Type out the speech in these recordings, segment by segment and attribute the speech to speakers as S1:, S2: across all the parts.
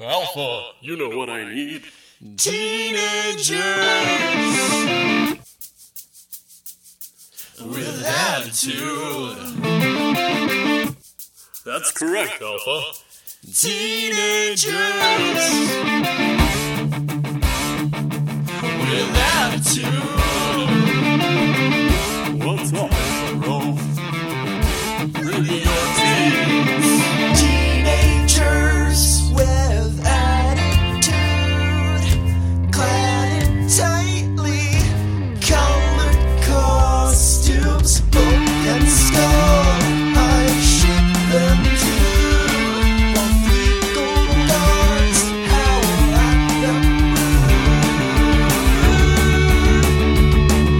S1: Alpha, you know what I need. Teenagers with attitude. That's correct, Alpha. Teenagers with attitude. What's up?
S2: Teenagers with attitude, clad in tightly colored costumes, book and skull. I ship them through all three gold bars. How I them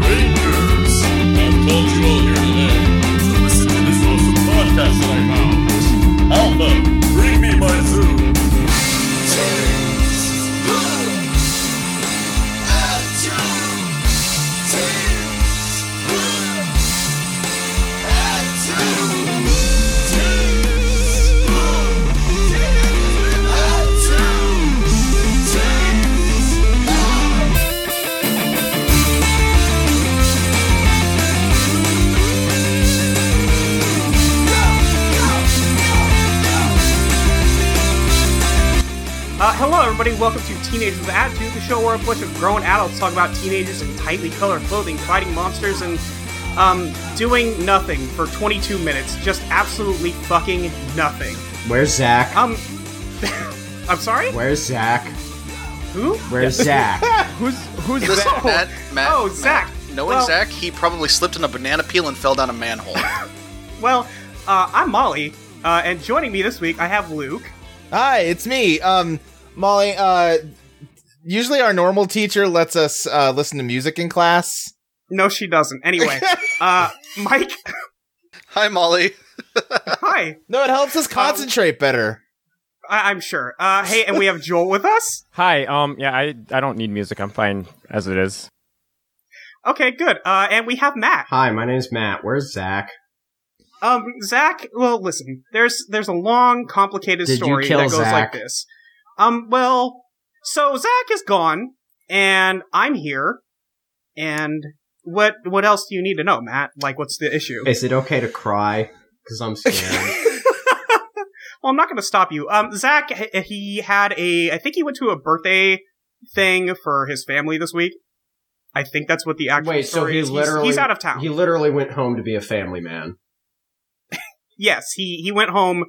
S1: Rangers. I'm cultural here today. So listen to this awesome podcast that I found. Alpha, bring me my zoo.
S3: Uh, hello, everybody. Welcome to Teenagers with Attitude, the show where a bunch of grown adults talk about teenagers in tightly colored clothing, fighting monsters, and um, doing nothing for 22 minutes. Just absolutely fucking nothing.
S4: Where's Zach?
S3: Um, I'm sorry.
S4: Where's Zach?
S3: Who?
S4: Where's Zach?
S3: Who's who's
S5: Was
S3: that?
S5: that Matt? Matt?
S3: Oh,
S5: Matt.
S3: Zach.
S5: Knowing
S3: Well-
S5: Zach, he probably slipped in a banana peel and fell down a manhole.
S3: Well, uh, I'm Molly, uh, and joining me this week I have Luke.
S6: Hi, it's me. Um, Molly. Uh, usually our normal teacher lets us uh, listen to music in class.
S3: No, she doesn't. Anyway, uh, Mike.
S5: Hi, Molly.
S3: Hi.
S6: No, it helps
S3: Um,
S6: us concentrate better.
S3: I- I'm sure. Uh, hey, and we have Joel with us.
S7: Hi. Um. Yeah. I. I don't need music. I'm fine as it is.
S3: Okay, good. Uh, and we have Matt.
S4: Hi, my name's Matt. Where's Zach?
S3: Um, Zach. Well, listen. There's there's a long, complicated
S4: Did you
S3: story
S4: kill
S3: that goes
S4: Zach?
S3: like this. Um. Well, so Zach is gone, and I'm here. And what what else do you need to know, Matt? Like, what's the issue?
S4: Is it okay to cry? Because I'm scared.
S3: Well, I'm not going to stop you. Um, Zach. h- He had a. I think he went to a birthday thing for his family this week. I think that's what the actual
S4: Wait, so
S3: story
S4: he
S3: is. He's-
S4: literally
S3: he's out of town.
S4: He literally went home to be a family man.
S3: yes, he he went home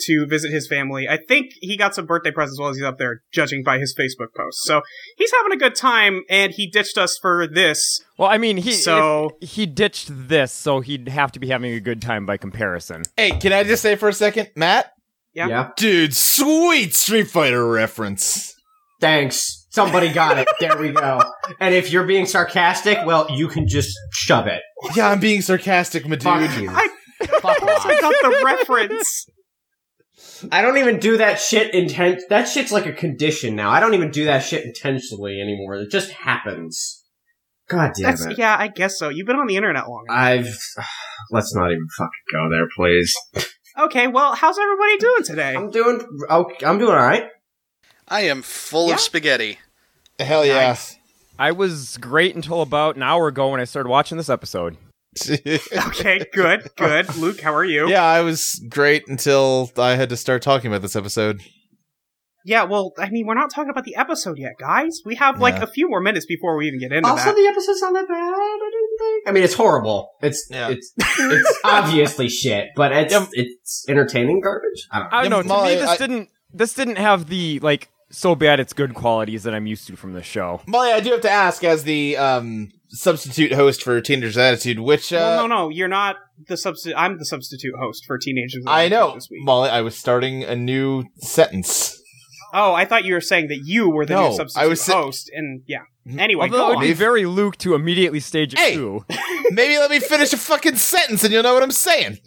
S3: to visit his family. I think he got some birthday presents while he's up there, judging by his Facebook post. So he's having a good time, and he ditched us for this.
S7: Well, I mean, he
S3: So-
S7: if- he ditched this, so he'd have to be having a good time by comparison.
S6: Hey, can I just say for a second, Matt?
S3: Yeah.
S6: Dude, sweet Street Fighter reference.
S4: Thanks. Somebody got it. There we go. And if you're being sarcastic, well, you can just shove it.
S6: Yeah, I'm being sarcastic, my
S4: Fuck
S6: dude.
S4: you.
S3: I-
S4: Fuck off.
S3: I got the reference.
S4: I don't even do that shit intent. That shit's like a condition now. I don't even do that shit intentionally anymore. It just happens. God damn
S3: That's
S4: it.
S3: yeah, I guess so. You've been on the internet long. enough.
S4: I've. Let's not even fucking go there, please.
S3: Okay, well, how's everybody doing today?
S4: I'm doing. Okay, I'm doing all right.
S5: I am full
S3: Yeah?
S5: of spaghetti.
S6: Hell yeah.
S7: I was great until about an hour ago when I started watching this episode.
S3: Okay, good, good. Luke, how are you?
S6: yeah, I was great until I had to start talking about this episode.
S3: Yeah, well, I mean, we're not talking about the episode yet, guys. We have like
S6: Yeah.
S3: a few more minutes before we even get into
S4: Also,
S3: that.
S4: the episode's not that bad. I didn't think. I mean, it's horrible. It's
S6: Yeah.
S4: it's it's obviously shit, but it's it's entertaining garbage. I don't. know.
S7: I
S6: Yeah,
S7: don't know.
S6: Molly,
S7: to me, this
S6: I-
S7: didn't. This didn't have the like so bad it's good qualities that I'm used to from this show.
S6: Molly, I do have to ask, as the um, substitute host for Teenagers Attitude, which uh,
S3: Well, no, no, you're not the substitute. I'm the substitute host for Teenagers.
S6: I know,
S3: This week.
S6: Molly. I was starting a new sentence.
S3: Oh, I thought you were saying that you were the
S6: No,
S3: new substitute
S6: I was sa- Mm-hmm.
S3: host, and yeah. Anyway,
S7: Although it
S3: go
S7: would
S3: on.
S7: be very Luke to immediately stage a
S6: Oh Hey!
S7: coup.
S6: Maybe let me finish a fucking sentence, and you'll know what I'm saying.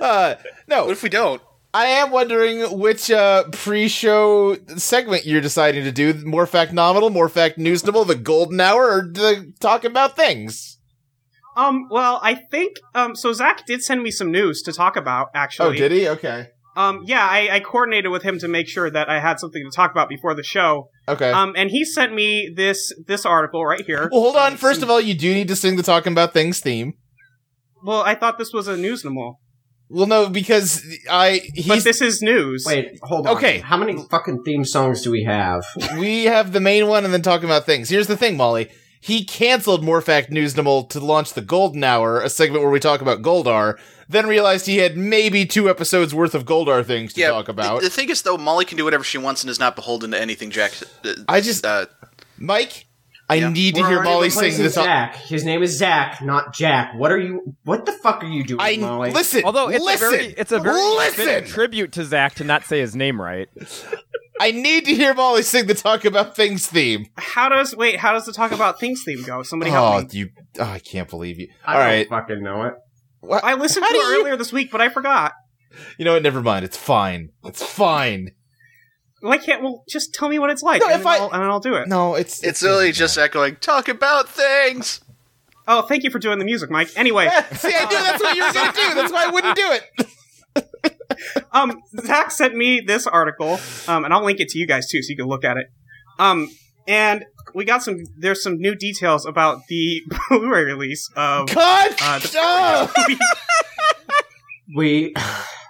S6: Uh,
S5: What
S6: no,
S5: if we don't?
S6: I am wondering which uh, pre-show segment you're deciding to do: more fact nominal, more fact newsable, the golden hour, or the talk about things.
S3: Um, well, I think um, so. Zach did send me some news to talk about. Actually,
S6: Oh, did he? Okay.
S3: Um, yeah, I, I coordinated with him to make sure that I had something to talk about before the show.
S6: Okay.
S3: Um, and he sent me this this article right here.
S6: well, hold on. First of all, you do need to sing the Talking About Things theme.
S3: Well, I thought this was a news normal,
S6: Well, no, because I
S3: but
S6: he's
S3: this is news.
S4: Wait, hold on.
S6: Okay.
S4: How many fucking theme songs do we have?
S6: we have the main one and then talking about things. Here's the thing, Molly. He canceled More Fact Newsnimal to launch the Golden Hour, a segment where we talk about Goldar, then realized he had maybe two episodes worth of Goldar things to
S5: yeah,
S6: talk about.
S5: The, the thing is, though, Molly can do whatever she wants and is not beholden to anything Jack. Uh,
S6: I just-
S5: uh,
S6: Mike, I
S5: Yeah.
S6: need to
S4: We're
S6: hear
S4: already
S6: Molly sing
S4: replacing
S6: this.
S4: Zach. His name is Zach, not Jack. What are you? What the fuck are you doing,
S6: I
S4: Molly?
S6: listen.
S7: Although it's
S6: listen,
S7: a very it's a very
S6: listen.
S7: big tribute to Zach to not say his name right.
S6: I need to hear Molly sing the Talk About Things theme.
S3: How does wait? How does the talk about things theme go? Somebody help
S6: Oh,
S3: me.
S6: you! Oh, I can't believe you.
S4: I
S6: All right,
S4: don't fucking know it.
S6: What-
S3: I listened
S6: How
S3: to it
S6: do you-
S3: earlier this week, but I forgot.
S6: You know what? Never mind. It's fine. It's fine.
S3: Why can't? Well, just tell me what it's like,
S6: No,
S3: and,
S6: if
S3: then
S6: I-
S3: I'll, and then I'll do it.
S6: No, it's
S5: it's really just echoing, talk about things!
S3: Oh, thank you for doing the music, Mike. Anyway,
S6: See, I knew that's what you were gonna do. That's why I wouldn't do it.
S3: um, Zach sent me this article, um, and I'll link it to you guys too, so you can look at it. Um, and we got some. There's some new details about the Blu-ray release of.
S6: Cut!
S3: Uh,
S6: Oh!
S4: We. I,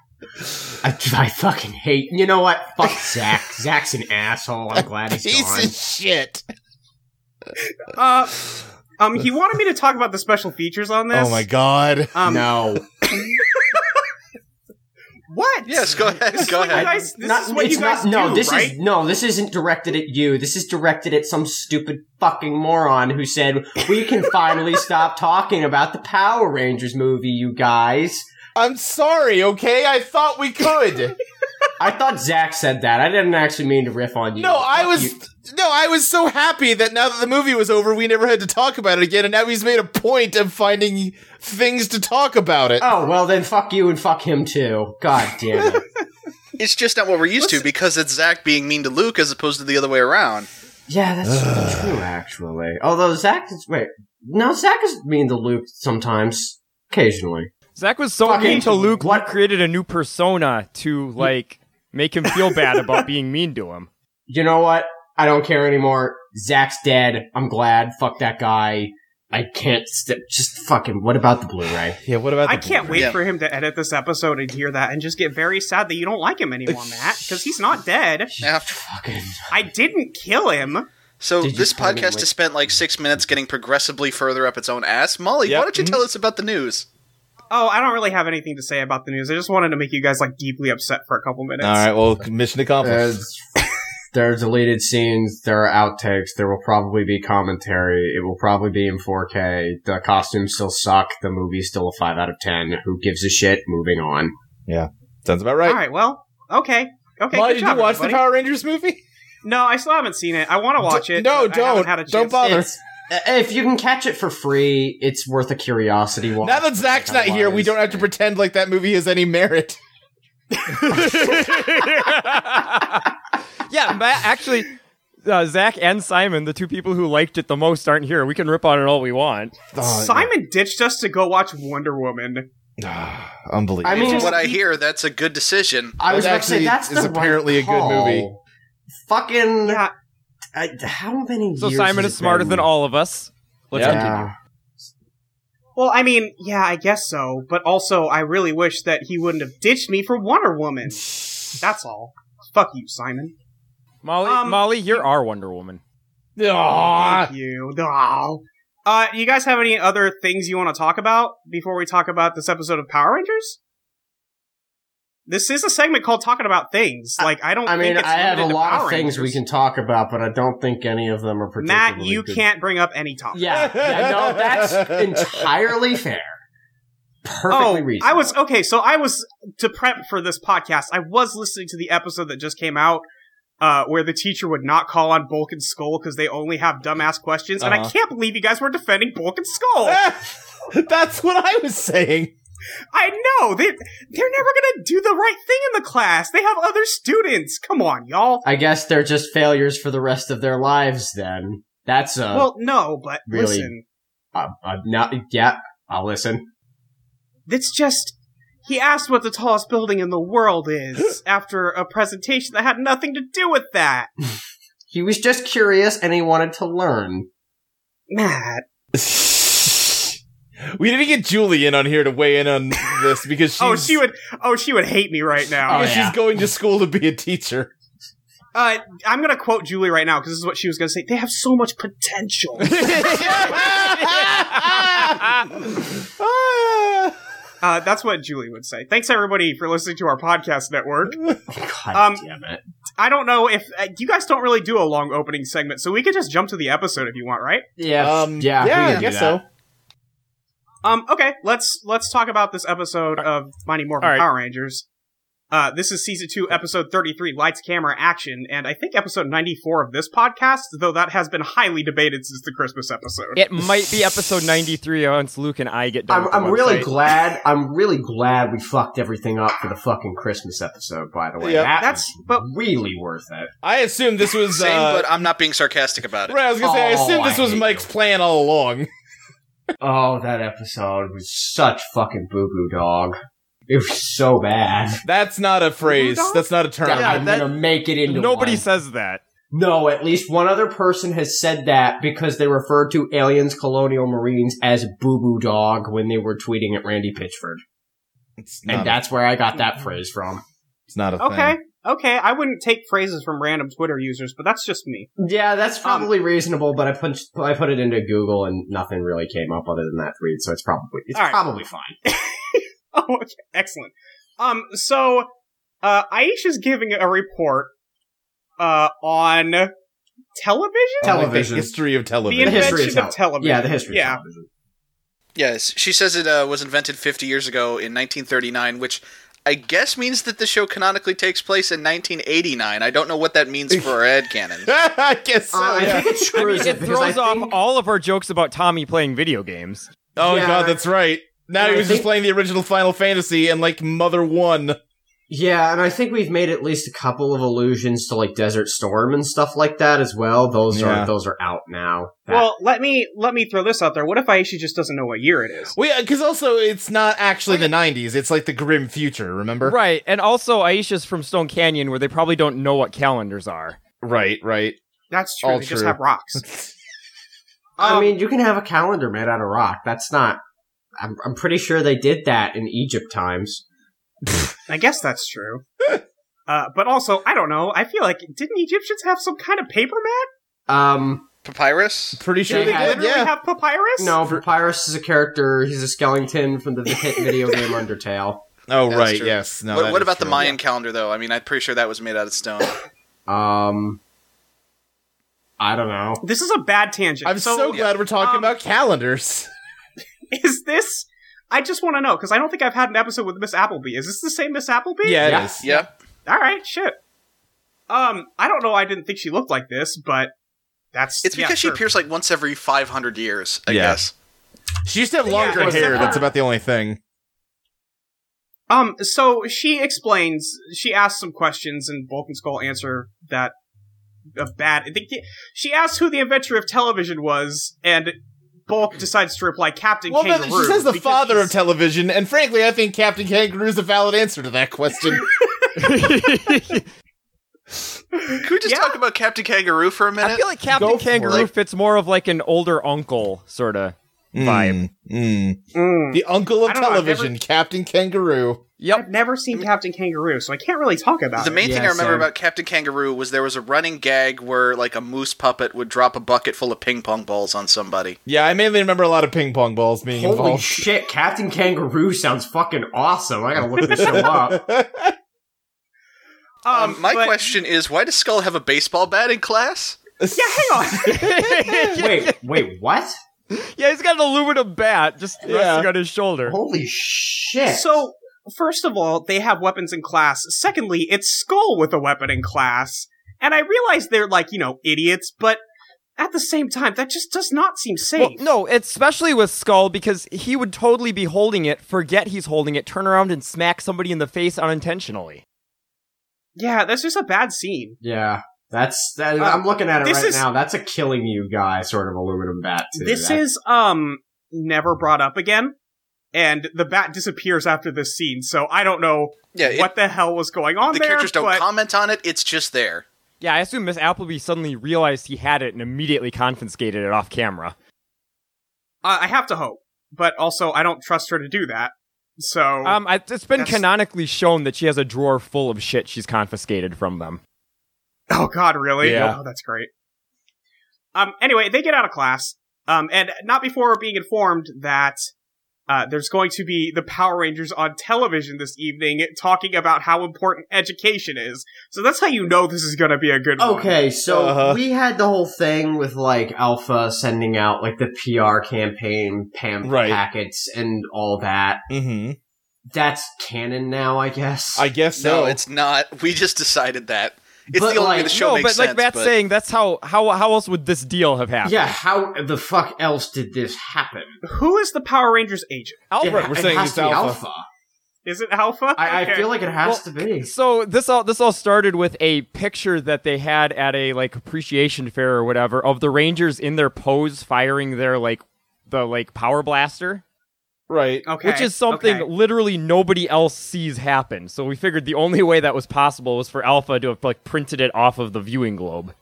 S4: I fucking hate. You know what? Fuck Zach. Zach's an asshole. I'm glad he's
S6: Piece
S4: gone.
S6: of shit.
S3: Uh, um, he wanted me to talk about the special features on this.
S6: Oh my god.
S3: Um,
S4: no,
S3: What?
S5: Yes, go ahead, go
S3: like-
S5: ahead.
S3: guys- this is what
S4: it's
S3: you guys
S4: no,
S3: do,
S4: this
S3: right?
S4: is no, this isn't directed at you. This is directed at some stupid fucking moron who said we can finally stop talking about the Power Rangers movie. You guys,
S6: I'm sorry, okay? I thought we could.
S4: I thought Zach said that. I didn't actually mean to riff on you.
S6: no, I
S4: Fuck
S6: was
S4: you.
S6: no, I was so happy that now that the movie was over, we never had to talk about it again, and now he's made a point of finding things to talk about it.
S4: Oh well, then fuck you and fuck him too. God damn it.
S5: It's just not what we're used to because it's Zach being mean to Luke as opposed to the other way around.
S4: Yeah, that's true, actually. Although Zach is wait, no, Zach is mean to Luke sometimes, occasionally.
S7: Zach was so
S4: Fucking
S7: mean to Luke.
S4: what-
S7: Luke created a new persona to like make him feel bad about being mean to him.
S4: You know what? I don't care anymore. Zach's dead. I'm glad. Fuck that guy. I can't st- just fucking. What about the Blu-ray?
S6: Yeah, what about
S3: I can't wait
S5: Yeah.
S3: for him to edit this episode and hear that and just get very sad that you don't like him anymore, Matt, because he's not dead.
S5: Yeah.
S4: Fucking.
S3: I didn't kill him.
S5: So
S4: Did you
S5: this
S4: find it,
S5: podcast
S4: like-
S5: has spent like six minutes getting progressively further up its own ass. Molly,
S7: Yeah.
S5: why don't you
S6: Mm-hmm.
S5: tell us about the news?
S3: Oh, I don't really have anything to say about the news. I just wanted to make you guys like deeply upset for a couple minutes.
S6: All right, well, mission accomplished.
S4: There's, there are deleted scenes. There are outtakes. There will probably be commentary. It will probably be in 4K. The costumes still suck. The movie's still a five out of ten. Who gives a shit? Moving on.
S6: Uh, Sounds about
S3: All
S6: right.
S3: right. Well, okay. Okay.
S6: Molly,
S3: good
S6: did
S3: job,
S6: you watch
S3: everybody.
S6: the Power Rangers movie?
S3: No, I still haven't seen it. I want to watch it.
S6: no,
S3: but I haven't
S6: don't.
S3: had a
S6: Don't
S3: chance.
S6: bother. Other-
S4: It's- uh, if you can catch it for free, it's worth a curiosity. Watch.
S6: Now that Zach's not here, we don't have to pretend like that movie has any merit.
S7: yeah, Matt, actually, uh, Zach and Simon, the two people who liked it the most, aren't here. We can rip on it all we want.
S3: Simon ditched us to go watch Wonder Woman.
S6: Unbelievable.
S4: I mean,
S5: From
S4: Just
S5: what I
S4: be-
S5: hear, that's a good decision.
S4: I was
S6: That
S4: about to say
S6: actually
S4: that's
S6: is
S4: the
S6: apparently a
S4: right
S6: good
S4: call.
S6: movie.
S4: Fucking.
S3: Yeah.
S4: I, how many?
S7: So
S4: years
S7: Simon
S4: has
S7: is smarter
S4: it
S7: than
S4: been?
S7: all of us. Let's
S6: Yeah.
S7: continue.
S4: Yeah.
S3: Well, I mean, yeah, I guess so. But also, I really wish that he wouldn't have ditched me for Wonder Woman. That's all. Fuck you, Simon.
S7: Molly,
S3: Um,
S7: Molly, you're our Wonder Woman.
S6: Ah.
S3: Thank you. No. Uh, you guys have any other things you want to talk about before we talk about this episode of Power Rangers? This is a segment called "Talking About Things." Like, I don't.
S4: I mean,
S3: think it's
S4: I have a
S3: limited to
S4: lot
S3: Power
S4: of things we
S3: Rangers.
S4: can talk about, but I don't think any of them are particularly.
S3: Matt, you
S4: good.
S3: can't bring up any topic.
S4: Yeah, yeah, no, that's entirely fair. Perfectly
S3: Oh,
S4: reasonable.
S3: I was okay. So I was to prep for this podcast. I was listening to the episode that just came out, uh, where the teacher would not call on Bulk and Skull because they only have dumbass questions, and I
S6: Uh-huh.
S3: can't believe you guys were defending Bulk and Skull.
S6: That's what I was saying.
S3: I know they they're never gonna do the right thing in the class. They have other students. Come on, y'all.
S4: I guess they're just failures for the rest of their lives. Then that's a,
S3: well, no, but
S4: Uh, really?
S3: listen,
S4: a, a not. Yeah, I'll listen.
S3: it's just He asked what the tallest building in the world is after a presentation that had nothing to do with that.
S4: He was just curious and he wanted to learn.
S3: Matt.
S6: we didn't get Julie in on here to weigh in on this because she's,
S3: Oh, she would. Oh, she would hate me right now.
S4: Oh,
S6: she's
S4: yeah.
S6: going to school to be a teacher.
S3: Uh, I'm gonna quote Julie right now because this is what she was gonna say. They have so much potential. uh, that's what Julie would say. Thanks everybody for listening to our podcast network.
S4: God
S3: Um,
S4: damn it.
S3: I don't know if uh, you guys don't really do a long opening segment, so we could just jump to the episode if you want, right?
S4: Yeah,
S6: Um,
S4: yeah, we can
S6: yeah, I
S4: do
S6: guess
S4: that.
S6: so.
S3: Um, okay, let's let's talk about this episode of Mighty Morphin
S7: All right.
S3: Power Rangers. Uh, this is season two, episode thirty-three, lights, camera, action, and I think episode ninety-four of this podcast, though that has been highly debated since the Christmas episode.
S7: It might be episode 93 once Luke and I get done.
S4: I'm,
S7: with the
S4: I'm really
S7: website.
S4: glad. I'm really glad we fucked everything up for the fucking Christmas episode. By the way,
S6: Yeah,
S4: that
S3: that's-
S4: was
S3: but-
S4: really worth it.
S6: I assume this was
S5: Same,
S6: uh,
S5: but I'm not being sarcastic about it.
S6: right. I was gonna say I
S4: Oh,
S6: assume this
S4: I
S6: was
S4: hate
S6: Mike's
S4: you.
S6: plan all along.
S4: Oh, that episode was such fucking boo boo dog. It was so bad.
S6: That's not a phrase.
S3: Dog?
S6: That's not a term.
S7: Yeah,
S4: I'm
S7: that-
S4: gonna make it into
S7: Nobody
S4: one.
S7: says that.
S4: No, at least one other person has said that because they referred to aliens, colonial marines as boo boo dog when they were tweeting at Randy Pitchford,
S6: It's
S4: and
S6: not, a,
S4: that's where I got that phrase from.
S6: it's not a
S3: Okay,
S6: thing.
S3: okay, I wouldn't take phrases from random Twitter users, but that's just me.
S4: Yeah, that's probably reasonable, but I put I put it into Google and nothing really came up other than that tweet, so it's probably it's
S3: All right.
S4: probably fine.
S3: Oh, okay. excellent. Um, so uh, Aisha's giving a report uh on television,
S6: Like the
S4: Television.
S6: history of
S3: the
S6: television.
S4: history of
S3: invention
S4: tele-
S3: of television.
S4: Yeah, the history.
S3: Yeah,
S4: Of television.
S5: Yes, she says it uh, was invented 50 years ago in 1939, which I guess means that the show canonically takes place in 1989. I don't know what that means for our head canon.
S6: I guess so.
S4: Uh, I
S6: yeah.
S4: think it
S7: I mean,
S4: screws
S7: it
S4: because I
S7: throws off
S4: think-
S7: all of our jokes about Tommy playing video games.
S6: Oh
S4: Yeah.
S6: god, that's right. Now
S4: And
S6: he
S4: I
S6: was
S4: think-
S6: just playing the original Final Fantasy and like Mother One.
S4: Yeah, and I think we've made at least a couple of allusions to like Desert Storm and stuff like that as well. Those
S6: Yeah.
S4: are those are out now. That-
S3: Well, let me let me throw this out there. What if Aisha just doesn't know what year it is?
S6: Well, yeah, because uh, also it's not actually the '90s. It's like the grim future. Remember?
S7: Right, and also Aisha's from Stone Canyon, where they probably don't know what calendars are.
S6: right, right.
S3: That's true.
S6: All
S3: they just
S6: true.
S3: have rocks.
S4: I
S3: um,
S4: mean, you can have a calendar made out of rock. That's not. I'm, I'm pretty sure they did that in Egypt times.
S3: I guess that's true. Uh, but also, I don't know. I feel like didn't Egyptians have some kind of paper mat?
S4: Um,
S5: Papyrus?
S6: Pretty sure
S4: They
S6: they,
S4: had-
S6: did.
S3: Literally
S6: Yeah.
S3: have papyrus?
S4: no, Papyrus is a character. He's a skeleton from the hit video game Undertale.
S6: oh,
S5: That's
S6: right.
S5: true.
S6: Yes. No.
S5: what
S6: that
S5: what
S6: is
S5: about the
S6: true.
S5: Mayan calendar, though? I mean, I'm pretty sure that was made out of stone.
S4: Um, I don't know.
S3: This is a bad tangent.
S6: I'm so,
S3: so
S6: glad we're talking
S3: um,
S6: about calendars.
S3: is this? I just want to know because I don't think I've had an episode with Miss Appleby. Is this the same Miss Appleby?
S6: Yeah, it is.
S4: yeah.
S5: yeah.
S3: All right. Shit. Um, I don't know. I didn't think she looked like this, but that's
S5: It's
S3: yeah,
S5: because she
S3: sure.
S5: appears like once every 500 years, I
S6: Yeah.
S5: guess.
S6: She used to have longer
S3: Yeah.
S6: hair. That's about the only thing.
S3: Um, so she explains. She asks some questions, and Vulcan Skull answer that a bad. I think she asks who the inventor of television was, and Bulk decides to reply Captain
S6: Well, then,
S3: Kangaroo.
S6: she says the
S3: because
S6: father
S3: she's-
S6: of television, and frankly, I think Captain Kangaroo is a valid answer to that question.
S5: Could we just
S3: Yeah.
S5: talk about Captain Kangaroo for a minute?
S7: I feel like Captain
S6: Go for
S7: Kangaroo
S6: it.
S7: fits more of like an older uncle sort of vibe.
S6: Mm, mm.
S3: Mm.
S6: The uncle of
S3: I don't know, I've
S6: television, Captain Kangaroo.
S7: Yep.
S3: I've never seen Captain Kangaroo, so I can't really talk about
S5: the
S3: it.
S5: main thing I
S4: Yeah,
S5: remember
S4: same.
S5: about Captain Kangaroo was there was a running gag where like a moose puppet would drop a bucket full of ping pong balls on somebody.
S6: Yeah, I mainly remember a lot of ping pong balls being
S4: Holy
S6: involved.
S4: shit! Captain Kangaroo sounds fucking awesome. I gotta look this show up.
S5: Um, my
S3: but-
S5: question is, why does Skull have a baseball bat in class?
S3: Yeah, hang on.
S4: Wait, wait, what?
S7: Yeah, he's got an aluminum bat just resting
S6: Yeah.
S7: on his shoulder.
S4: Holy shit!
S3: So, first of all, they have weapons in class. Secondly, it's Skull with a weapon in class. And I realize they're like, you know, idiots, but at the same time, that just does not seem
S7: Well,
S3: safe.
S7: no, especially with Skull because he would totally be holding it, forget he's holding it, turn around and smack somebody in the face unintentionally.
S3: yeah, that's just a bad scene.
S4: Yeah, that's. That,
S3: Uh,
S4: I'm looking at it
S3: this
S4: right
S3: is-
S4: now. That's a killing you guy sort of aluminum bat. Too.
S3: This
S4: That-
S3: is um never brought up again. and the bat disappears after this scene. So I don't know
S5: Yeah, it-
S3: what the hell was going on
S5: The
S3: there.
S5: characters don't
S3: but
S5: comment on it. It's just there.
S7: Yeah, I assume Miss Appleby suddenly realized he had it and immediately confiscated it off camera.
S3: I I have to hope, but also I don't trust her to do that. So
S6: Oh.
S7: Um, I, it's been
S3: That's-
S7: canonically shown that she has a drawer full of shit she's confiscated from them.
S3: Oh God, really?
S7: Yeah.
S3: Oh, that's great. Um. Anyway, they get out of class. Um, and not before being informed that uh, there's going to be the Power Rangers on television this evening, talking about how important education is. So that's how you know this is going to be a good one.
S4: Okay, so
S6: Uh-huh.
S4: we had the whole thing with like Alpha sending out like the PR campaign pam-
S6: Right.
S4: packets and all that.
S6: Mm-hmm.
S4: That's canon now, I guess.
S6: I guess so.
S5: no, it's not. We just decided that. It's
S4: But,
S5: the only way
S4: like-
S5: the show
S7: no,
S5: makes
S7: but
S5: sense.
S7: like Matt's
S5: but
S7: saying, that's how how how else would this deal have happened?
S4: yeah, how the fuck else did this happen?
S3: Who is the Power Rangers agent?
S7: Albert.
S4: It-
S6: Oh, we're
S4: it
S6: saying
S4: has
S6: it's
S4: to be
S6: Alpha.
S3: Is it Alpha?
S4: I, I
S3: Okay.
S4: feel like it has
S7: Well,
S4: to be.
S7: So this all this all started with a picture that they had at a like appreciation fair or whatever of the Rangers in their pose firing their like the like power blaster,
S6: right.
S3: Okay.
S7: which is something
S3: okay.
S7: literally nobody else sees happen. So we figured the only way that was possible was for Alpha to have like printed it off of the viewing globe.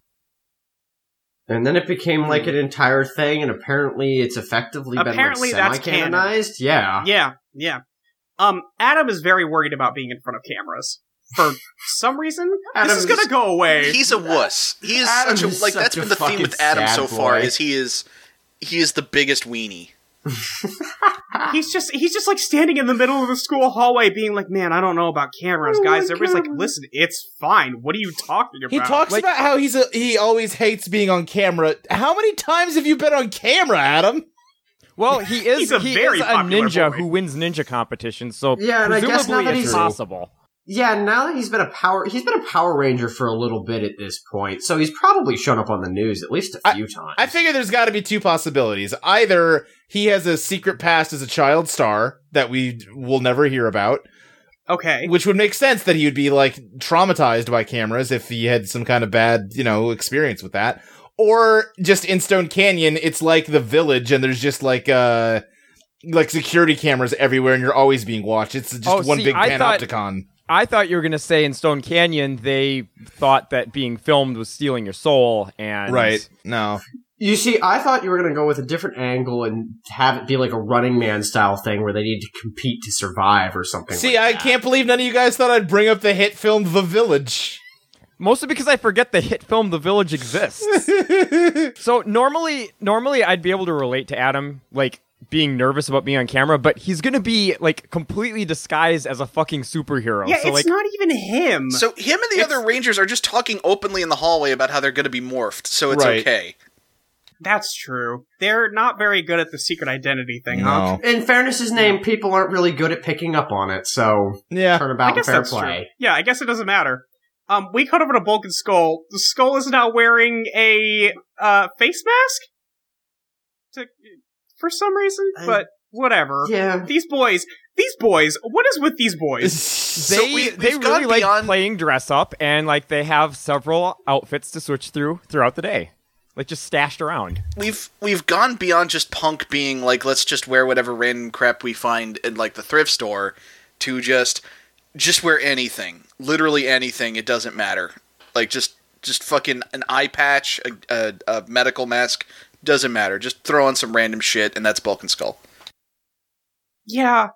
S4: And then it became like an entire thing, and apparently it's effectively
S3: Apparently
S4: been like
S3: that's
S4: semi-canonized. Yeah.
S3: Yeah. Yeah. Um. Adam is very worried about being in front of cameras for some reason. this is
S4: Adam's-
S3: going to go away.
S5: he's a wuss. He is
S4: Adam
S5: such a
S4: is
S5: like.
S4: such
S5: that's
S4: a
S5: been the theme
S4: fucking
S5: with Adam
S4: sad
S5: so far.
S4: boy.
S5: Is he is he is the biggest weenie.
S3: He's just he's just like standing in the middle of the school hallway being like, Man, I don't know about cameras,
S4: Oh
S3: guys. Everybody's like, listen, it's fine. What are you talking about?
S6: He talks
S7: like-
S6: about how he's a, he always hates being on camera. How many times have you been on camera, Adam?
S7: Well, he is
S3: He's a
S7: he
S3: very
S7: is a
S3: popular
S7: ninja
S3: boy.
S7: who wins ninja competitions. So
S4: Yeah, and I
S7: presumably
S4: guess now that
S7: it's
S4: he's-
S7: possible.
S4: Yeah, now that he's been a power he's been a Power Ranger for a little bit at this point, so he's probably shown up on the news at least a few times.
S6: I figure there's got to be two possibilities. Either he has a secret past as a child star that we will never hear about,
S3: Okay.
S6: which would make sense that he would be like traumatized by cameras if he had some kind of bad, you know, experience with that. Or just in Stone Canyon, it's like the village and there's just like uh like security cameras everywhere and you're always being watched. It's just
S7: Oh,
S6: one
S7: see,
S6: big
S7: I thought-
S6: panopticon.
S7: I thought you were gonna say in Stone Canyon they thought that being filmed was stealing your soul and
S6: Right. No.
S4: You see, I thought you were going to go with a different angle and have it be like a Running Man style thing where they need to compete to survive or something.
S6: See, I
S4: like that.
S6: can't believe none of you guys thought I'd bring up the hit film The Village.
S7: Mostly because I forget the hit film The Village exists. so normally normally I'd be able to relate to Adam like being nervous about being on camera, but he's gonna be like completely disguised as a fucking superhero.
S3: yeah,
S7: so
S3: it's
S7: like
S3: not even him.
S5: So him and the other Rangers are just talking openly in the hallway about how they're going to be morphed. So it's
S6: Right.
S5: okay.
S3: That's true. They're not very good at the secret identity thing, huh?
S6: No.
S4: In fairness' name, people aren't really good at picking up on it, so
S6: Yeah.
S3: I
S4: turnabout and
S3: guess
S4: fair
S3: that's true.
S4: play.
S3: Yeah, I guess it doesn't matter. Um, we cut over to Bulk and Skull. Skull is now wearing a uh, face mask to, for some reason,
S4: I-
S3: but whatever.
S4: Yeah.
S3: These boys, these boys, what is with these boys?
S7: they
S5: So we- we've
S7: they
S5: gone
S7: really like
S5: beyond-
S7: playing dress up and like they have several outfits to switch through throughout the day. Like just stashed around.
S5: We've we've gone beyond just punk being like let's just wear whatever random crap we find in like the thrift store to just just wear anything. Literally anything. It doesn't matter. Like just just fucking an eye patch, a, a, a medical mask doesn't matter. Just throw on some random shit and that's Bulk and Skull.
S3: Yeah.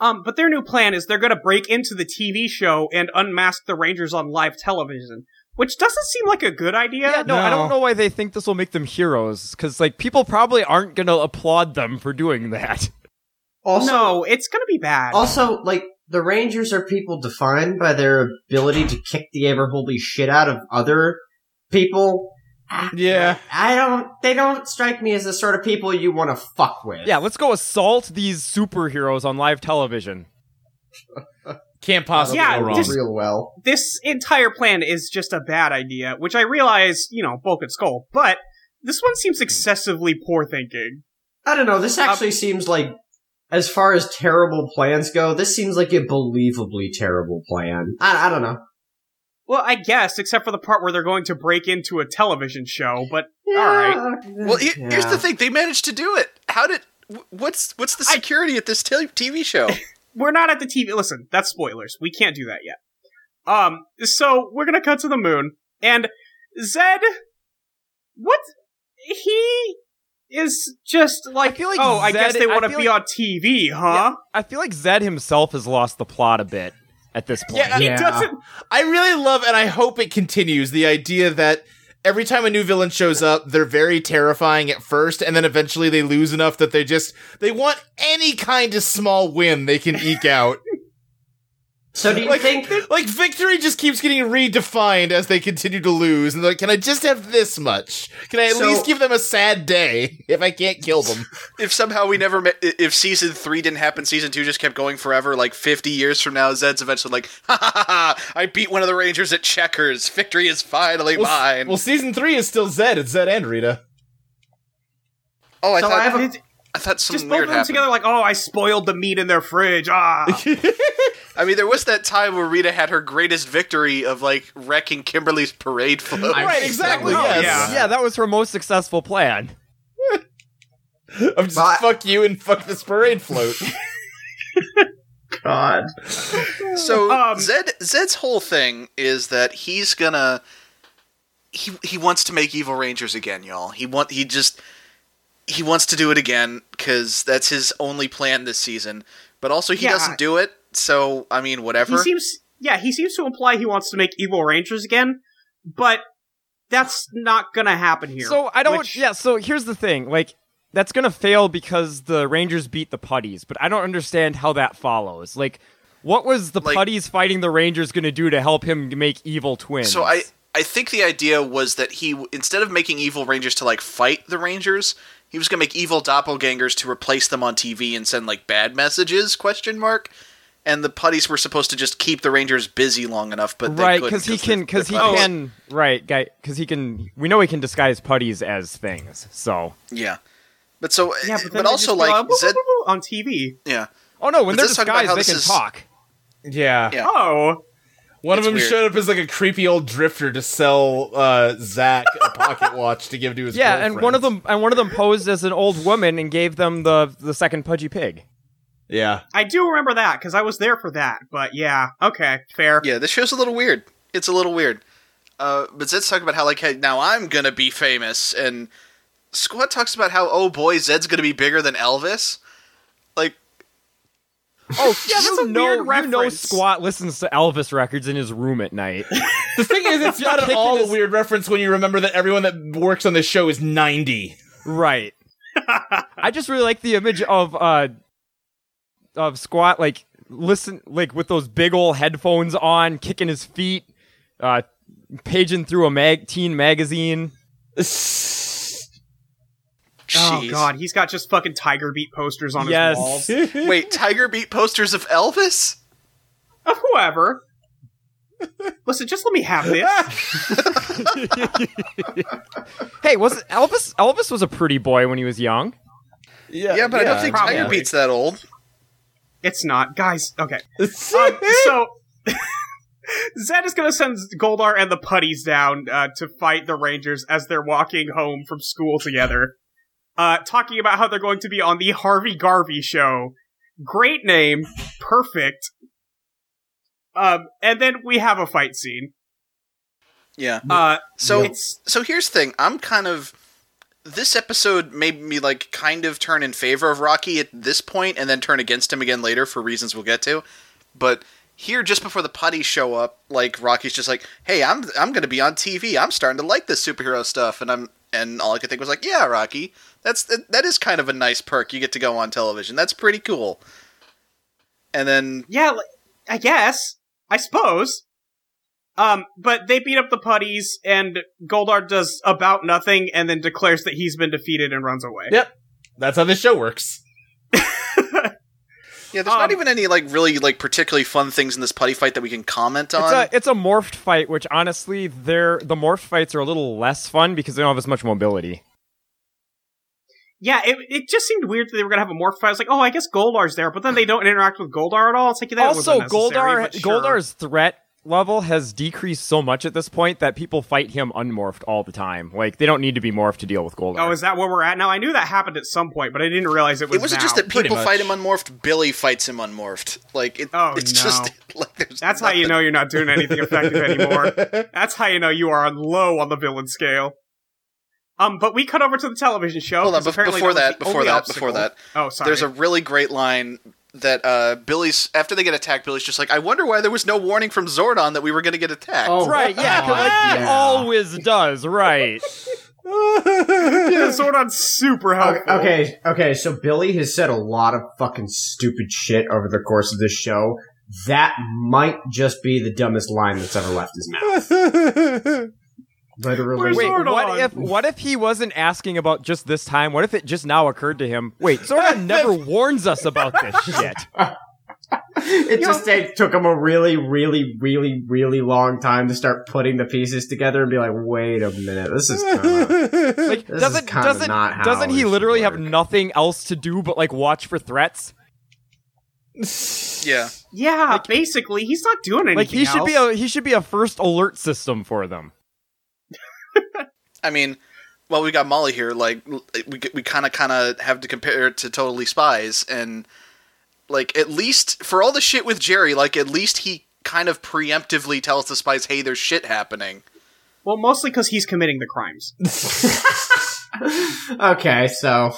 S3: Um, but their new plan is they're gonna break into the TV show and unmask the Rangers on live television, which doesn't seem like a good idea.
S7: Yeah, no, I don't know why they think this will make them heroes, because like people probably aren't gonna applaud them for doing that.
S4: Also,
S3: no, it's gonna be bad.
S4: also, like the Rangers are people defined by their ability to kick the ever-holy shit out of other people.
S6: Yeah.
S4: I don't. They don't strike me as the sort of people you want to fuck with.
S7: Yeah, let's go assault these superheroes on live television.
S6: Can't possibly
S3: Yeah,
S6: go wrong.
S3: just-
S4: real well.
S3: this entire plan is just a bad idea, which I realize, you know, Bulk and Skull, but this one seems excessively poor thinking.
S4: I don't know. This actually seems like, as far as terrible plans go, this seems like a believably terrible plan. I, I don't know.
S3: Well, I guess, except for the part where they're going to break into a television show, but
S4: Yeah,
S3: All right.
S4: okay,
S5: Well, he- here's
S4: yeah.
S5: the thing: they managed to do it. How did wh- what's what's the security at this tel- TV show?
S3: we're not at the TV. Listen, that's spoilers. We can't do that yet. Um, so we're gonna cut to the moon and Zed. What he is just like.
S7: feel like
S3: oh, I
S7: Zed-
S3: guess they
S7: I
S3: want to
S7: feel
S3: be on
S7: like-
S3: TV, huh?
S7: I feel like Zed himself has lost the plot a bit at this point.
S6: Yeah,
S3: He
S4: Yeah.
S3: doesn't.
S6: I really love and I hope it continues the idea that every time a new villain shows up, they're very terrifying at first and then eventually they lose enough that they just they want any kind of small win they can eke out.
S8: So do you
S6: like,
S8: think?
S6: like victory just keeps getting redefined as they continue to lose and they're like can I just have this much? Can I at
S8: So-
S6: least give them a sad day if I can't kill them?
S5: if somehow we never met, if season three didn't happen, season two just kept going forever. Like fifty years from now, Zed's eventually like, ha ha ha! ha, I beat one of the Rangers at checkers. Victory is finally
S6: Well, s-
S5: mine.
S6: well season 3 is still Zed, it's Zed and Rita.
S5: oh, I
S8: So
S5: thought
S8: I
S5: I,
S8: have a,
S5: thought something
S3: Just both
S5: weird
S3: of them
S5: happened.
S3: together, like, oh, I spoiled the meat in their fridge. Ah,
S5: I mean, there was that time where Rita had her greatest victory of like wrecking Kimberly's parade float.
S4: I-
S6: Right, exactly.
S4: Oh,
S6: yes.
S3: yeah.
S7: Yeah, that was her most successful plan.
S6: I'm just
S8: But-
S6: fuck you and fuck this parade float.
S8: God.
S5: So
S3: Um,
S5: Zed Zed's whole thing is that he's gonna he he wants to make Evil Rangers again, y'all. He want he just he wants to do it again because that's his only plan this season. But also he
S3: Yeah.
S5: doesn't do it, so I mean
S3: he
S5: whatever.
S3: seems. Yeah, he seems to imply he wants to make evil rangers again, but that's not gonna happen here.
S7: So I don't.
S3: which-
S7: Yeah. So here's the thing. Like that's gonna fail because the Rangers beat the Putties, but I don't understand how that follows. Like, what was the
S5: Like-
S7: Putties fighting the Rangers gonna do to help him make evil twins?
S5: so I I think the idea was that he w- instead of making Evil Rangers to like fight the Rangers, he was gonna make evil doppelgangers to replace them on TV and send like bad messages question mark. And the putties were supposed to just keep the Rangers busy long enough, but they Oh.
S7: right
S5: couldn't
S7: because he
S5: they're-
S7: can because he
S5: they're putties.
S7: can right guy because he can we know he can disguise putties as things so
S5: Oh, Yeah, but so
S3: yeah,
S5: yeah,
S3: but,
S5: but,
S3: then they
S5: also
S3: just go,
S5: like
S3: "Woo, woo,
S5: Zed,
S3: woo, woo," on TV.
S5: yeah,
S7: oh no
S5: But
S7: when they're
S5: this is talking about
S7: disguised
S5: how
S7: they
S5: this
S7: can
S5: is-
S7: talk
S6: yeah.
S5: Yeah.
S3: Oh,
S5: It's
S6: One of them
S5: weird.
S6: showed up as like a creepy old drifter to sell uh, Zach a pocket watch to give to his
S7: yeah and one of
S6: girlfriend.
S7: them and one of them posed as an old woman and gave them the the second pudgy pig
S6: yeah
S3: I do remember that because I was there for that. But yeah, okay, fair.
S5: yeah. This show's a little weird. It's a little weird. Uh, but Zed's talking about how like hey, now I'm gonna be famous, and Squad talks about how oh boy Zed's gonna be bigger than Elvis. Like
S7: oh yeah
S3: that's a
S7: you know,
S3: weird
S7: you know
S3: reference.
S7: squat listens to elvis records in his room at night
S6: the thing is it's not at
S7: Kicking
S6: all
S7: his-
S6: a weird reference when you remember that everyone that works on this show is 90
S7: right i just really like the image of uh of squat like listen like with those big old headphones on kicking his feet uh paging through a mag teen magazine
S3: Oh
S5: jeez.
S3: god, he's got just fucking Tiger Beat posters on
S7: Yes.
S3: his walls.
S5: wait, Tiger beat posters of Elvis.
S3: Of whoever. Listen, just let me have this.
S7: hey was it elvis elvis was a pretty boy when he was young
S5: Yeah, but I don't think Tiger
S3: probably.
S5: beats that old.
S3: It's not, guys. Okay, Um,
S6: think
S3: so Zed is gonna send Goldar and the putties down uh, to fight the Rangers as they're walking home from school together, uh, talking about how they're going to be on the Harvey Garvey show. Great name, perfect. Um, and then we have a fight scene.
S5: Yeah.
S3: Uh,
S5: So
S3: it's
S5: so here's the thing i'm kind of this episode made me like kind of turn in favor of rocky at this point and then turn against him again later for reasons we'll get to but here just before the putties show up like rocky's just like hey i'm i'm gonna be on tv i'm starting to like this superhero stuff and i'm and all i could think was like yeah rocky that's that, that is kind of a nice perk you get to go on television that's pretty cool and then
S3: Yeah, li- I guess. I suppose. Um, but they beat up the putties, and Goldar does about nothing, and then declares that he's been defeated and runs away.
S6: Yeah. that's how this show works
S5: yeah there's not
S3: Um,
S5: even any like really like particularly fun things in this putty fight that we can comment on
S7: It's a it's a morphed fight, which honestly, they're the morphed fights are a little less fun because they don't have as much mobility.
S3: Yeah, it, it just seemed weird that they were gonna have a morph fight. I was like, oh, I guess Goldar's there, but then they don't interact with Goldar at all. It's like that
S7: also,
S3: was unnecessary,
S7: Goldar
S3: but sure.
S7: Goldar's threat level has decreased so much at this point that people fight him unmorphed all the time. Like they don't need to be morphed to deal with Goldar.
S3: Oh, is that where we're at now? I knew that happened at some point, but I didn't realize it was.
S5: It wasn't
S3: now.
S5: just that people
S6: much.
S5: fight him unmorphed. Billy fights him unmorphed. Like it,
S3: Oh,
S5: it's
S3: no.
S5: just like there's
S3: That's how you know you're not doing anything effective anymore. That's how you know you are on low on the villain scale. Um, but we cut over to the television show.
S5: Hold on,
S3: 'cause
S5: bef-
S3: apparently
S5: before
S3: was
S5: that,
S3: the
S5: before
S3: only
S5: that, before
S3: obstacle.
S5: that.
S3: Oh, sorry.
S5: There's a really great line that uh, Billy's after they get attacked. Billy's just like, I wonder why there was no warning from Zordon that we were going to get attacked.
S4: Oh,
S7: Right, yeah, 'cause, like, he
S4: yeah.
S7: always does, right.
S3: yeah, Zordon's super helpful.
S4: Okay, okay, so Billy has said a lot of fucking stupid shit over the course of this show. That might just be the dumbest line that's ever left his mouth. Literally.
S3: Where's
S7: Wait,
S3: Zordon.
S7: what if what if he wasn't asking about just this time? What if it just now occurred to him? Wait, Zordon never warns us about this shit.
S4: it just it took him a really, really, really, really long time to start putting the pieces together and be like, wait a minute, this is kinda,
S7: Like
S4: This is
S7: doesn't
S4: kinda
S7: doesn't
S4: not how
S7: doesn't
S4: it
S7: he
S4: should
S7: literally have
S4: work.
S7: nothing else to do but like watch for threats?
S5: Yeah,
S3: Yeah, basically, he's not doing anything.
S7: Like he should
S3: else.
S7: be a he should be a first alert system for them.
S5: I mean, well, we got Molly here. Like l- we we kind of kind of have to compare it to Totally Spies, and like at least for all the shit with Jerry, like at least he kind of preemptively tells the spies, "Hey, there's shit happening."
S3: well, mostly because he's committing the crimes.
S4: Okay, so.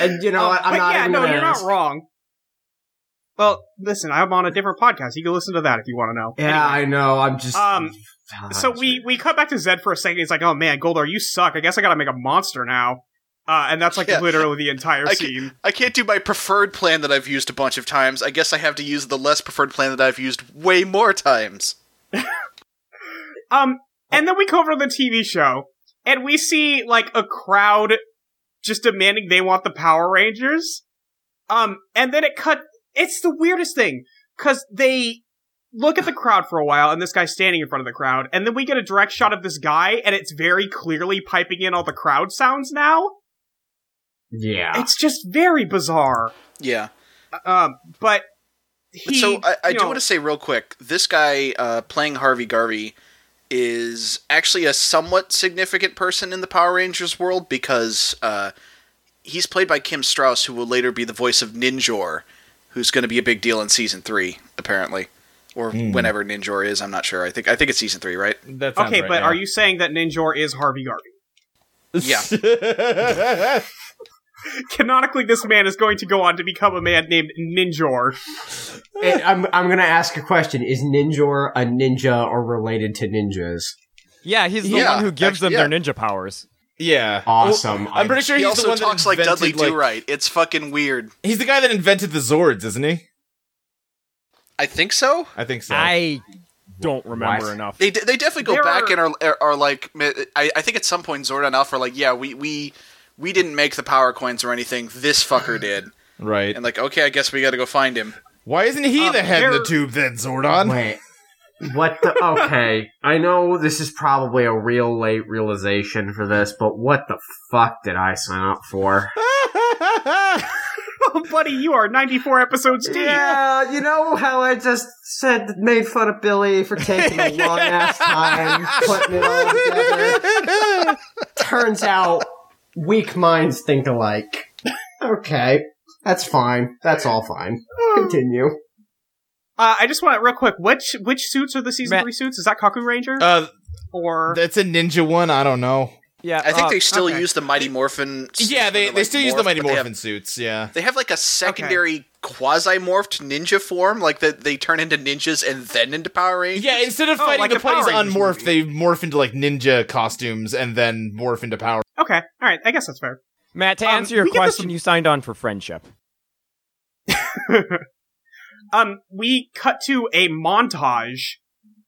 S4: And you know
S3: Um,
S4: what? I'm
S3: but
S4: not
S3: yeah,
S4: even
S3: no,
S4: gonna
S3: you're not
S4: ask-
S3: wrong. Well, listen, I'm on a different podcast. You can listen to that if you want to know.
S4: Yeah, I know. I'm just.
S3: Um,
S4: God,
S3: so we we cut back to Zed for a second. He's like, "Oh man, Goldar, you suck. I guess I got to make a monster now." Uh, and that's like
S5: Yeah.
S3: literally the entire
S5: I
S3: scene.
S5: can't, I can't do my preferred plan that I've used a bunch of times. I guess I have to use the less preferred plan that I've used way more times.
S3: Um, and then we go over to the TV show, and we see like a crowd just demanding they want the Power Rangers. Um, and then it cut. It's the weirdest thing because they look at the crowd for a while, and this guy's standing in front of the crowd, and then we get a direct shot of this guy, and it's very clearly piping in all the crowd sounds now.
S4: Yeah.
S3: It's just very bizarre.
S5: Yeah.
S3: Um, but he.
S5: so I, I
S3: you
S5: do
S3: know-
S5: want to say real quick this guy uh, playing Harvey Garvey is actually a somewhat significant person in the Power Rangers world because uh, he's played by Kim Strauss, who will later be the voice of Ninjor, who's going to be a big deal in season three, apparently. Or
S6: Hmm.
S5: whenever Ninjor is, I'm not sure. I think I think it's season three, right?
S7: That sounds
S3: Okay,
S7: right,
S3: but
S7: yeah.
S3: are you saying that Ninjor is Harvey Garvey?
S5: Yeah.
S3: canonically this man is going to go on to become a man named Ninjor.
S4: It- I'm, I'm going to ask a question. Is Ninjor a ninja or related to ninjas?
S7: Yeah, he's the
S5: Yeah,
S7: one who gives
S5: actually,
S7: them their ninja powers.
S6: yeah.
S4: Awesome.
S6: Well, I'm pretty sure
S5: He
S6: he's the
S5: also
S6: one
S5: talks
S6: that
S5: like
S6: invented,
S5: Dudley
S6: like,
S5: Do Right. It's fucking weird.
S6: He's the guy that invented the Zords, isn't he?
S5: I think so.
S6: I think so.
S7: I don't remember
S4: What?
S7: enough.
S5: They, they definitely go
S3: There
S5: back
S3: are-
S5: and are, are, are like I, I think at some point Zordon and Alpha are like yeah we we we didn't make the power coins or anything this fucker did
S6: right.
S5: and like okay I guess we got to go find him
S6: Why isn't he
S3: Um,
S6: the head in
S3: there-
S6: the tube then, Zordon?
S4: Wait. What the? Okay. I know this is probably a real late realization for this, but what the fuck did I sign up for?
S3: Oh, buddy, you are 94 episodes deep.
S4: Yeah, you know how I just said, made fun of Billy for taking a long ass time putting it all together? Turns out weak minds think alike. Okay. That's fine. That's all fine.
S7: Hmm.
S4: Continue.
S3: Uh, I just want to real quick. Which which suits are the season
S7: Matt-
S3: three suits? Is that Kaku Ranger
S6: Uh,
S3: or
S6: that's a ninja one. I don't know.
S7: Yeah,
S5: I think
S7: uh,
S5: they still
S3: okay.
S5: use the Mighty Morphin suits
S6: Ah, Yeah, they,
S5: where
S6: they
S5: like,
S6: still use the
S5: morph,
S6: Mighty
S5: but they have-
S6: Morphin suits. Yeah.
S5: they have like a secondary quasi morphed ninja form like that they turn into ninjas and then into Power Rangers
S6: Yeah, instead of
S3: Oh,
S6: fighting
S3: like
S6: the,
S3: the
S6: putties
S3: Power Rangers
S6: unmorphed,
S3: movie.
S6: they morph into like ninja costumes and then morph into power.
S3: okay? All right, I guess that's fair.
S7: Matt, to
S3: Um,
S7: answer your
S3: we get this-
S7: question, you signed on for friendship.
S3: Um, we cut to a montage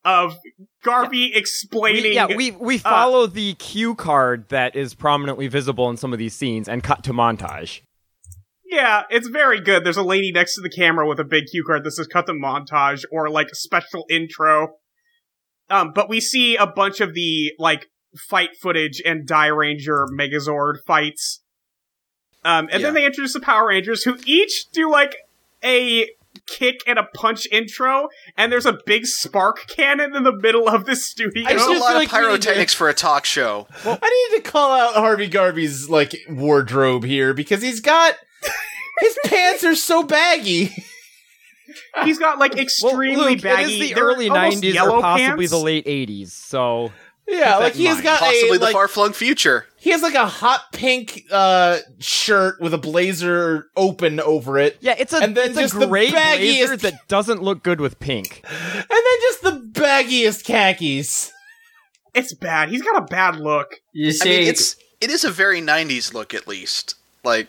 S3: of Garvey explaining.
S7: We, yeah, we
S3: uh,
S7: we follow the cue card that is prominently visible in some of these scenes and cut to montage.
S3: Yeah, it's very good. There's a lady next to the camera with a big cue card that says cut the montage or like special intro. Um, but we see a bunch of the like fight footage and Die Ranger Megazord fights. Um, and
S5: Yeah.
S3: then they introduce the Power Rangers who each do like a kick and a punch intro, and there's a big spark cannon in the middle of the studio.
S6: I
S5: There's a
S6: just
S5: lot
S6: feel
S5: of
S6: like we need to-
S5: pyrotechnics for a talk show.
S6: I need to call out Harvey Garvey's like wardrobe here because he's got his pants are so baggy.
S3: He's got like
S7: Well,
S3: extremely
S7: Luke,
S3: baggy.
S7: it is the
S3: they're
S7: early
S3: almost
S7: 90s
S3: yellow
S7: or possibly
S3: pants.
S7: the late 80s. So
S6: Yeah, like he has
S7: mind.
S6: got
S5: Possibly
S6: a
S5: the
S6: like
S5: far flung future.
S6: he has like a hot pink uh shirt with a blazer open over it.
S7: yeah, it's a
S6: And then
S7: it's a
S6: just the
S7: gray
S6: baggiest-
S7: blazer that doesn't look good with pink.
S6: And then just the baggiest khakis.
S3: It's bad. He's got a bad look.
S4: You
S5: I
S4: see,
S5: mean, it's it is a very '90s look at least. Like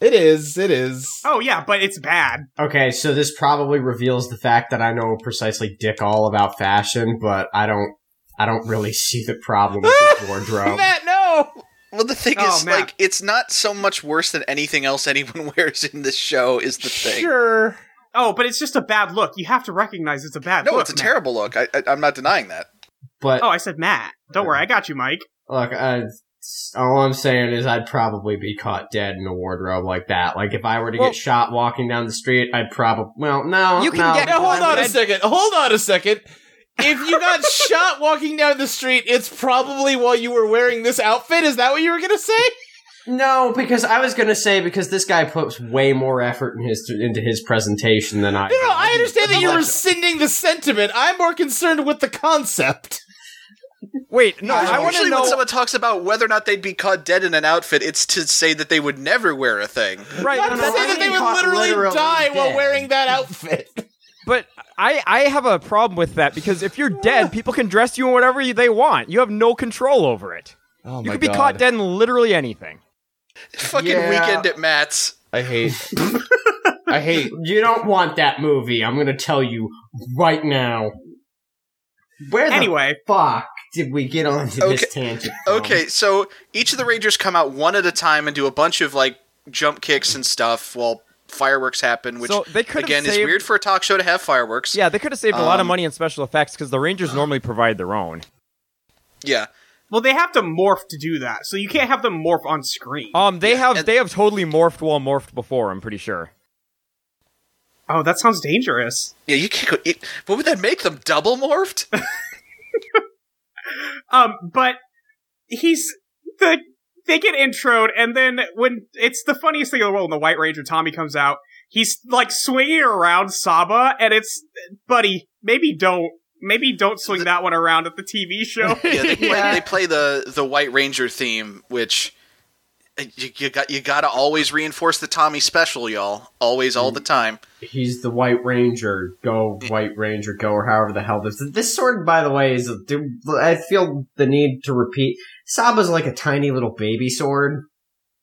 S6: It is, it is.
S3: Oh yeah, but it's bad.
S4: okay, so this probably reveals the fact that I know precisely dick all about fashion, but I don't, I don't really see the problem with his
S5: Oh.
S4: wardrobe.
S6: Matt, no!
S5: Well, the thing
S3: Oh,
S5: is,
S3: Matt.
S5: like, it's not so much worse than anything else anyone wears in this show. Is the thing?
S6: Sure.
S3: Oh, but it's just a bad look. You have to recognize it's a bad
S5: No,
S3: look.
S5: it's a
S3: Matt.
S5: terrible look. I, I, I'm not denying that.
S4: But
S3: Oh, I said Matt. Don't worry, I got you, Mike.
S4: look, uh, s- all I'm saying is I'd probably be caught dead in a wardrobe like that. Like if I were to
S7: Well-
S4: get shot walking down the street, I'd probably well, no,
S7: You can
S4: no.
S7: get-
S6: Now hold on a
S7: I'd-
S6: second. Hold on a second. If you got shot walking down the street, it's probably while you were wearing this outfit. Is that what you were gonna say?
S4: No, because I was gonna say because this guy puts way more effort in his into his presentation than I.
S6: No, no,
S4: do.
S6: I understand that you're
S5: Like-
S6: rescinding the sentiment. I'm more concerned with the concept.
S7: Wait, no, I want to
S5: Usually,
S7: know
S5: when someone talks about whether or not they'd be caught dead in an outfit, it's to say that they would never wear a thing.
S7: right.
S6: Not
S7: no,
S6: to
S7: no,
S6: say
S7: I
S6: that they
S7: mean-
S6: would
S4: caught
S6: literally,
S4: literally
S6: die while
S4: dead.
S6: wearing that outfit.
S7: But I, I have a problem with that because if you're dead, people can dress you in whatever you- they want. You have no control over it.
S6: Oh
S7: you could be caught dead in literally anything.
S5: Fucking
S4: Yeah.
S5: weekend at Matt's.
S6: I hate. I hate.
S4: You don't want that movie. I'm gonna tell you right now. Where the
S3: Anyway,
S4: fuck did we get onto
S5: Okay.
S4: this tangent? from?
S7: Um.
S5: Okay, so each of the Rangers come out one at a time and do a bunch of like jump kicks and stuff while fireworks happen, which
S7: So they could've
S5: again is
S7: saved-
S5: weird for a talk show to have fireworks.
S7: Yeah, they could have saved a lot of
S5: Um,
S7: money on special effects because the Rangers normally provide their own.
S5: yeah.
S3: well, they have to morph to do that, so you can't have them morph on screen.
S7: Um, they have
S5: and-
S7: they have totally morphed while morphed before. I'm pretty sure.
S3: oh, that sounds dangerous.
S5: Yeah, you can't go. It, what would that make them double morphed?
S3: Um, but he's the they get introed, and then when it's the funniest thing in the world, when the White Ranger Tommy comes out, he's like swinging around Saba, and it's buddy. Maybe don't maybe don't swing that one around at the TV show.
S5: yeah, they play, they play the the White Ranger theme, which uh, you, you got you got to always reinforce the Tommy special, y'all. Always, all the
S4: Mm.
S5: time.
S4: he's the White Ranger. Go White Ranger, go or however the hell this. This sword, by the way, is. A, I feel the need to repeat. Saba's like a tiny little baby sword.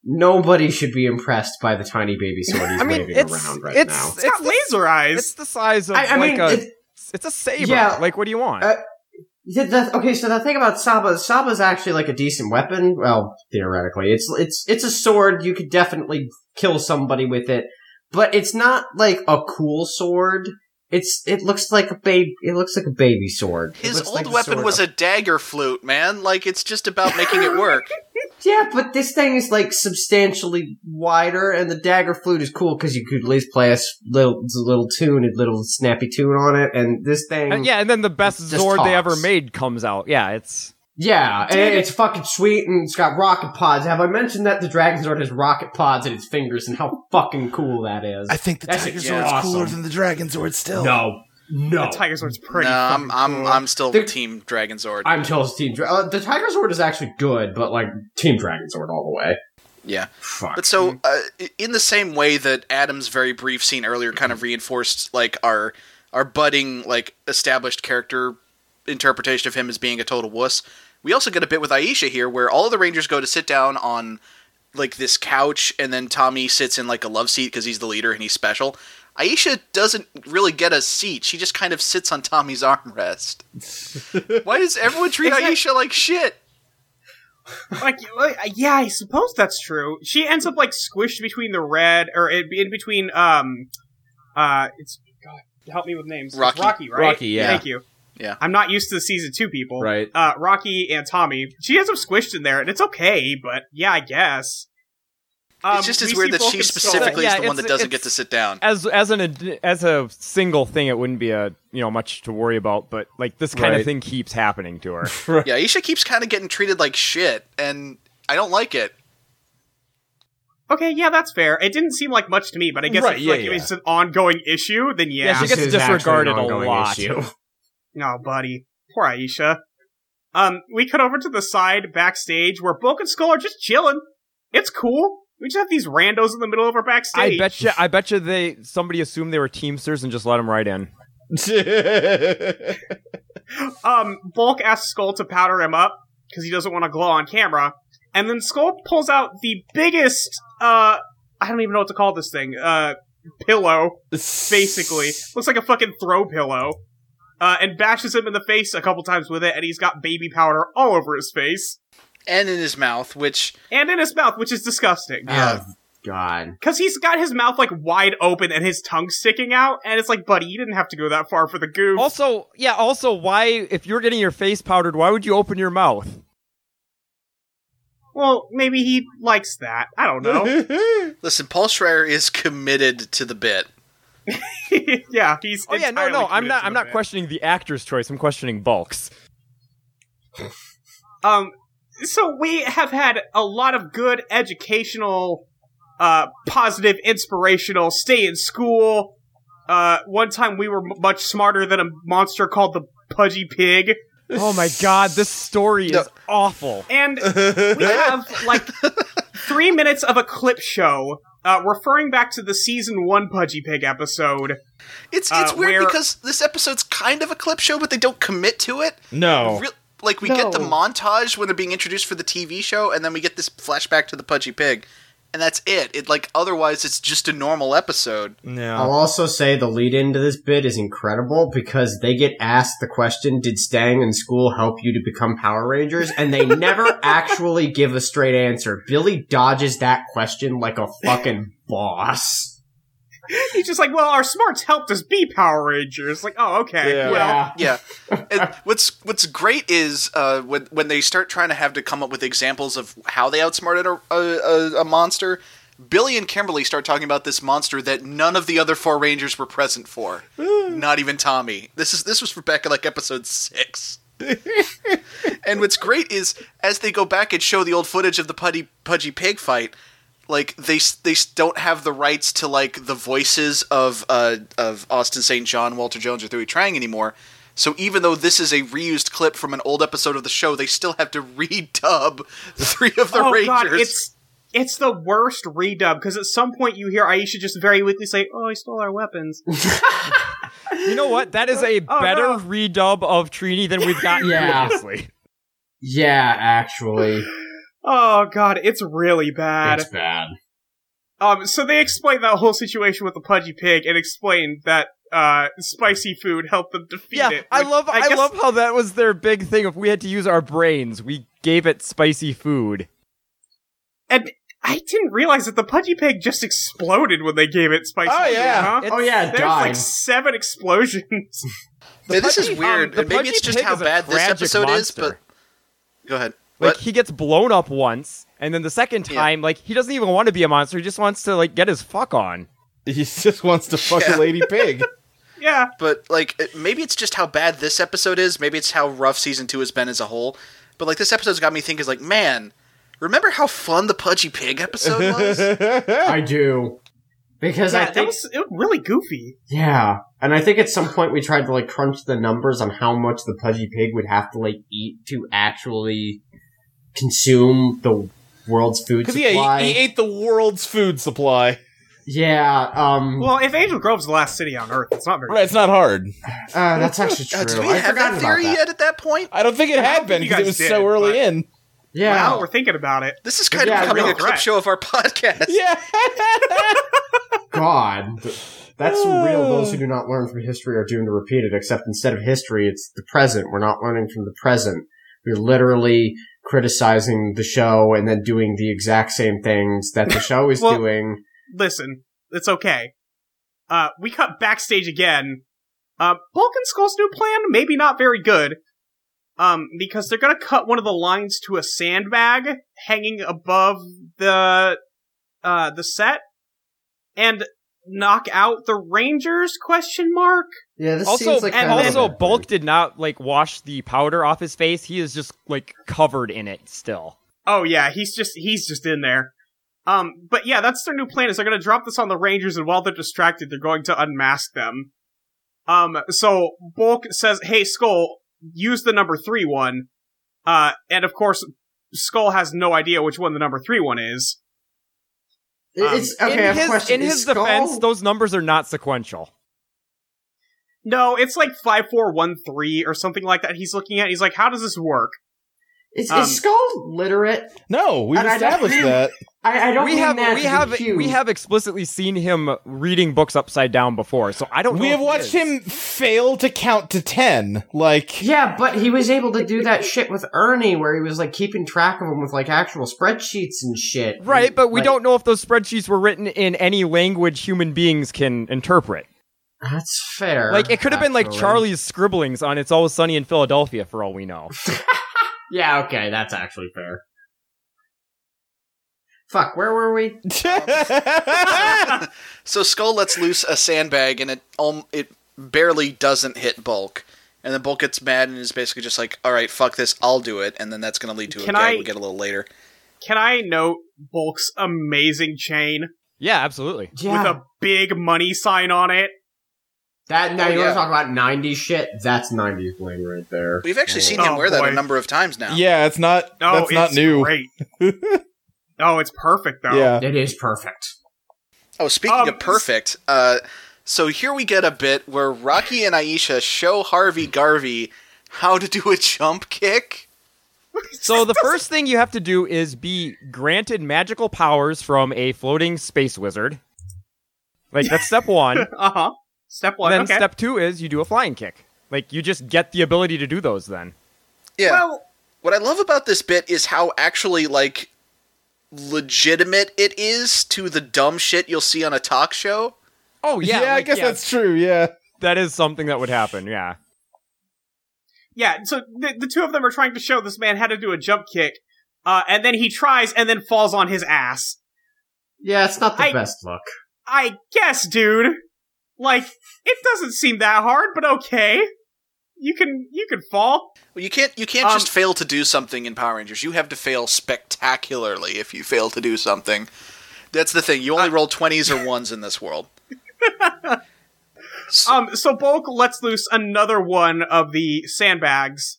S4: Nobody should be impressed by the tiny baby sword he's
S7: I mean,
S4: waving
S7: it's
S4: around right
S7: it's
S4: now.
S7: it's,
S3: it's got
S7: the,
S3: laser eyes.
S7: it's the size of
S4: I, I
S7: like uh,
S4: mean,
S7: a
S4: it-
S7: it's a saber.
S4: Yeah.
S7: Like, what do you want?
S4: Uh, The, the, okay, so the thing about Saba, Saba's actually like a decent weapon. Well, theoretically, it's it's it's a sword. You could definitely kill somebody with it, but it's not like a cool sword. It's it looks like a baby. It looks like a baby sword. It
S5: His
S4: looks
S5: old
S4: like the
S5: weapon
S4: sword
S5: was
S4: of-
S5: a dagger flute, man. Like it's just about making it work.
S4: yeah, but this thing is like substantially wider, and the dagger flute is cool because you could at least play a s- little little tune, a little snappy tune on it, and this
S5: Uh,
S4: thing,
S7: And yeah, and then the best
S4: just
S7: Zord they ever
S4: talks.
S7: made comes out. Yeah, it's
S4: Yeah, and it's fucking sweet, and it's got rocket pods. Have I mentioned that the Dragon Zord has rocket pods in its fingers, and how fucking cool that is?
S9: I think the
S4: That's-
S9: Tiger Zord's
S4: yeah, awesome.
S9: cooler than the Dragon Zord still.
S4: no, no,
S3: the Tiger Sword's pretty.
S5: no, I'm
S3: fucking
S5: I'm
S3: cool.
S5: I'm still
S4: They're-
S5: Team Dragon Zord.
S4: I'm Chelsea Team. Dra- uh, the Tiger Zord is actually good, but like Team Dragon Zord all the way.
S5: yeah.
S4: Fuck.
S5: But so, uh, in the same way that Adam's very brief scene earlier kind of reinforced, like our our budding, like established character interpretation of him as being a total wuss, we also get a bit with Aisha here, where all the Rangers go to sit down on like this couch, and then Tommy sits in like a love seat because he's the leader and he's special. Aisha doesn't really get a seat; she just kind of sits on Tommy's armrest. Why does everyone treat Aisha like shit?
S3: like, like, yeah, I suppose that's true. She ends up like squished between the red or in, in between. Um, uh, it's God, help me with names. It's
S5: Rocky.
S3: Rocky, right?
S6: Rocky, yeah.
S3: Thank you.
S5: Yeah.
S3: I'm not used to the season two people.
S6: Right.
S3: Uh, Rocky and Tommy. She ends up squished in there, and it's okay. But yeah, I guess. Um,
S5: it's just
S3: we
S5: as weird
S3: see
S5: that she
S3: Vulcan skull.
S5: specifically
S7: Yeah,
S5: is the one
S7: it's-
S5: that doesn't
S7: it's-
S5: get to sit down.
S7: as as an ad- as a single thing, it wouldn't be a you know much to worry about. But like this kind
S6: Right.
S7: of thing keeps happening to her.
S5: Yeah, Isha keeps kind of getting treated like shit, and I don't like it.
S3: Okay, yeah, that's fair. It didn't seem like much to me, but I guess
S6: Right,
S3: if,
S6: yeah,
S3: like,
S6: yeah.
S3: if it's an ongoing issue, then yeah.
S7: Yeah, she gets
S4: This is actually an
S7: disregarded a
S4: ongoing
S7: lot.
S4: issue.
S3: No, buddy. Poor Aisha. Um, we cut over to the side backstage where Bulk and Skull are just chilling. It's cool. We just have these randos in the middle of our backstage.
S7: I bet you. I bet you they somebody assumed they were Teamsters and just let them right in.
S3: Um, Bulk asks Skull to powder him up because he doesn't want to glow on camera, and then Skull pulls out the biggest. Uh, I don't even know what to call this thing. Uh, pillow. basically. Looks like a fucking throw pillow. Uh, and bashes him in the face a couple times with it, and he's got baby powder all over his face
S5: And in his mouth, which
S3: and in his mouth, which is disgusting.
S4: Oh, God.
S3: Because he's got his mouth like wide open and his tongue sticking out, and it's like, buddy, you didn't have to go that far for the goof.
S7: Also, yeah. Also, why if you're getting your face powdered, why would you open your mouth?
S3: well, maybe he likes that. I don't know.
S5: listen, Paul Schreier is committed to the bit.
S3: yeah, he's.
S7: Oh yeah, no,
S3: entirely
S7: no. I'm
S3: committed
S7: not.
S3: to
S7: I'm
S3: the
S7: not
S3: bit.
S7: questioning the actor's choice. I'm questioning Bulk's.
S3: Um, so we have had a lot of good educational, uh, positive, inspirational. Stay in school. Uh, one time we were m- much smarter than a monster called the Pudgy Pig,
S7: Oh my god, this story is awful.
S3: and we have like three minutes of a clip show. Uh, referring back to the season one Pudgy Pig episode,
S5: It's
S3: Uh,
S5: it's weird
S3: where-
S5: because this episode's kind of a clip show, but they don't commit to it.
S6: no.
S5: Real- like we get the montage when they're being introduced for the TV show, and then we get this flashback to the pudgy pig, and that's it. It like otherwise it's just a normal episode.
S4: I'll
S6: No.
S4: also say the lead into this bit is incredible because they get asked the question, "Did staying in school help you to become Power Rangers?" and they never actually give a straight answer. Billy dodges that question like a fucking boss.
S3: he's just like, "Well, our smarts helped us be Power Rangers." Like, oh, okay,
S6: Yeah.
S3: well,
S5: Yeah. And what's what's great is uh, when when they start trying to have to come up with examples of how they outsmarted a, a, a, a monster. Billy and Kimberly start talking about this monster that none of the other four Rangers were present for. Not even Tommy. This is this was for back in like episode six. and what's great is as they go back and show the old footage of the pudgy pudgy pig fight, like they s- they s- don't have the rights to like the voices of uh of Austin St. John, Walter Jones, or Thuy Trang anymore. So even though this is a reused clip from an old episode of the show, they still have to redub three of the
S3: oh
S5: Rangers.
S3: god, it's it's the worst redub because at some point you hear Aisha just very weakly say, "Oh, he stole our weapons."
S7: You know what? That is a
S3: Oh,
S7: better
S3: no.
S7: redub of Trini than we've gotten
S4: Yeah.
S7: previously.
S4: Yeah, actually,
S3: oh god, it's really bad.
S4: it's bad.
S3: Um, so they explain that whole situation with the pudgy pig and explain that uh spicy food helped them defeat
S7: Yeah,
S3: it.
S7: I
S3: which
S7: love. I,
S3: guess-
S7: love how that was their big thing. If we had to use our brains, we gave it spicy food.
S3: And I didn't realize that the pudgy pig just exploded when they gave it spicy.
S6: Oh,
S3: food,
S6: yeah.
S3: huh?
S7: It's-
S4: Oh yeah,
S3: There's
S4: died.
S3: like seven explosions.
S5: Yeah, this is
S7: Pudgy-
S5: weird,
S7: um, the
S5: and maybe
S7: Pudgy
S5: it's just
S7: Pig
S5: how
S7: is a
S5: bad this
S7: tragic
S5: episode is. But
S7: monster.
S5: go ahead.
S7: Like
S5: What?
S7: he gets blown up once, and then the second
S5: Yeah.
S7: time, like he doesn't even want to be a monster. He just wants to like get his fuck on.
S6: He just wants to fuck
S5: Yeah.
S6: a lady pig.
S3: yeah,
S5: but like it- maybe it's just how bad this episode is maybe it's how rough season two has been as a whole but like this episode's got me thinking is like man remember how fun the pudgy pig episode was
S4: I do because
S3: yeah
S4: I
S3: that
S4: think
S3: was, it was really goofy.
S4: Yeah, and I think at some point we tried to like crunch the numbers on how much the pudgy pig would have to like eat to actually consume the world's food
S6: Because
S4: supply.
S6: yeah, he, he ate the world's food supply.
S4: yeah, um,
S3: Well, if Angel Grove's the last city on Earth, it's not very
S6: Right, it's not hard.
S4: uh, that's actually true.
S5: Uh, did we
S4: I
S5: have that theory
S4: that.
S5: yet at that point
S6: I don't think it
S3: don't
S6: had been
S3: think you
S6: because it
S3: guys
S6: was
S3: did,
S6: so early
S3: but-
S6: in.
S4: Yeah,
S3: Now we're thinking about it.
S5: this is kind
S4: Yeah,
S5: of becoming
S4: real
S5: a clip
S3: crap.
S5: show of our podcast
S6: Yeah.
S4: God, that's some real. Those who do not learn from history are doomed to repeat it. Except instead of history, it's the present. We're not learning from the present. We're literally criticizing the show and then doing the exact same things that the show is
S3: Well-
S4: doing.
S3: listen, it's okay. Uh, we cut backstage again. Uh, Bulk and Skull's new plan, maybe not very good. Um, because they're gonna cut one of the lines to a sandbag hanging above the uh, the set and knock out the Rangers? Question mark.
S4: Yeah, this
S7: Also,
S4: seems like
S7: and
S4: kind of
S7: also,
S4: a-
S7: Bulk did not like wash the powder off his face. He is just like covered in it still.
S3: Oh yeah, he's just he's just in there. Um, but yeah, that's their new plan is they're gonna drop this on the Rangers, and while they're distracted, they're going to unmask them. Um, so Bulk says, "Hey, Skull, use the number three one," uh, and of course, Skull has no idea which one the number three one is. um,
S4: It's okay. I
S7: in
S4: have a
S7: his,
S4: question.
S7: in
S4: Is
S7: his
S4: Skull-
S7: defense, those numbers are not sequential.
S3: No, it's like five four one three or something like that. He's looking at. He's like, "How does this work?"
S4: is,
S3: um,
S4: is Skull literate?
S6: No, we've
S4: And I don't-
S6: established that.
S4: I, I don't
S7: we
S4: mean
S7: have
S4: that to
S7: we
S4: be
S7: have
S4: cute.
S7: we have explicitly seen him reading books upside down before, so I don't. know
S6: We
S7: if
S6: have
S7: he
S6: watched
S7: is.
S6: him fail to count to ten. Like
S4: Yeah, but he was able to do that shit with Ernie, where he was like keeping track of him with like actual spreadsheets and shit.
S7: Right, but we
S4: Like,
S7: don't know if those spreadsheets were written in any language human beings can interpret.
S4: That's fair.
S7: Like it could have been like
S4: actually.
S7: Charlie's scribblings on "It's Always Sunny in Philadelphia" for all we know.
S4: Yeah, okay, that's actually fair. Fuck, where were we?
S5: So Skull lets loose a sandbag, and it um, it barely doesn't hit Bulk. And then Bulk gets mad and is basically just like, "All right, fuck this, I'll do it." And then that's going to lead to
S3: Can
S5: a gag
S3: I-
S5: we get a little later.
S3: Can I note Bulk's amazing chain
S7: yeah, absolutely.
S4: Yeah,
S3: with a big money sign on it?
S4: that now
S5: Oh,
S4: you want to
S5: yeah.
S4: talk about '90s shit? That's '90s bling right there.
S5: We've actually seen
S3: Oh,
S5: him wear that a
S3: boy.
S5: number of times now.
S6: yeah, it's not.
S3: No,
S6: that's not
S3: it's
S6: new.
S3: Great. oh, it's perfect though.
S6: Yeah.
S4: It is perfect.
S5: Oh, speaking
S3: Um,
S5: of perfect, uh, so here we get a bit where Rocky and Aisha show Harvey Garvey how to do a jump kick.
S7: So the first thing you have to do is be granted magical powers from a floating space wizard. Like that's step one.
S3: Uh huh. Step one.
S7: then
S3: okay.
S7: step two is you do a flying kick. Like you just get the ability to do those then.
S5: Yeah.
S3: Well,
S5: what I love about this bit is how actually like legitimate it is to the dumb shit you'll see on a talk show.
S7: Oh
S6: Yeah, I guess that's true. Yeah.
S7: that is something that would happen. Yeah.
S3: yeah. So the, the two of them are trying to show this man how to do a jump kick, uh, and then he tries and then falls on his ass.
S4: Yeah, it's not the
S3: I-
S4: best look.
S3: I guess, dude. Like it doesn't seem that hard, but okay. You can you can fall.
S5: Well, you can't you can't
S3: Um,
S5: just fail to do something in Power Rangers. You have to fail spectacularly if you fail to do something. That's the thing. You only roll 20s or 1s in this world.
S3: Um. So Bulk lets loose another one of the sandbags,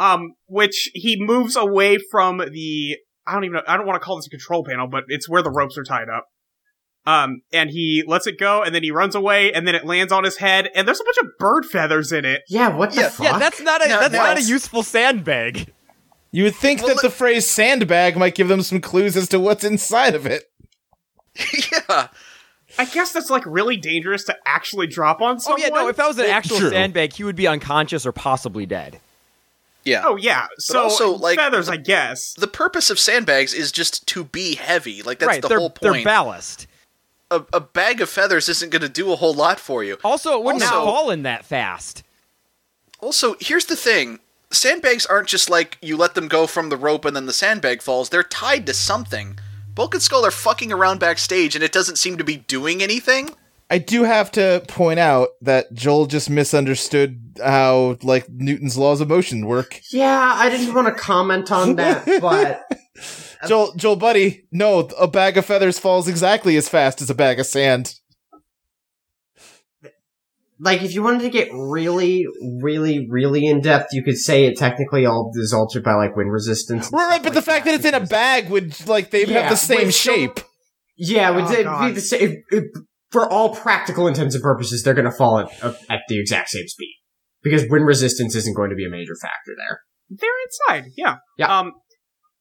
S3: um, which he moves away from the. I don't even. know, I don't want to call this a control panel, but it's where the ropes are tied up. Um, and he lets it go, and then he runs away, and then it lands on his head, and there's a bunch of bird feathers in it.
S4: Yeah, what the fuck?
S7: Yeah, that's not a
S5: No,
S7: that's
S5: no.
S7: not a useful sandbag.
S6: You would think
S5: Well,
S6: that the
S5: look-
S6: phrase sandbag might give them some clues as to what's inside of it.
S5: yeah.
S3: I guess that's like really dangerous to actually drop on
S7: Oh
S3: someone.
S7: yeah, no, if that was an actual
S6: true.
S7: sandbag, he would be unconscious or possibly dead.
S5: Yeah.
S3: Oh, yeah. So
S5: also, like-
S3: feathers, I guess.
S5: The purpose of sandbags is just to be heavy. Like that's
S7: right.
S5: the
S7: they're
S5: whole
S7: they're
S5: point.
S7: ballast.
S5: a, a bag of feathers isn't going to do a whole lot for you.
S7: Also, it wouldn't
S5: Also-
S7: have fallen that fast.
S5: Also, here's the thing. Sandbags aren't just like you let them go from the rope and then the sandbag falls. They're tied to something. Bulk and Skull are fucking around backstage and it doesn't seem to be doing anything.
S6: I do have to point out that Joel just misunderstood how like Newton's laws of motion work.
S4: yeah, I didn't want to comment on that, but
S6: Joel, Joel, buddy, no, a bag of feathers falls exactly as fast as a bag of sand.
S4: like if you wanted to get really, really, really in depth, you could say it technically all is altered by like wind resistance. and
S6: Right, right,
S4: stuff
S6: but the
S4: like
S6: fact that it's in a
S4: because-
S6: bag would like they
S4: Yeah,
S6: have the same
S4: wait, so-
S6: shape.
S4: Yeah, would
S3: Oh,
S4: it be
S3: God.
S4: the same? It, it, for all practical intents and purposes, they're going to fall at, uh, at the exact same speed because wind resistance isn't going to be a major factor there.
S3: They're inside, yeah.
S4: Yeah.
S3: Um,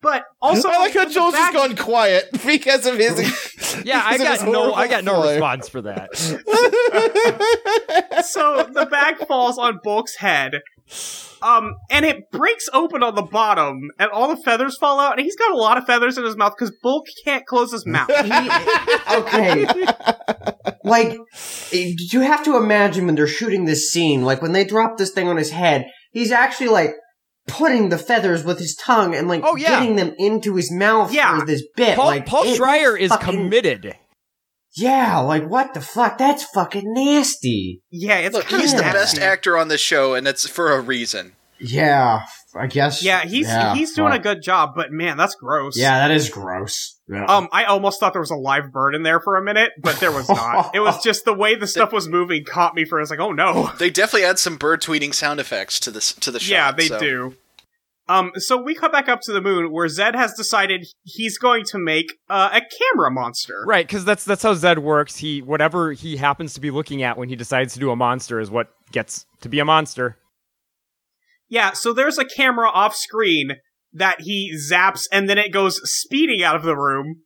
S3: but also,
S6: I like how
S3: the
S6: Joel's just
S3: fact-
S6: gone quiet because of his.
S7: Yeah, I
S6: because
S7: got
S6: of his
S7: no
S6: horrible
S7: I got no
S6: flow.
S7: response for that.
S3: so the bag falls on Bulk's head. Um, and it breaks open on the bottom, and all the feathers fall out, and he's got a lot of feathers in his mouth because Bulk can't close his mouth.
S4: okay. like,
S9: eh,
S4: you have to imagine when they're shooting this scene, like when they drop this thing on his head, he's actually like
S9: putting the feathers with his tongue and like
S7: Oh, yeah.
S9: getting them into his mouth
S3: Yeah.
S9: for this bit.
S7: Paul,
S9: like
S7: Paul
S9: it
S7: Schreier is
S9: fucking-
S7: committed.
S9: Yeah, like what the fuck? That's fucking nasty.
S3: Yeah, it's
S5: Look,
S3: kinda
S5: he's the
S3: nasty.
S5: best actor on this show, and it's for a reason.
S4: Yeah, I guess.
S3: Yeah, he's he's doing
S4: fuck.
S3: a good job, but man, that's gross.
S4: Yeah, that is gross. Yeah.
S3: Um, I almost thought there was a live bird in there for a minute, but there was not. it was just the way the stuff was moving caught me for. I was like, oh no.
S5: They definitely add some bird tweeting sound effects to this to the show.
S3: yeah, they do. Um, so we cut back up to the moon where Zed has decided he's going to make uh, a camera monster.
S7: Right, because that's that's how Zed works. He whatever he happens to be looking at when he decides to do a monster is what gets to be a monster.
S3: Yeah, so there's a camera off screen that he zaps and then it goes speeding out of the room.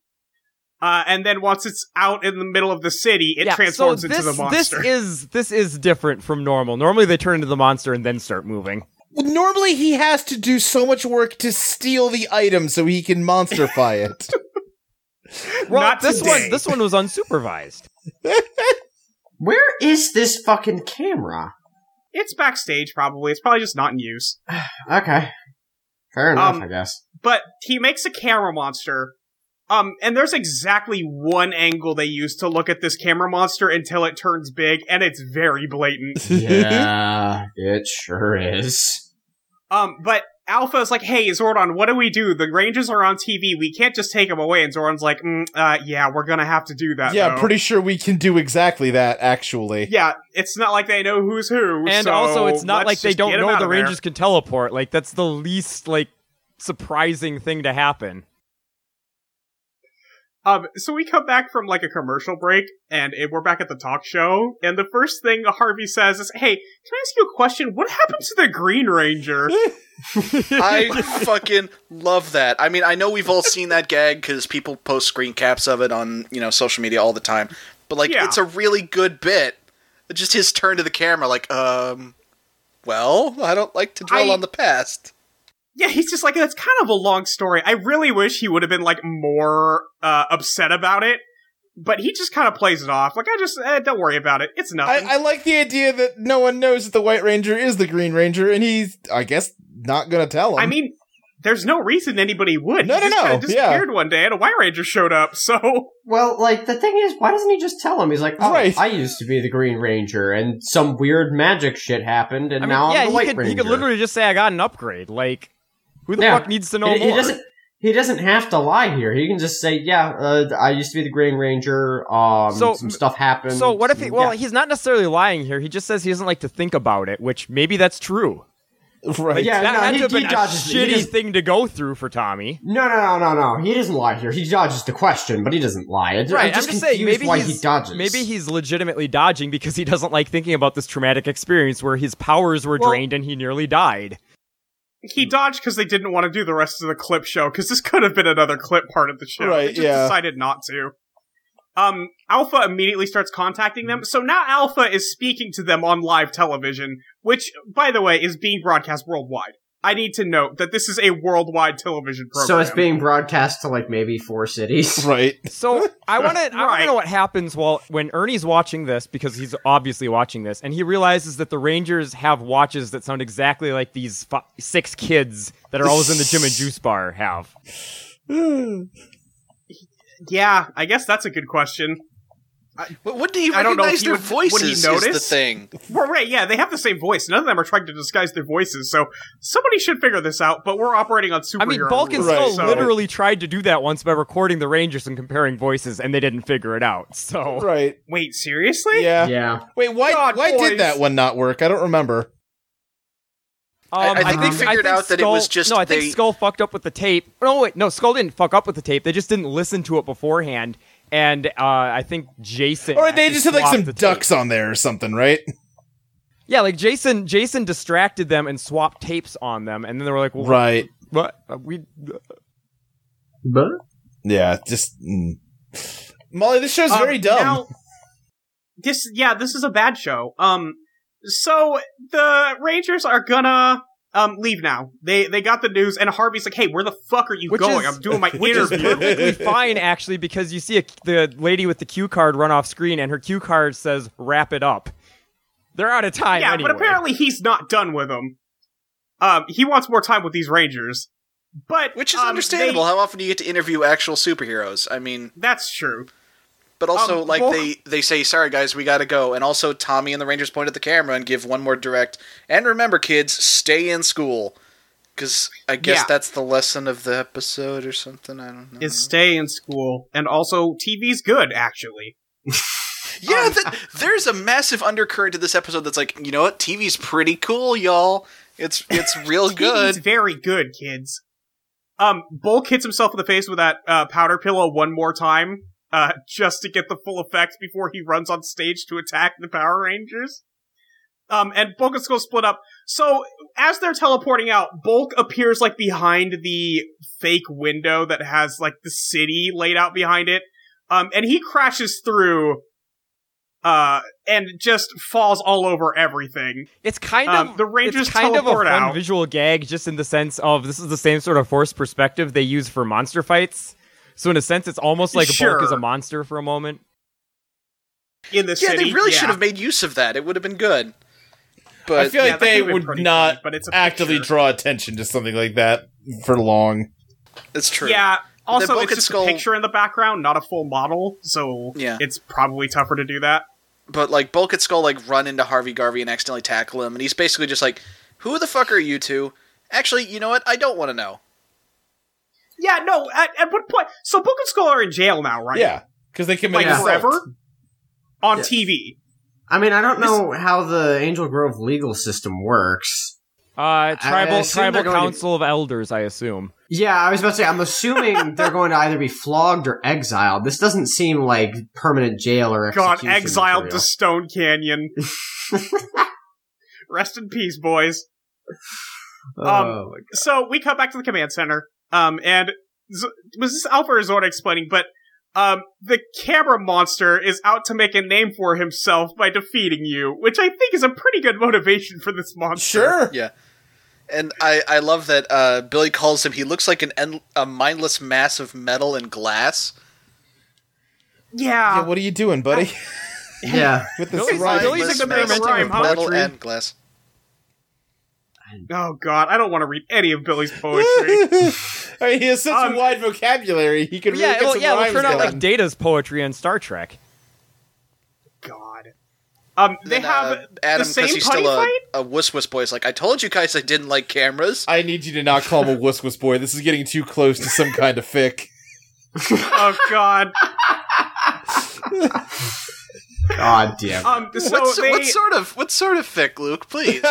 S3: Uh, and then once it's out in the middle of the city, it
S7: yeah,
S3: transforms
S7: so
S3: into
S7: this,
S3: the monster.
S7: This is this is different from normal. Normally they turn into the monster and then start moving.
S6: Well, normally he has to do so much work to steal the item so he can monsterfy it.
S7: Well,
S3: Not
S7: this
S3: today.
S7: one this one was unsupervised.
S4: Where is this fucking camera?
S3: it's backstage, probably. It's probably just not in use.
S4: Okay, fair enough,
S3: Um,
S4: I guess.
S3: But he makes a camera monster. Um, and there's exactly one angle they use to look at this camera monster until it turns big, and it's very blatant.
S4: Yeah, it sure is.
S3: Um, but Alpha's like, hey, Zordon, what do we do? The Rangers are on TV. We can't just take them away. And Zordon's like, mm, uh, yeah, we're going to have to do that.
S6: yeah,
S3: though."
S6: pretty sure we can do exactly that, actually.
S3: Yeah, it's not like they know who's who.
S7: And
S3: so
S7: also it's
S3: let's
S7: not like they
S3: just
S7: don't
S3: get 'em
S7: know
S3: out
S7: the
S3: of there.
S7: Rangers can teleport. Like that's the least like surprising thing to happen.
S3: Um, so we come back from like a commercial break, and it, we're back at the talk show. And the first thing Harvey says is, "Hey, can I ask you a question? What happened to the Green Ranger?"
S5: I fucking love that. I mean, I know we've all seen that gag because people post screen caps of it on you know social media all the time. But like,
S3: Yeah.
S5: it's a really good bit. Just his turn to the camera, like, um, well, I don't like to dwell
S3: I-
S5: on the past.
S3: Yeah, he's just like, that's kind of a long story. I really wish he would have been like more uh, upset about it, but he just kind of plays it off. Like, I just eh, don't worry about it. It's nothing.
S6: I, I like the idea that no one knows that the White Ranger is the Green Ranger, and he's, I guess, not going to tell him.
S3: I mean, there's no reason anybody would.
S6: No,
S3: he
S6: no,
S3: just kinda
S6: no, yeah.
S3: disappeared one day, and a White Ranger showed up. So
S4: Well, like the thing is, why doesn't he just tell him? He's like, "Oh,
S6: Right.
S4: I used to be the Green Ranger, and some weird magic shit happened, and
S7: I mean,
S4: now
S7: yeah,
S4: I'm the
S7: he
S4: White
S7: could
S4: Ranger."
S7: he could literally just say I got an upgrade. Like who the
S4: Yeah.
S7: fuck needs to know
S4: he, he
S7: more?
S4: doesn't. He doesn't have to lie here. He can just say, "Yeah, uh, I used to be the Green Ranger. Um,
S7: So-
S4: some stuff happened."
S7: So what if he?
S4: Yeah.
S7: Well, he's not necessarily lying here. He just says he doesn't like to think about it, which maybe that's true.
S6: right.
S4: Yeah,
S7: that
S4: no,
S7: had
S4: he-
S7: to have
S4: he
S7: been a
S4: dodges it. He
S7: shitty
S4: just-
S7: thing to go through for Tommy.
S4: No, no, no, no, no. He doesn't lie here. He dodges the question, but he doesn't lie. It, I'm just confused why he dodges.
S7: maybe he's legitimately dodging because he doesn't like thinking about this traumatic experience where his powers were
S3: Well-
S7: drained and he nearly died.
S3: he dodged because they didn't want to do the rest of the clip show because this could have been another clip part of the show.
S6: Right,
S3: They just
S6: yeah.
S3: decided not to. Um, Alpha immediately starts contacting them. So now Alpha is speaking to them on live television, which, by the way, is being broadcast worldwide. I need to note that this is a worldwide television program.
S4: so it's being broadcast to like maybe four cities.
S6: Right.
S7: So I want to I want
S3: Right.
S7: to know what happens while when Ernie's watching this because he's obviously watching this and he realizes that the Rangers have watches that sound exactly like these fi- six kids that are always in the gym and juice bar have.
S3: Yeah, I guess that's a good question.
S5: What, what do you
S3: I don't know if
S5: recognize
S3: he
S5: their
S3: would- would he
S5: voices? Is the
S3: notice?
S5: thing.
S3: Well, right, yeah, they have the same voice. None of them are trying to disguise their voices, so somebody should figure this out. But we're operating on superhero.
S7: I mean, Balkan
S3: rules,
S6: Right.
S7: still
S3: so-
S7: literally tried to do that once by recording the Rangers and comparing voices, and they didn't figure it out. So
S6: Right.
S3: Wait, seriously?
S6: Yeah.
S4: Yeah.
S6: Wait, why
S3: God,
S6: why
S3: boys.
S6: did that one not work? I don't remember.
S7: um,
S5: I think
S7: they
S5: they figured out that it was just
S7: no. I think
S5: they-
S7: Skull fucked up with the tape. No, wait, no. Skull didn't fuck up with the tape. They just didn't listen to it beforehand, and uh, I think Jason.
S6: Or they
S7: actually
S6: just had like
S7: swapped
S6: some
S7: the tape.
S6: ducks on there or something, right?
S7: Yeah, like Jason. Jason distracted them and swapped tapes on them, and then they were like, well,
S6: Right.
S7: What Uh, we?
S4: But
S6: Yeah, just mm. Molly, this show's
S3: Um,
S6: very dumb.
S3: now- this yeah, this is a bad show. Um so the Rangers are gonna um leave now. They they got the news and Harvey's like, "Hey, where the fuck are you
S7: Which
S3: going?
S7: is-
S3: I'm doing my
S7: Which is
S3: interview."
S7: perfectly fine, actually, because you see a, the lady with the cue card run off screen, and her cue card says "wrap it up." They're out of time.
S3: yeah,
S7: anyway.
S3: but apparently he's not done with them. Um, he wants more time with these Rangers, but
S5: Which is
S3: um,
S5: understandable.
S3: they-
S5: How often do you get to interview actual superheroes? I mean,
S3: that's true.
S5: but also
S3: Um,
S5: like
S3: well-
S5: they they say, "Sorry guys, we got to go." And also Tommy and the Rangers point at the camera and give one more direct. And remember kids, stay in school cuz I guess
S3: Yeah.
S5: that's the lesson of the episode or something. I don't know.
S3: Is stay in school, and also TV's good actually.
S5: yeah,
S3: um,
S5: that, there's a massive undercurrent to this episode that's like, "You know what? TV's pretty cool, y'all. It's it's real
S3: He's
S5: good."
S3: very good, kids. Um, Bulk hits himself in the face with that uh, powder pillow one more time, uh, just to get the full effect before he runs on stage to attack the Power Rangers. Um, and Bulk and Skull split up. So as they're teleporting out, Bulk appears like behind the fake window that has like the city laid out behind it. Um, and he crashes through, uh, and just falls all over everything.
S7: It's kind
S3: Um,
S7: of
S3: the Rangers
S7: it's kind of a
S3: teleport
S7: fun
S3: out.
S7: visual gag, just in the sense of this is the same sort of forced perspective they use for monster fights. So in a sense, it's almost like
S3: Sure.
S7: Bulk is a monster for a moment.
S3: In the
S5: Yeah,
S3: city,
S5: they really
S3: yeah.
S5: should have made use of that. It would have been good. But
S6: I feel
S3: yeah,
S6: like
S3: that
S6: they
S3: could've been
S6: would
S3: pretty
S6: not
S3: funny, but it's a
S6: actively
S3: picture.
S6: draw attention to something like that for long.
S5: it's true.
S3: Yeah.
S5: But then
S3: Also,
S5: Bulk
S3: it's
S5: and
S3: just
S5: Skull-
S3: a picture in the background, not a full model, so
S5: Yeah.
S3: it's probably tougher to do that.
S5: but like Bulk and Skull like run into Harvey Garvey and accidentally tackle him, and he's basically just like, "Who the fuck are you two? Actually, you know what? I don't want to know.
S3: Yeah, no. At, at what point? So Book and Skull are in jail now, right?
S6: Yeah, because they
S3: like
S6: committed assault.
S3: forever on
S9: Yes.
S3: TV.
S9: I mean, I don't know how the Angel Grove legal system works.
S7: Uh, tribal
S9: assume they're
S7: tribal
S9: going to-
S7: council of elders, I assume.
S9: Yeah, I was about to say, I'm assuming they're going to either be flogged or exiled. This doesn't seem like permanent jail or
S3: Gone
S9: execution.
S3: exiled
S9: material.
S3: to Stone Canyon. Rest in peace, boys.
S7: um,
S9: Oh,
S3: So we come back to the command center, um, and Z- was this Alpha or Zorda explaining? But um, the camera monster is out to make a name for himself by defeating you, which I think is a pretty good motivation for this monster.
S6: Sure.
S5: Yeah. And I, I love that uh, Billy calls him. He looks like an en- a mindless mass of metal and glass.
S3: Yeah.
S6: Yeah, what are you doing, buddy?
S9: yeah.
S6: With this
S7: Billy's-
S6: rhyme.
S7: Billy's
S5: Mindless
S7: experimenting
S5: mass
S3: with
S5: of metal
S7: poetry.
S5: and glass.
S3: Oh God, I don't want to read any of Billy's poetry.
S6: I mean, he has such
S3: Um,
S6: a wide vocabulary. He could really
S7: yeah,
S6: get
S7: well,
S6: some
S7: yeah. Let's
S6: rhymes
S7: turn out like
S6: going.
S7: Data's poetry on Star Trek.
S3: God. Um, they
S5: Then,
S3: have
S5: uh,
S3: the
S5: Adam 'cause
S3: same
S5: he's
S3: putty
S5: still a,
S3: fight.
S5: a wuss wuss boy. He's like, I told you guys I didn't like cameras.
S6: I need you to not call him a wuss wuss boy. This is getting too close to some kind of fic.
S3: Oh God.
S9: God damn.
S7: Uh,
S3: Um, so
S5: What so-
S3: they.
S5: what sort of what sort of fic, Luke? Please.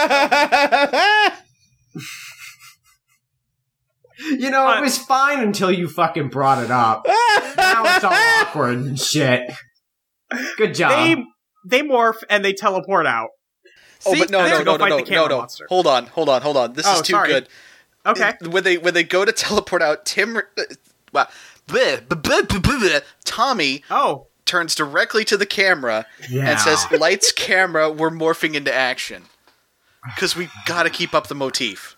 S9: You know, it was fine until you fucking brought it up. now it's all awkward and shit. Good
S4: uh,
S3: they
S9: job.
S3: they morph and they teleport out.
S5: oh,
S7: See,
S5: but no,
S3: there
S5: no,
S3: we
S5: no,
S3: go,
S5: no,
S3: fight
S5: no,
S3: the
S5: no,
S3: camera
S5: no.
S3: monster.
S5: Hold on, hold on, hold on. This
S3: Oh,
S5: is too
S3: sorry.
S5: good.
S3: Okay.
S5: It- when they when they go to teleport out, Tim, uh, wow, bleh, bleh, bleh, bleh, bleh, bleh. Tommy
S3: Oh.
S5: turns directly to the camera
S9: yeah.
S5: and says, "Lights, camera, we're morphing into action," because we gotta keep up the motif.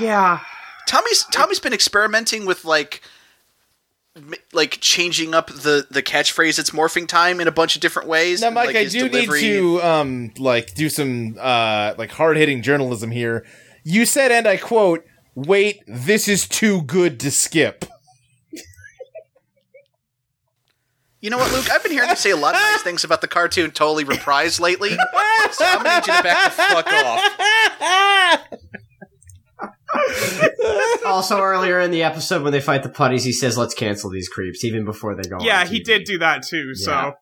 S3: Yeah.
S5: Tommy's Tommy's been experimenting with like m- like changing up the the catchphrase it's morphing time in a bunch of different ways
S6: now,
S5: and,
S6: Mike,
S5: like,
S6: I
S5: his
S6: do
S5: delivery.
S6: need to um like do some uh like hard hitting journalism here. You said, and I quote, "Wait, this is too good to skip."
S5: you know what luke i've been hearing you say a lot of nice things about the cartoon totally reprised lately so i'm gonna need you to back the fuck off
S9: also, earlier in the episode when they fight the putties, he says, let's cancel these creeps, even before they go on
S3: Yeah, he
S9: TV.
S3: did do that too.
S9: Yeah.
S3: So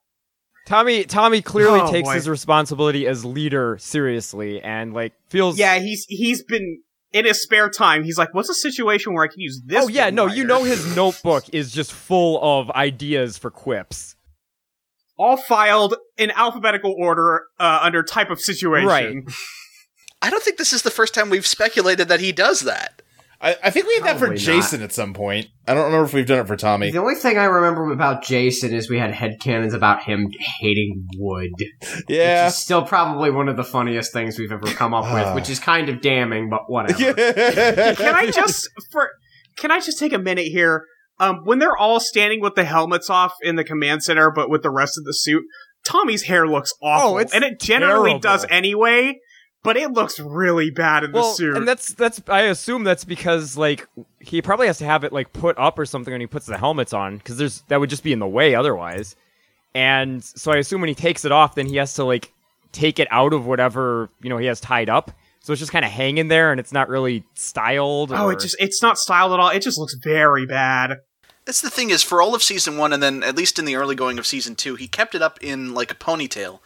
S7: Tommy Tommy clearly
S3: Oh,
S7: takes
S3: boy.
S7: his responsibility as leader seriously and like feels
S3: yeah, he's he's been in his spare time. He's like, what's a situation where I can use this?
S7: Oh yeah, no, you
S3: one-liner?
S7: know his notebook is just full of ideas for quips.
S3: all filed in alphabetical order uh, under type of situation.
S7: Right.
S5: I don't think this is the first time we've speculated that he does that.
S6: I, I think we had that for
S9: Probably not.
S6: Jason at some point. I don't remember if we've done it for Tommy.
S9: The only thing I remember about Jason is we had headcanons about him hating wood.
S6: yeah.
S9: Which is still probably one of the funniest things we've ever come up with, which is kind of damning, but whatever.
S3: Can I just for can I just take a minute here? Um, when they're all standing with the helmets off in the command center, but with the rest of the suit, Tommy's hair looks awful,
S7: Oh, it's
S3: and it generally
S7: terrible.
S3: does anyway. but it looks really bad in the
S7: Well,
S3: suit.
S7: and that's that's I assume that's because like he probably has to have it like put up or something when he puts the helmets on because there's that would just be in the way otherwise. And so I assume when he takes it off, then he has to like take it out of whatever you know he has tied up. So it's just kind of hanging there, and it's not really styled.
S3: oh,
S7: or-
S3: it just—it's not styled at all. It just looks very bad.
S5: That's the thing is for all of season one, and then at least in the early going of season two, he kept it up in like a ponytail,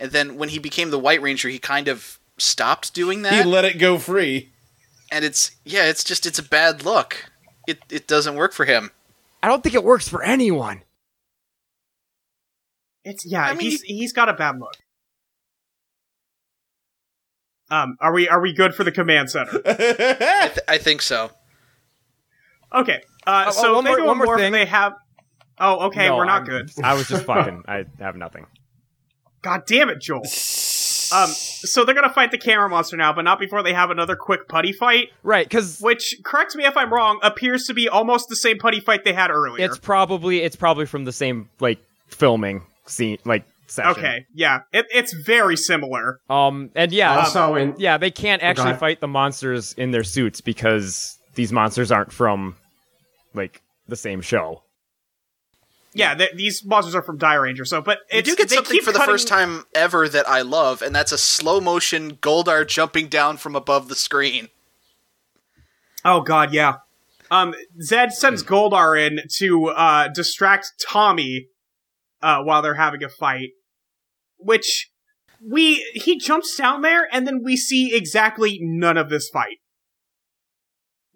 S5: and then when he became the White Ranger, he kind of stopped doing
S6: He
S5: that,
S6: let it go free.
S5: and it's yeah, it's just it's a bad look. It it doesn't work for him.
S7: I don't think it works for anyone.
S3: It's yeah.
S5: I mean,
S3: he's he's got a bad look. Um, are we are we good for the command center?
S5: I, th- I think so.
S3: Okay. Uh,
S7: Oh,
S3: so
S7: oh, one
S3: maybe one
S7: more- one more
S3: more
S7: thing.
S3: They have. Oh, okay.
S7: No,
S3: we're not
S7: I'm-
S3: good.
S7: I was just fucking. I have nothing.
S3: God damn it, Joel. Um, so they're gonna fight the camera monster now, but not before they have another quick putty fight,
S7: Right, because
S3: which, correct me if I'm wrong, appears to be almost the same putty fight they had earlier.
S7: it's probably it's probably from the same like filming scene like session.
S3: okay, yeah, it, it's very similar.
S7: Um, and yeah,
S9: Also, in
S7: Yeah, they can't actually
S9: God.
S7: fight the monsters in their suits because these monsters aren't from like the same show.
S3: Yeah, th- these monsters are from Die Ranger, so but
S5: We
S3: it's,
S5: do get
S3: they
S5: something
S3: keep
S5: for the
S3: cutting-
S5: first time ever that I love, and that's a slow motion Goldar jumping down from above the screen.
S3: Oh God, yeah. Um, Zed sends
S5: Hmm.
S3: Goldar in to uh, distract Tommy uh, while they're having a fight, which we he jumps down there and then we see exactly none of this fight.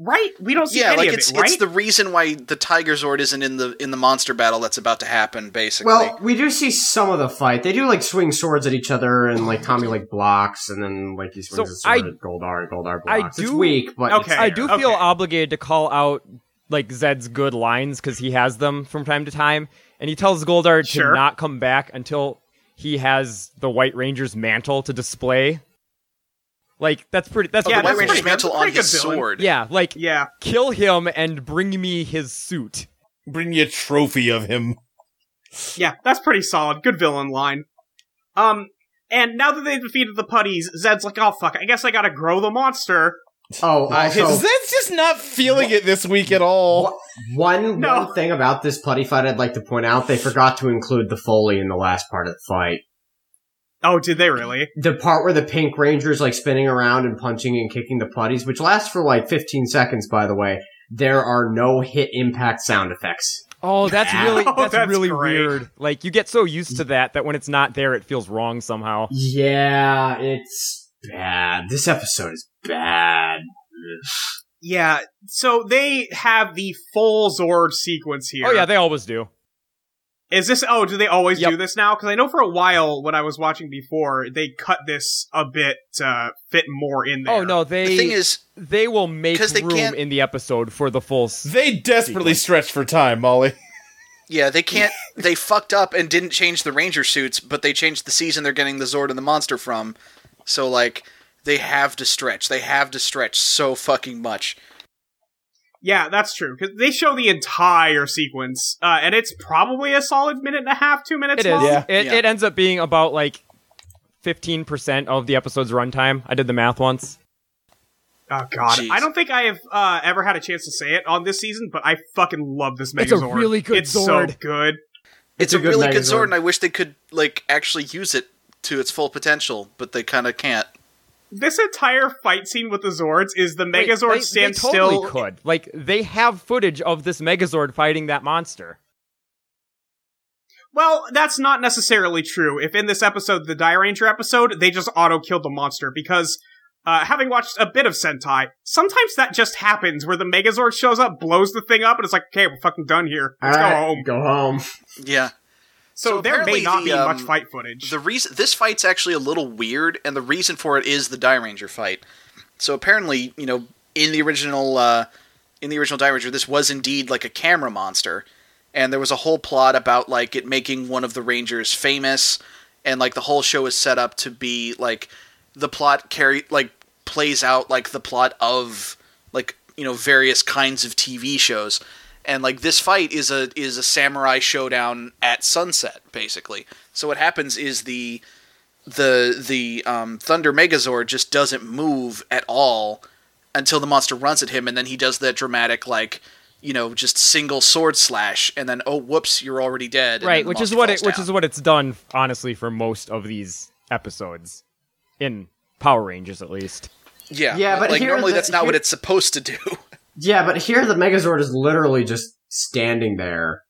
S3: Right? We don't see
S5: Yeah,
S3: any
S5: like
S3: of
S5: it's
S3: it, right?
S5: it's the reason why the Tiger Zord isn't in the in the monster battle that's about to happen. Basically,
S9: Well, we do see some of the fight. They do like swing swords at each other, and like Tommy like blocks, and then like he swings
S7: So
S9: his sword
S7: I-
S9: at Goldar, and Goldar
S7: I
S9: blocks. it's
S7: do-
S9: weak, but it's
S3: Okay.
S7: I do
S3: okay.
S7: feel obligated to call out like Zed's good lines because he has them from time to time, and he tells Goldar
S3: Sure.
S7: to not come back until he has the White Ranger's mantle to display. Like that's pretty. That's
S3: Yeah,
S5: the
S7: pretty-
S3: that's pretty
S5: White Ranger's
S3: good.
S5: mantle on
S3: Pretty good
S5: his
S3: villain.
S5: sword.
S7: yeah. Like
S3: yeah.
S7: kill him and bring me his suit.
S6: Bring you a trophy of him.
S3: Yeah, that's pretty solid. Good villain line. Um, and now that they defeated the putties, Zed's like, oh fuck, I guess I gotta grow the monster.
S9: oh, uh, so
S6: Zed's just not feeling it this week at all.
S9: one
S3: No.
S9: one thing about this putty fight I'd like to point out: they forgot to include the foley in the last part of the fight.
S3: Oh, did they really?
S9: The part where the Pink Ranger's like spinning around and punching and kicking the putties, which lasts for like 15 seconds, by the way. There are no hit impact sound effects.
S7: Oh, that's really
S3: Oh,
S7: that's,
S3: that's
S7: really
S3: great.
S7: weird. Like you get so used to that that when it's not there, it feels wrong somehow. Oh,
S9: Yeah, it's bad. This episode is bad.
S3: Yeah, so they have the full Zord sequence here.
S7: Oh yeah, they always do.
S3: Is this? Oh, do they always
S7: Yep.
S3: do this now? Because I know for a while when I was watching before, they cut this a bit to fit more in there.
S7: Oh no, they
S5: The thing is,
S7: they will make
S5: 'cause they
S7: room
S5: can't-
S7: in the episode for the full. s-
S6: They desperately stretch for time, Molly.
S5: Yeah, they can't. they fucked up and didn't change the ranger suits, but they changed the season they're getting the Zord and the monster from. So like, they have to stretch. They have to stretch so fucking much.
S3: Yeah, that's true. Because they show the entire sequence, uh, and it's probably a solid minute and a half, two minutes
S7: It is.
S3: long.
S6: Yeah.
S7: It,
S5: Yeah.
S7: it ends up being about like fifteen percent of the episode's runtime. I did the math once.
S3: Oh god,
S5: Jeez.
S3: I don't think I have uh, ever had a chance to say it on this season, but I fucking love this Megazord.
S7: It's a really good
S3: It's so
S7: Zord.
S3: good.
S5: It's,
S9: a
S5: a,
S9: good
S5: really good
S9: Megazord.
S5: Zord, and I wish they could like actually use it to its full potential, but they kind of can't.
S3: This entire fight scene with the Zords is the
S7: Wait,
S3: Megazord
S7: they,
S3: stand
S7: they totally
S3: still.
S7: Could like they have footage of this Megazord fighting that monster.
S3: Well, that's not necessarily true. If in this episode, the Die Ranger episode, they just auto killed the monster because. Uh, having watched a bit of Sentai, sometimes that just happens where the Megazord shows up, blows the thing up, and it's like, okay, we're fucking done here. Let's
S9: All
S3: go
S9: right,
S3: home.
S9: Go home.
S5: Yeah.
S3: So,
S5: So
S3: there may
S5: apparently
S3: not
S5: the,
S3: be
S5: um,
S3: much fight footage.
S5: The reason this fight's actually a little weird, and the reason for it is the Die Ranger fight. So apparently, you know, in the original uh, in the original Die Ranger, this was indeed like a camera monster, and there was a whole plot about like it making one of the Rangers famous, and like the whole show is set up to be like the plot carry like plays out like the plot of like you know various kinds of TV shows. And like this fight is a is a samurai showdown at sunset basically. So what happens is the the the um, Thunder Megazord just doesn't move at all until the monster runs at him, and then he does that dramatic like you know just single sword slash, and then oh whoops, you're already dead. and then
S7: right,
S5: the
S7: which is
S5: monster
S7: what it,
S5: falls
S7: which
S5: down.
S7: is what it's done honestly for most of these episodes in Power Rangers at least.
S5: yeah
S9: Yeah, but
S5: like
S9: here
S5: normally
S9: the-
S5: that's not what
S9: here-
S5: it's supposed to do.
S9: Yeah, but here the Megazord is literally just standing there,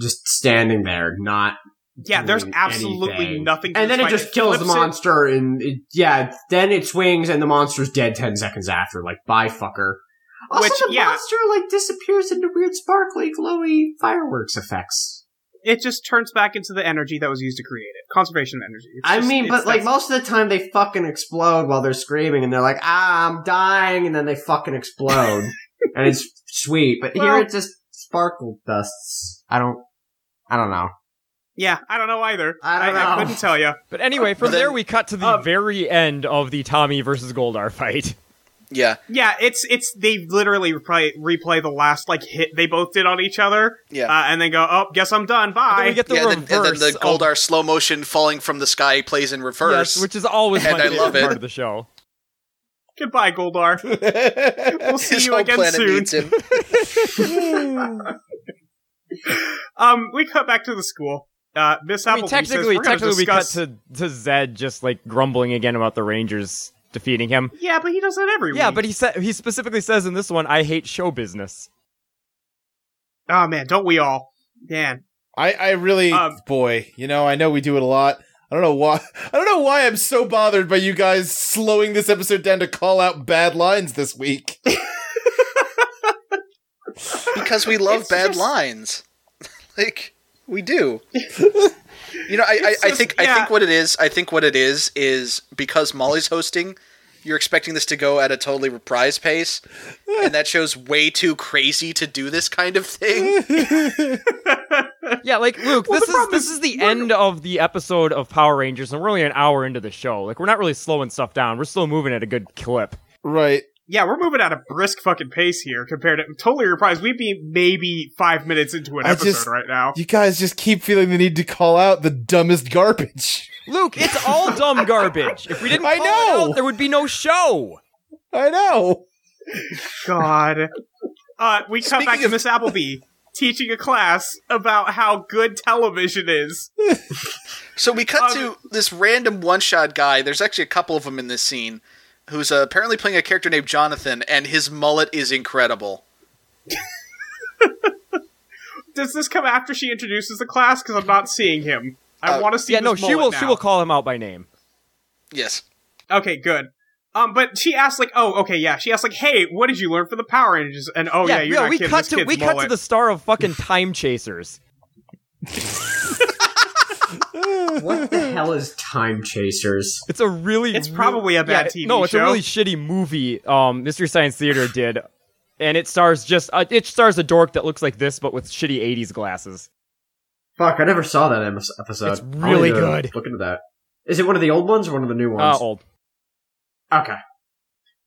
S9: just standing there, not.
S3: Yeah, there's
S9: doing
S3: absolutely
S9: anything.
S3: nothing to
S9: And then
S3: this
S9: it
S3: fight.
S9: just kills the
S3: flips it.
S9: monster, and it, yeah, then it swings, and the monster's dead ten seconds after. Like, bye, fucker. Also,
S3: Which-
S9: the
S3: yeah.
S9: monster like disappears into weird sparkly, glowy fireworks effects.
S3: It just turns back into the energy that was used to create it. Conservation of energy. It's
S9: I
S3: just-
S9: mean,
S3: it's-
S9: but like
S3: that's-
S9: most of the time they fucking explode while they're screaming and they're like, ah, I'm dying, and then they fucking explode. and it's sweet. But
S3: Well-
S9: here it just sparkle dusts. I don't I don't know.
S3: yeah, I don't know either.
S9: I don't know.
S3: couldn't tell you.
S7: But anyway, from
S5: Then-
S7: there we cut to the
S3: um,
S7: very end of the Tommy versus Goldar fight.
S5: Yeah,
S3: Yeah, it's it's they literally replay replay the last like hit they both did on each other,
S5: yeah.
S3: uh, and then go, oh, guess I'm done.
S7: And
S3: Bye.
S7: then we get the
S5: yeah, and
S7: reverse
S5: then, and then the
S7: of-
S5: Goldar slow motion falling from the sky plays in reverse.
S7: yes, which is always
S5: And
S7: my
S5: I
S7: favorite
S5: love it.
S7: part of the show.
S3: Goodbye, Goldar. we'll see
S5: His
S3: you
S5: whole
S3: again
S5: planet
S3: soon.
S5: needs him.
S3: Um, we cut back to the school. Uh, Miss
S7: I mean,
S3: Appleby
S7: technically,
S3: says, "We're gonna
S7: technically,
S3: discuss-
S7: we cut to to Zed just like grumbling again about the Rangers defeating him.
S3: Yeah, but he does that every
S7: Yeah,
S3: week.
S7: but he said he specifically says in this one, "I hate show business."
S3: oh man, don't we all? Man,
S6: I, I really,
S3: Um,
S6: boy, you know, I know we do it a lot. I don't know why. I don't know why I'm so bothered by you guys slowing this episode down to call out bad lines this week.
S5: because we love
S3: It's
S5: bad
S3: just-
S5: lines. like we do. you know, I, I, I
S3: just-
S5: think I
S3: yeah.
S5: think what it is, I think what it is is because Molly's hosting, you're expecting this to go at a totally reprise pace, and that show's way too crazy to do this kind of thing.
S7: Yeah, like Luke,
S3: Well,
S7: this
S3: the
S7: is
S3: problem
S7: this is the end of the episode of Power Rangers, and we're only an hour into the show. Like we're not really slowing stuff down; we're still moving at a good clip.
S6: right.
S3: yeah, we're moving at a brisk fucking pace here compared to totally reprised. We'd be maybe five minutes into an
S6: I
S3: episode
S6: just-
S3: right now.
S6: You guys just keep feeling the need to call out the dumbest garbage.
S7: Luke, it's all dumb garbage. If we didn't,
S6: I
S7: call it
S6: know!
S7: out, there would be no show.
S6: I know.
S3: God. Uh, we cut back
S5: Speaking
S3: to
S5: of-
S3: Miss Appleby teaching a class about how good television is.
S5: So we cut
S3: Um,
S5: to this random one shot guy. There's actually a couple of them in this scene, who's uh, apparently playing a character named Jonathan, and his mullet is incredible.
S3: Does this come after she introduces the class? Because I'm not seeing him. I
S5: Uh,
S3: want to see.
S7: yeah,
S3: this
S7: no, she
S3: mullet
S7: will. She
S3: now.
S7: will call him out by name.
S5: Yes.
S3: Okay, good. Um, but she asked like, oh, okay, yeah. She asked like, hey, what did you learn from the Power Rangers? And oh yeah, you're not
S7: we
S3: kidding.
S7: cut
S3: this
S7: to
S3: kid's
S7: we cut to
S3: mullet.
S7: the star of fucking Time Chasers.
S9: What the hell is Time Chasers?
S7: It's a really
S3: It's probably a bad
S7: yeah,
S3: TV
S7: No, it's a
S3: show.
S7: really shitty movie. Um, Mystery Science Theater did, and it stars just uh, it stars a dork that looks like this, but with shitty '80s glasses.
S9: Fuck, I never saw that em- episode.
S7: It's
S9: I'll need
S7: really
S9: to
S7: good.
S9: Look into that. Is it one of the old ones or one of the new
S7: Uh,
S9: ones?
S7: old.
S9: Okay.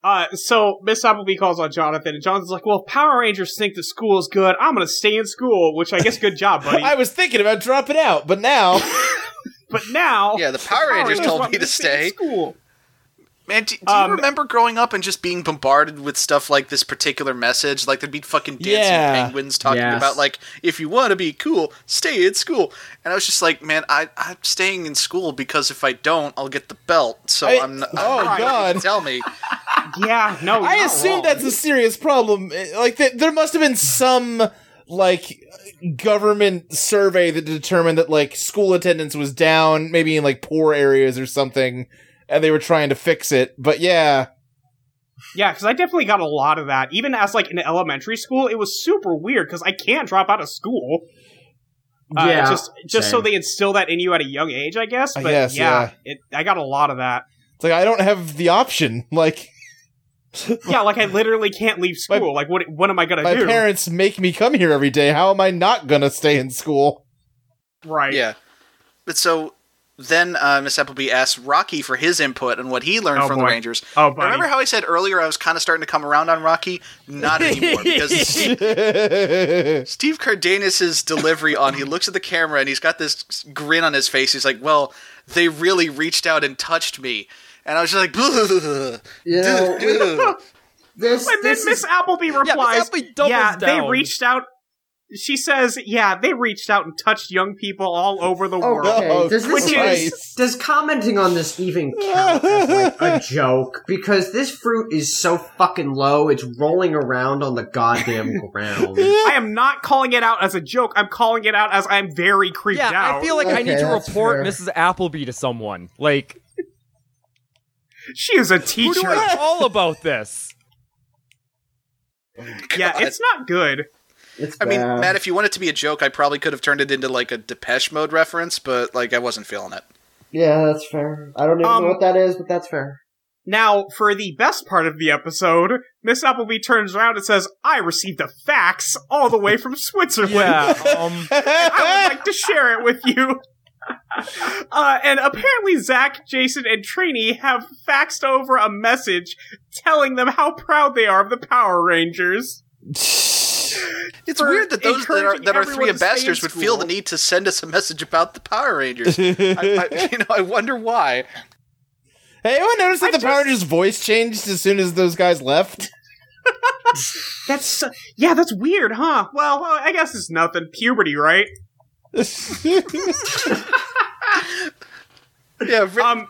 S3: Uh, so Miss Appleby calls on Jonathan, and Jonathan's like, well, Power Rangers think the school is good. I'm gonna stay in school, which I guess good job, buddy.
S6: I was thinking about dropping out, but now
S3: but now,
S5: Yeah, the Power Rangers told
S3: want
S5: me to
S3: in
S5: stay.
S3: school.
S5: Man, do, do
S3: Um,
S5: you remember growing up and just being bombarded with stuff like this particular message? Like there'd be fucking dancing
S6: Yeah.
S5: penguins talking
S9: Yes.
S5: about like if you want to be cool, stay in school. And I was just like, man, I I'm staying in school because if I don't, I'll get the belt. So
S6: I-
S5: I, am not.
S6: oh,
S5: I'm not-
S6: God.
S5: Tell me,
S3: Yeah, no,
S6: I
S3: you're not
S6: assume
S3: wrong.
S6: that's a serious problem. Eh, Like th- there must have been some like government survey that determined that like school attendance was down, maybe in like poor areas or something, and they were trying to fix it. But yeah,
S3: Yeah, because I definitely got a lot of that. Even as like in elementary school, it was super weird because I can't drop out of school. Uh,
S9: yeah.
S3: just just so
S9: same.
S3: they instill that in you at a young age, I guess.
S6: I
S3: But
S6: guess,
S3: yeah, It, I got a lot of that.
S6: it's like I don't have the option. Like
S3: Yeah, like I literally can't leave
S6: My-
S3: school. like what what am I gonna
S6: my
S3: do?
S6: parents make me come here every day. How am I not gonna stay in school?
S3: right.
S5: yeah. But so then uh, Miss Appleby asked Rocky for his input on what he learned
S3: Oh,
S5: from
S3: boy.
S5: the Rangers.
S3: Oh, buddy.
S5: Remember how I said earlier I was kind of starting to come around on Rocky? Not anymore because Steve Cardenas' delivery on he looks at the camera and he's got this grin on his face. He's like, "Well, they really reached out and touched me. And I was just like, "Ugh,
S9: You know,
S5: ugh."
S9: this,
S3: And then
S9: this
S3: Miss
S9: is,
S3: Appleby replies,
S7: Appleby doubles
S3: "Yeah,
S7: down."
S3: they reached out." She says, "Yeah, they reached out and touched young people all over the world."
S9: okay.
S6: Oh,
S9: does this
S3: Which
S6: Christ.
S9: does- does commenting on this even count as like a joke? Because this fruit is so fucking low, it's rolling around on the goddamn ground.
S3: I am not calling it out as a joke. I'm calling it out as I'm very creeped
S7: yeah,
S3: out.
S7: I feel like I need
S9: Okay,
S7: to
S9: that's
S7: report
S9: fair.
S7: Mrs. Appleby to someone. Like,
S3: she is a
S7: who do
S3: teacher.
S7: I call about this?
S3: yeah, it's not good.
S9: It's
S5: I mean,
S9: bad.
S5: Matt, if you want it to be a joke, I probably could have turned it into like a Depeche Mode reference, but like I wasn't feeling it.
S9: yeah, that's fair. I don't even
S3: Um,
S9: know what that is, but that's fair.
S3: Now, for the best part of the episode, Miss Appleby turns around and says, "I received a fax all the way from Switzerland.
S7: Yeah. Um,
S3: I would like to share it with you." Uh, and apparently, Zach, Jason, and Trini have faxed over a message telling them how proud they are of the Power Rangers.
S5: It's
S3: For
S5: weird that those that are,
S3: encouraging
S5: that are
S3: everyone
S5: three
S3: to stay in
S5: ambassadors would feel the
S3: school.
S5: need to send us a message about the Power Rangers. I, I, you know, I wonder why.
S6: Hey, anyone notice that
S3: I
S6: the Power
S3: just-
S6: Rangers voice changed as soon as those guys left?
S3: That's yeah, that's weird, huh? Well, uh, I guess it's nothing. Puberty, right?
S5: Yeah. Rick,
S3: Um,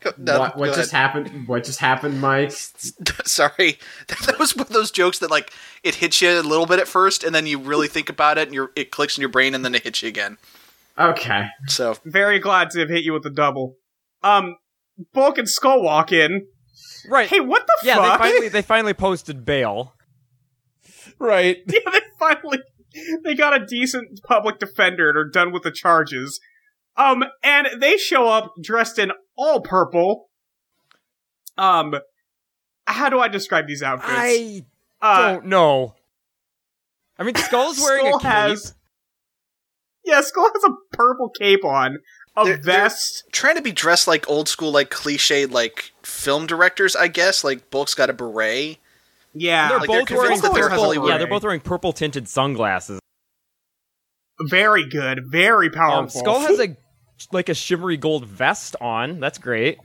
S5: go- no,
S9: what
S5: go
S9: what
S5: ahead.
S9: just happened? What just happened, Mike?
S5: Sorry, that was one of those jokes that like it hits you a little bit at first, and then you really think about it, and you it clicks in your brain, and then it hits you again.
S9: Okay.
S5: So
S3: very glad to have hit you with the double. Um, Bulk and Skull walk in.
S7: right.
S3: Hey, what the
S7: yeah,
S3: fuck?
S7: they finally they finally posted bail.
S6: right.
S3: yeah, they finally they got a decent public defender and are done with the charges. Um, and they show up dressed in all purple. Um, how do I describe these outfits?
S7: I
S3: uh,
S7: don't know. I mean, Skull's wearing
S3: Skull
S7: a cape.
S3: Has, yeah, Skull has a purple cape on, a
S5: They're- they're-
S3: vest.
S5: trying to be dressed like old school, like cliched, like film directors, I guess. Like Bulk's got a beret.
S3: yeah,
S7: They're
S5: uh, like, they're
S7: both wearing
S5: convinced that they're
S7: purple.
S5: heavily
S7: Yeah, they're
S3: wearing.
S7: both wearing purple tinted sunglasses.
S3: very good, very
S7: Um,
S3: powerful.
S7: Skull has a like a shimmery gold vest on. That's great.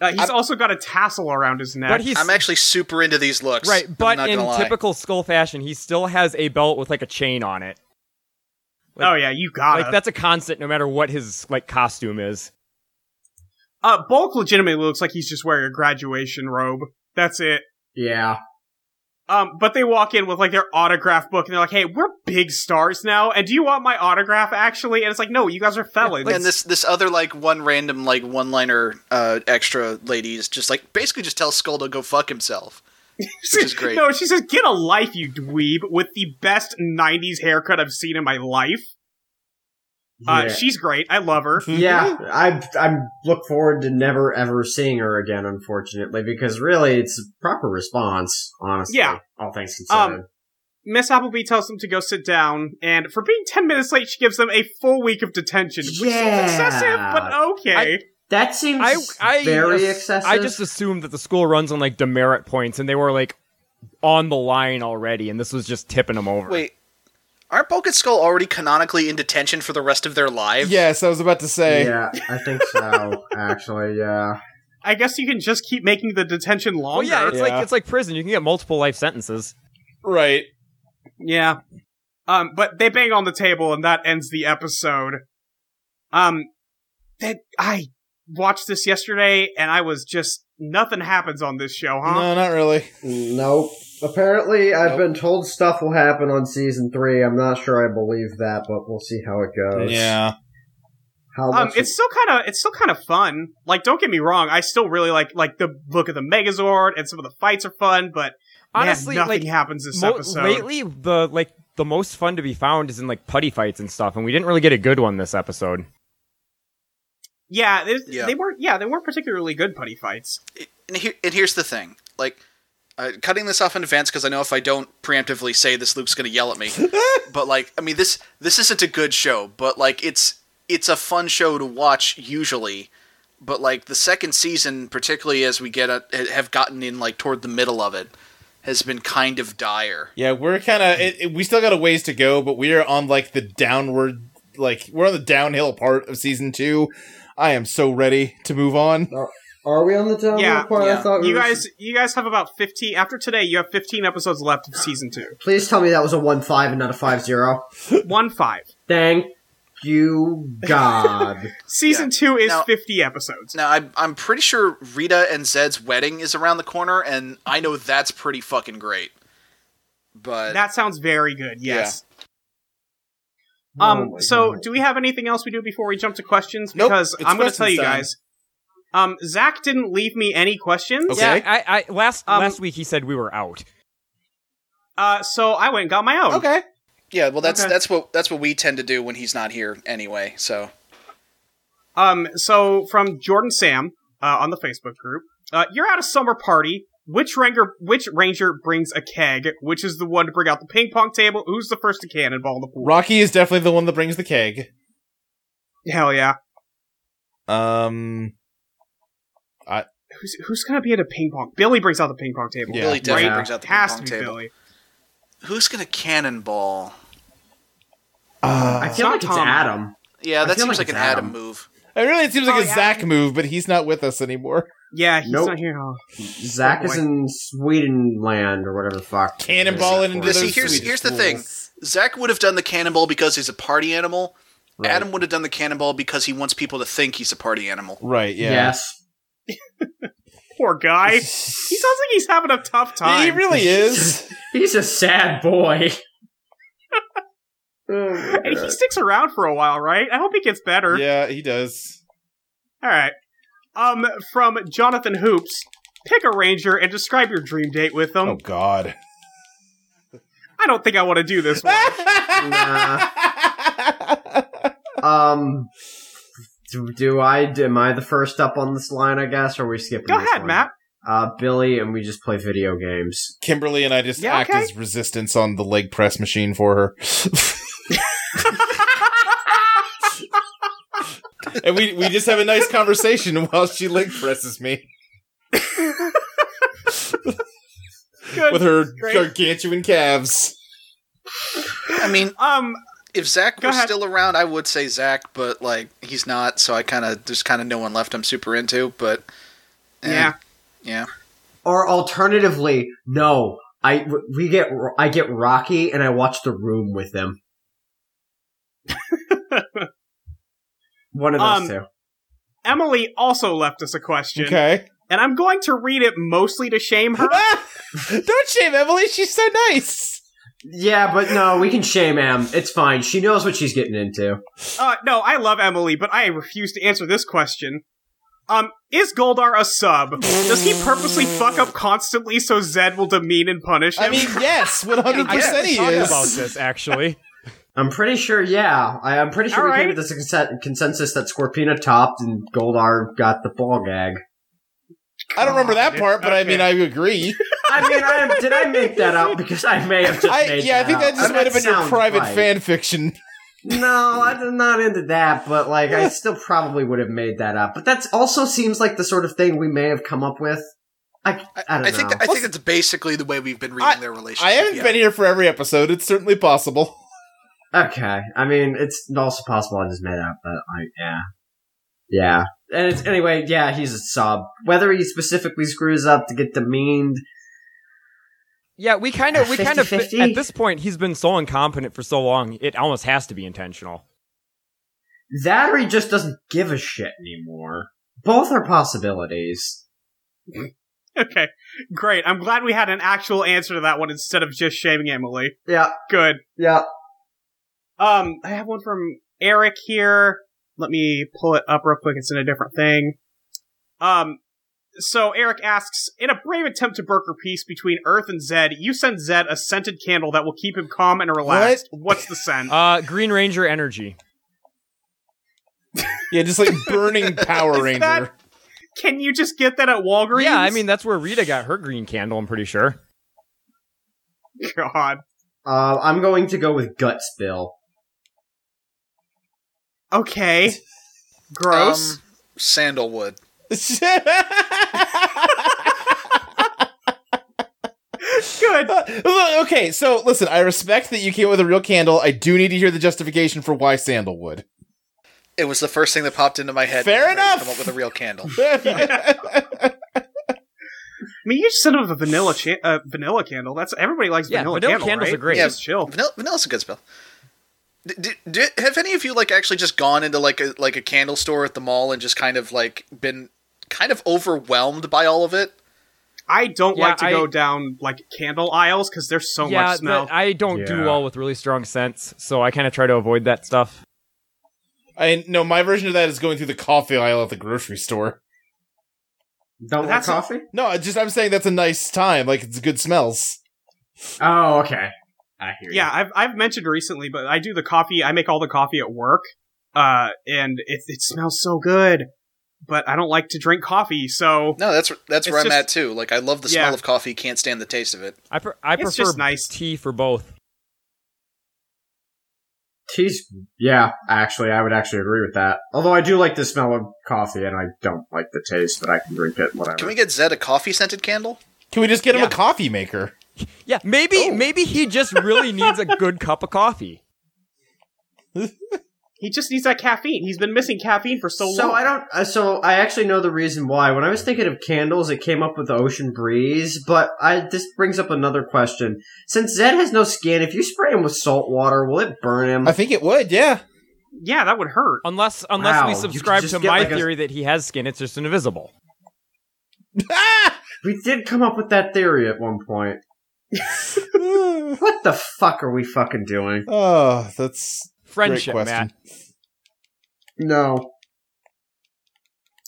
S3: Uh, he's also got a tassel around his neck.
S7: But he's
S5: I'm actually super into these looks.
S7: right.
S5: I'm
S7: But
S5: not
S7: in
S5: gonna lie.
S7: typical Skull fashion, he still has a belt with like a chain on it.
S3: oh yeah, you
S5: Ah,
S3: got
S7: Like
S3: it.
S7: that's a constant, no matter what his like costume is.
S3: Uh, Bulk legitimately looks like he's just wearing a graduation robe. That's it.
S9: Yeah.
S3: Um, but they walk in with like their autograph book and they're like, "Hey, we're big stars now, and do you want my autograph actually?" And it's like, "No, you guys are felons."
S5: and this this other like one random like one liner uh, extra lady is just like basically just tells Skull to go fuck himself. Which is great.
S3: no, she says, "Get a life, you dweeb!" With the best '90s haircut I've seen in my life. Uh,
S9: yeah.
S3: she's great. I love her.
S9: Yeah, I I look forward to never ever seeing her again, unfortunately, because really it's a proper response, honestly.
S3: Yeah.
S9: all things
S3: Um,
S9: considered.
S3: Miss Appleby tells them to go sit down, and for being ten minutes late, she gives them a full week of detention, which
S9: Yeah.
S3: seems excessive, but okay.
S9: that seems
S7: I I
S9: very
S7: ass-
S9: excessive.
S7: I just assumed that the school runs on like demerit points, and they were like on the line already, and this was just tipping them over.
S5: Wait, aren't Bulk and Skull already canonically in detention for the rest of their lives?
S6: Yes, I was about to say.
S9: yeah, I think so. actually, yeah.
S3: I guess you can just keep making the detention
S7: Oh
S3: longer.
S7: yeah, it's
S6: Yeah.
S7: like it's like prison. You can get multiple life sentences.
S6: Right.
S3: Yeah. Um, but they bang on the table and that ends the episode. Um, that I watched this yesterday and I was just, nothing happens on this show, huh?
S6: No, not really.
S9: Nope. Apparently, I've been told stuff will happen on season three. I'm not sure I believe that, but we'll see how it goes.
S6: Yeah.
S9: How
S3: um,
S9: much?
S3: it's still kind of, it's still kind of fun. Like, don't get me wrong. I still really like, like the look of the Megazord and some of the fights are fun, but man,
S7: Honestly,
S3: nothing
S7: like
S3: happens this
S7: Mo-
S3: episode.
S7: lately, the like the most fun to be found is in like putty fights and stuff, and we didn't really get a good one this episode.
S3: yeah, there's-
S5: Yeah.
S3: they weren't, yeah, they weren't particularly good putty fights.
S5: and, here, and here's the thing like uh, cutting this off in advance because i know if i don't preemptively say this luke's going to yell at me but like i mean this this isn't a good show but like it's it's a fun show to watch usually but like the second season particularly as we get a, have gotten in like toward the middle of it has been kind of dire
S6: Yeah, we're kind of. We still got a ways to go, but we are on like the downward like we're on the downhill part of season two. I am so ready to move on.
S4: Are we on the downhill
S3: Yeah,
S4: part? I
S5: yeah.
S4: thought we
S3: You
S4: were-
S3: guys, you guys have about fifteen. After today, you have fifteen episodes left of season two.
S4: Please tell me that was a one five and not a five zero.
S3: One five.
S4: Thank you, God.
S3: Season
S5: Yeah.
S3: two is
S5: Now-
S3: fifty episodes.
S5: Now I'm I'm pretty sure Rita and Zed's wedding is around the corner, and I know that's pretty fucking great. But
S3: That sounds very good. Yes.
S4: Oh
S3: Um.
S4: my
S3: so,
S4: God.
S3: do we have anything else we do before we jump to questions?
S6: Nope,
S3: Because
S6: it's
S3: I'm going to
S6: questions
S3: tell you
S6: time.
S3: guys. Um. Zach didn't leave me any questions.
S6: Okay.
S7: Yeah, I, I last
S3: Um,
S7: last week he said we were out.
S3: Uh. So I went and got my own.
S6: Okay.
S5: yeah, well that's
S3: Okay.
S5: that's what that's what we tend to do when he's not here anyway. So
S3: Um. So from Jordan Sam uh, on the Facebook group, uh, you're at a summer party. Which ranger? Which ranger brings a keg? Which is the one to bring out the ping pong table? Who's the first to cannonball in the pool?
S6: Rocky is definitely the one that brings the keg.
S3: Hell yeah.
S6: Um,
S3: Who's who's gonna be at a ping pong? Billy brings out the ping pong table.
S6: Yeah.
S5: Billy definitely
S4: Right.
S5: brings out the ping
S3: Has to
S5: pong
S3: be
S5: table.
S3: Billy.
S5: Who's gonna cannonball?
S6: uh,
S4: I feel like it's
S3: Tom.
S4: Adam.
S5: Yeah,
S4: I
S5: that
S4: feel
S5: seems
S4: like
S5: like an
S4: it's Adam.
S5: Adam, move.
S6: it really seems like
S3: Oh,
S6: a
S3: yeah.
S6: Zach move, but he's not with us anymore.
S3: Yeah, he's
S4: Nope.
S3: not here. Oh.
S4: Zach is
S3: boy.
S4: in Sweden land or whatever the fuck.
S6: Cannonballing into
S5: You
S6: those
S5: see, here's
S6: Swedish
S5: here's the
S6: fools.
S5: thing. Zach would have done the cannonball because he's a party animal. Adam would have done the cannonball because he wants people to think he's a party animal.
S6: Right. Yeah.
S4: Yes.
S3: Poor guy. he sounds like he's having a tough time.
S6: He really is.
S4: He's a sad boy.
S3: and he sticks around for a while, right? I hope he gets better.
S6: yeah, he does.
S3: All right. Um, from Jonathan Hoops, pick a ranger and describe your dream date with them.
S6: Oh God.
S3: I don't think I want to do this. One.
S4: Nah. Um. Do, do I? Am I the first up on this line? I guess, or are we skipping?
S3: Go
S4: this
S3: ahead,
S4: one?
S3: Matt.
S4: Uh, Billy and we just play video games.
S6: Kimberly and I just
S3: Yeah,
S6: act
S3: okay.
S6: as resistance on the leg press machine for her. and we, we just have a nice conversation while she leg presses me
S3: Good.
S6: with her
S3: Great.
S6: gargantuan calves.
S5: I mean,
S3: um,
S5: if Zach
S3: Go
S5: was
S3: ahead.
S5: still around, I would say Zach, but like he's not, so I kind of there's kind of no one left I'm super into. But eh,
S3: yeah.
S5: yeah,
S4: Or alternatively, no. I we get I get Rocky and I watch The Room with them. One of those
S3: Um,
S4: two.
S3: Emily also left us a question,
S6: Okay.
S3: and I'm going to read it mostly to shame her.
S6: Don't shame Emily. She's so nice.
S4: Yeah, but no, we can shame Em. It's fine. She knows what she's getting into.
S3: Uh, no, I love Emily, but I refuse to answer this question. Um, is Goldar a sub? Does he purposely fuck up constantly so Zed will demean and punish him?
S6: I mean, yes, one hundred
S7: I
S6: percent. He
S7: talking
S6: is.
S7: about this actually.
S4: I'm pretty sure. Yeah, I, I'm pretty sure we came
S3: Alright.
S4: to this consen- consensus that Scorpina topped and Goldar got the ball gag.
S6: I don't remember that part, but I mean, I agree.
S4: I mean, I, did I make that up? Because I may have just
S6: I,
S4: made
S6: yeah, I think
S4: up.
S6: that just
S4: Uh,
S6: might have been your
S4: sounds
S6: private
S4: right.
S6: fan fiction.
S4: No, I'm not into that, but like, I still probably would have made that up. But that also seems like the sort of thing we may have come up with. I, I
S5: I,
S4: don't
S5: I
S4: know.
S5: think that, I think that's basically the way we've been reading their relationship.
S6: I haven't
S5: yeah.
S6: been here for every episode. It's certainly possible.
S4: okay, I mean, it's also possible I just made up, but like, yeah, yeah. And it's anyway, yeah, he's a sub. Whether he specifically screws up to get demeaned,
S7: Yeah, we kind of we kind of
S4: 50-50?
S7: at this point he's been so incompetent for so long it almost has to be intentional.
S4: that or he just doesn't give a shit anymore. Both are possibilities.
S3: okay, great. I'm glad we had an actual answer to that one instead of just shaming Emily.
S4: Yeah,
S3: Good.
S4: yeah.
S3: Um, I have one from Eric here. Let me pull it up real quick. It's in a different thing. Um, so Eric asks, in a brave attempt to broker peace between Earth and Zed, you send Zed a scented candle that will keep him calm and relaxed. What's the scent?
S7: Uh, Green Ranger energy.
S6: Yeah, just like burning Power
S3: Is that-
S6: Ranger.
S3: Can you just get that at Walgreens?
S7: Yeah, I mean that's where Rita got her green candle. I'm pretty sure.
S3: God.
S4: Uh, I'm going to go with guts, Bill.
S3: Okay. Gross.
S5: Um, sandalwood.
S3: Good.
S6: Look, okay, so listen, I respect that you came up with a real candle. I do need to hear the justification for why sandalwood.
S5: It was the first thing that popped into my head.
S6: Fair
S5: when I
S6: enough.
S5: Come up with a real candle.
S3: I mean, you just set up a vanilla cha- uh, vanilla candle. That's everybody likes
S7: Yeah,
S3: vanilla,
S7: vanilla
S3: candle,
S7: candles
S3: right?
S7: are great.
S3: It's Just chill.
S5: Vanilla, vanilla's a good spell. D- d- d- have any of you like actually just gone into like a like a candle store at the mall and just kind of like been kind of overwhelmed by all of it?
S3: I don't
S7: Yeah,
S3: like to
S7: I-
S3: go down like candle aisles because there's so
S7: yeah,
S3: much smell.
S7: but I don't do
S10: Yeah.
S7: well with really strong scents, so I kind of try to avoid that stuff.
S6: I no, my version of that is going through the coffee aisle at the grocery store.
S4: Don't want
S3: That's a-
S4: coffee?
S6: No, I just I'm saying that's a nice time. Like it's good smells.
S4: Oh, okay. I hear
S3: yeah,
S4: you.
S3: I've I've mentioned recently, but I do the coffee. I make all the coffee at work, uh, and it it smells so good. But I don't like to drink coffee, so
S5: No, that's that's where
S3: It's
S5: I'm
S3: just-
S5: at too. Like I love the
S3: Yeah.
S5: smell of coffee, can't stand the taste of it.
S7: I pre- I
S3: It's
S7: prefer
S3: just nice.
S7: tea for both.
S4: Tea's, yeah, actually, I would actually agree with that. Although I do like the smell of coffee, and I don't like the taste, but I can drink it, whatever.
S5: Can we get Zed a coffee scented candle?
S6: Can we just get him
S7: Yeah.
S6: a coffee maker?
S7: Yeah, maybe
S4: Oh.
S7: maybe he just really needs a good cup of coffee.
S3: he just needs that caffeine. He's been missing caffeine for so, long.
S4: I don't. Uh, so I actually know the reason why. When I was thinking of candles, it came up with the ocean breeze. But I this brings up another question. Since Zed has no skin, if you spray him with salt water, will it burn him?
S6: I think it would. Yeah.
S3: Yeah, that would hurt.
S7: Unless unless
S4: Wow,
S7: we
S4: you could
S7: subscribe
S4: just
S7: to
S4: get
S7: my
S4: like a-
S7: theory that he has skin, it's just invisible.
S4: we did come up with that theory at one point. What the fuck are we fucking doing?
S6: oh, that's
S7: Friendship,
S6: great question.
S7: Matt.
S4: No. Just-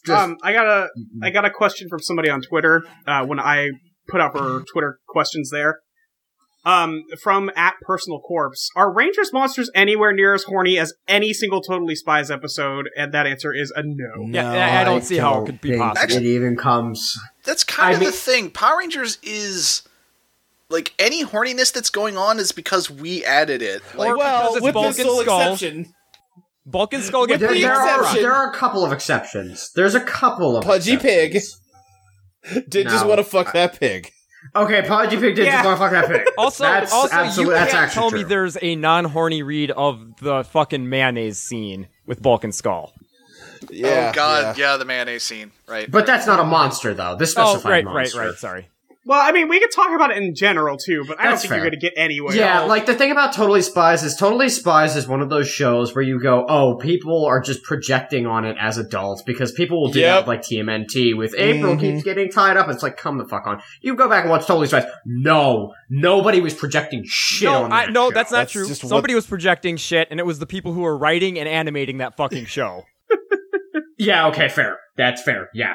S4: Mm-hmm.
S3: um, I got a I got a question from somebody on Twitter uh, when I put up our Twitter questions there. Um, from at personal corpse, are Rangers monsters anywhere near as horny as any single Totally Spies episode? And that answer is a no.
S7: Yeah, I- I don't see how it could be
S4: think
S7: possible.
S4: It even comes.
S5: That's kind
S4: I
S5: of
S4: mean-
S5: the thing. Power Rangers is like any horniness that's going on is because we added it. Like
S7: Or because
S6: well,
S7: it's
S6: with the
S7: Vulcan
S6: sole
S7: skull.
S6: exception,
S7: Bulk and Skull
S6: With
S7: get
S4: There,
S6: the
S7: pretty
S4: there are,
S6: exception-
S4: there are a couple of exceptions. There's a couple of
S6: Pudgy Pig.
S4: exceptions.
S6: did just
S4: No.
S6: want to fuck that pig.
S4: Okay, Pudgy Pig did
S3: Yeah.
S4: just want to fuck that pig.
S7: Also,
S4: that's
S7: also
S4: absolutely
S7: you
S4: that's
S7: can't
S4: actually
S7: tell
S4: true.
S7: me there's a non-horny read of the fucking mayonnaise scene with Bulk and Skull.
S6: Yeah.
S5: oh god, yeah. the mayonnaise scene, right?
S4: But that's not a monster, though. This
S7: Oh,
S4: specified
S7: right, right,
S4: monster.
S7: right. Sorry.
S3: Well, I mean, we could talk about it in general too, but I don't
S4: That's
S3: think
S4: fair.
S3: you're going to get anywhere.
S4: Yeah, like the thing about Totally Spies is Totally Spies is one of those shows where you go, oh, people are just projecting on it as adults because people will do
S6: Yep.
S4: that with, like TMNT with April
S7: Mm-hmm.
S4: keeps getting tied up. It's like, come the fuck on. You go back and watch Totally Spies. No, nobody was projecting shit
S7: no,
S4: on
S7: I,
S4: that.
S7: no,
S4: show.
S7: that's not
S6: That's
S7: true.
S6: just what-
S7: Somebody was projecting shit, and it was the people who were writing and animating that fucking show.
S4: Yeah, okay, fair. That's fair. Yeah.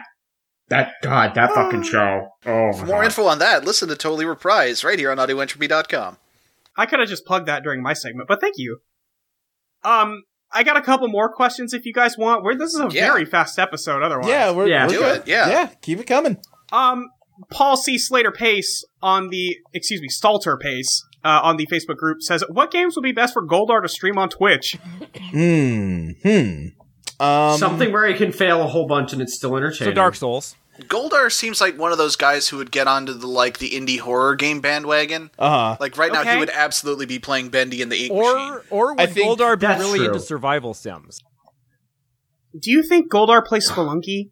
S4: That God, that fucking show. Oh,
S5: For
S4: my
S5: more
S4: God.
S5: info on that, listen to Totally Reprise right here on audioentropy.com.
S3: I could have just plugged that during my segment, but thank you. Um, I got a couple more questions if you guys want. We're, this is a
S5: Yeah.
S3: very fast episode, otherwise.
S6: Yeah, we're,
S4: Yeah.
S6: we're
S5: Do
S6: good.
S5: it, yeah.
S6: keep it coming.
S3: Um, Paul C. Slater Pace on the excuse me Stalter Pace uh, on the Facebook group says, "What games would be best for Goldar to stream on Twitch?"
S6: Hmm. Hmm. Um,
S4: Something where he can fail a whole bunch and it's still entertaining.
S7: So Dark Souls.
S5: Goldar seems like one of those guys who would get onto the like the indie horror game bandwagon.
S6: Uh huh.
S5: Like right now
S3: Okay.
S5: he would absolutely be playing Bendy and the Ink Machine.
S7: Or or
S6: I
S7: would
S6: think
S7: Goldar be
S4: that's
S7: really
S4: true.
S7: into survival sims?
S3: Do you think Goldar plays Spelunky?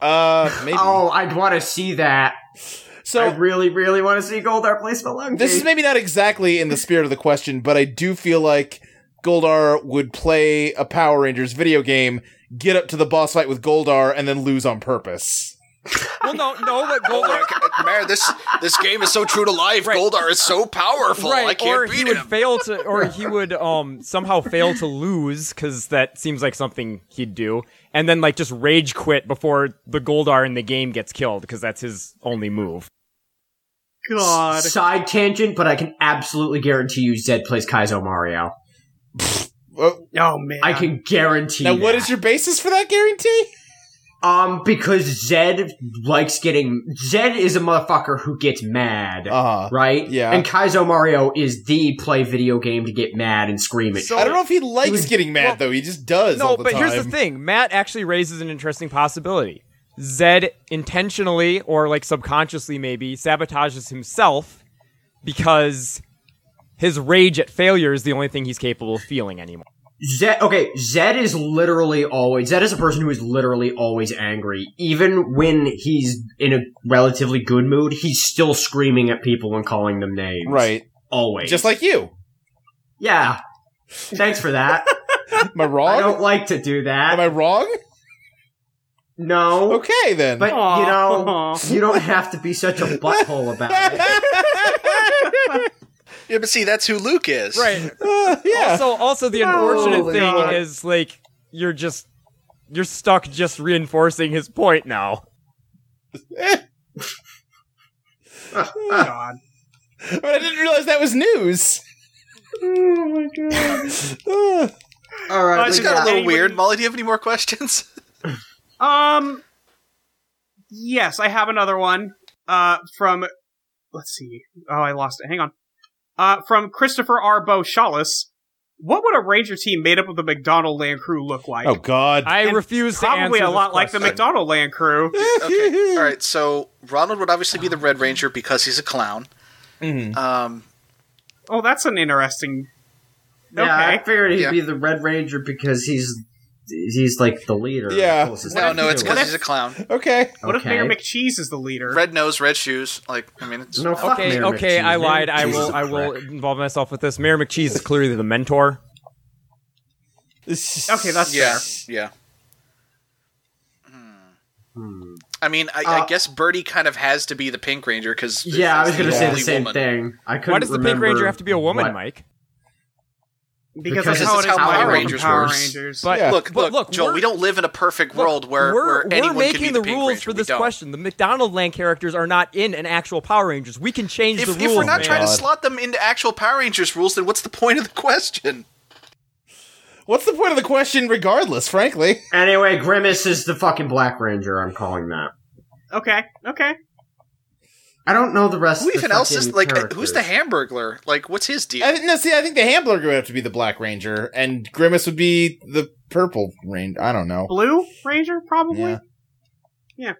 S6: Uh, maybe.
S4: Oh, I'd want to see that. I
S6: so
S4: really, really want to see Goldar play Spelunky.
S6: this is maybe not exactly in the spirit of the question, but I do feel like Goldar would play a Power Rangers video game, get up to the boss fight with Goldar, and then lose on purpose.
S7: Well, no, no, but Goldar.
S5: Man, uh, this this game is so true to life.
S7: Right.
S5: Goldar is so powerful. I
S7: Right,
S5: can't
S7: or he
S5: beat
S7: would
S5: him.
S7: fail to, or he would um somehow fail to lose because that seems like something he'd do, and then like just rage quit before the Goldar in the game gets killed because that's his only move.
S3: God,
S4: Side tangent, but I can absolutely guarantee you Zed plays Kaizo Mario.
S6: Well,
S3: oh man,
S4: I can guarantee.
S6: now, what
S4: that.
S6: is your basis for that guarantee?
S4: um? Because Zed likes getting. Zed is a motherfucker who gets mad,
S6: Uh huh.
S4: right?
S6: yeah.
S4: And Kaizo Mario is the play video game to get mad and scream at.
S6: I
S4: shit.
S6: don't know if he likes
S4: was-
S6: getting mad
S7: well,
S6: though. He just does.
S7: No,
S6: all the
S7: but here's
S6: time.
S7: the thing: Matt actually raises an interesting possibility. Zed intentionally or like subconsciously maybe sabotages himself because his rage at failure is the only thing he's capable of feeling anymore.
S4: Zed, okay, Zed is literally always, Zed is a person who is literally always angry. Even when he's in a relatively good mood, he's still screaming at people and calling them names.
S6: Right.
S4: Always.
S6: Just like you.
S4: Yeah. Thanks for that.
S6: Am I
S4: I
S6: wrong?
S4: don't like to do
S6: Am I
S4: that.
S6: wrong?
S4: No.
S6: Okay then.
S4: But,
S3: Aw.
S4: you know,
S3: Aw.
S4: you don't have to be such a butthole about it.
S5: Yeah, but see, that's who Luke is.
S7: Right.
S6: Uh, yeah.
S7: Also, also the unfortunate
S4: Holy
S7: thing
S4: God.
S7: is like you're just you're stuck just reinforcing his point now.
S3: God.
S6: but I didn't realize that was news. Oh my god.
S4: All right.
S3: Well,
S4: but
S5: It's got
S4: yeah.
S5: a little
S3: Anybody-
S5: weird. Molly, do you have any more questions?
S3: Um. Yes, I have another one. Uh, from let's see. Oh, I lost it. Hang on. Uh, from Christopher R. Beauchalis. What would a Ranger team made up of the McDonald Land Crew look like?
S6: oh god.
S7: I
S3: And
S7: refuse to
S3: Probably
S7: answer
S3: a
S7: this
S3: lot like the
S7: question.
S3: McDonald Land Crew.
S5: okay. All right. So Ronald would obviously be the Red Ranger because he's a clown.
S4: Mm-hmm.
S5: Um,
S3: Oh, that's an interesting.
S4: Yeah, I
S3: Okay.
S4: figured he'd
S5: Yeah.
S4: be the Red Ranger because he's he's like the leader.
S6: Yeah.
S4: The closest
S5: no,
S4: thing
S5: no,
S4: to
S5: it's
S4: it.
S5: because he's a clown.
S6: Okay.
S3: What if
S4: Okay.
S3: Mayor McCheese is the leader?
S5: Red nose, red shoes. Like, I mean, it's
S4: No, fuck
S7: Okay,
S4: Mayor
S7: okay,
S4: McCheese.
S7: I
S4: Mayor
S7: lied. I
S4: McCheese is
S7: will
S4: a
S7: I will
S4: prick.
S7: involve myself with this. Mayor McCheese is clearly the mentor.
S3: Okay, that's
S5: yeah,
S3: fair.
S5: yeah.
S7: Hmm.
S5: I mean, I, I
S4: Uh,
S5: guess Birdie kind of has to be the Pink Ranger because
S4: Yeah, I was gonna say the
S5: only
S4: same
S5: woman.
S4: thing. I couldn't.
S7: Why does the Pink
S4: remember
S7: Ranger have to be a woman,
S4: what-
S7: Mike?
S3: Because,
S4: Because
S3: that's how it
S5: this
S3: is
S5: is how
S3: in my
S5: Power
S3: world,
S5: Rangers
S3: Power
S5: works.
S3: Rangers.
S7: But
S6: Yeah.
S5: Look,
S7: But
S5: look,
S7: look,
S5: Joel,
S7: we're-
S5: we don't live in a perfect
S7: Look,
S5: world where,
S7: we're,
S5: where
S7: we're
S5: anyone
S7: making
S5: can be
S7: the,
S5: the, Pink
S7: rules
S5: Ranger.
S7: for
S5: We
S7: this
S5: don't.
S7: question. The McDonald Land characters are not in an actual Power Rangers. We can change
S5: If,
S7: the
S5: if
S7: rules.
S5: we're not
S7: man.
S5: trying to
S4: Oh
S6: God.
S5: slot them into actual Power Rangers rules, then what's the point of the question?
S6: What's the point of the question, regardless? Frankly,
S4: Anyway, Grimace is the fucking Black Ranger. I'm calling that.
S3: Okay, okay.
S4: I don't know the rest.
S5: Who
S4: of the
S5: even else is
S4: fucking
S5: like?
S4: characters.
S5: Who's the Hamburglar? Like, what's his deal?
S6: I think, no. See, I think the Hamburger would have to be the Black Ranger, and Grimace would be the Purple Ranger. I don't know.
S3: Blue Ranger, probably.
S6: Yeah.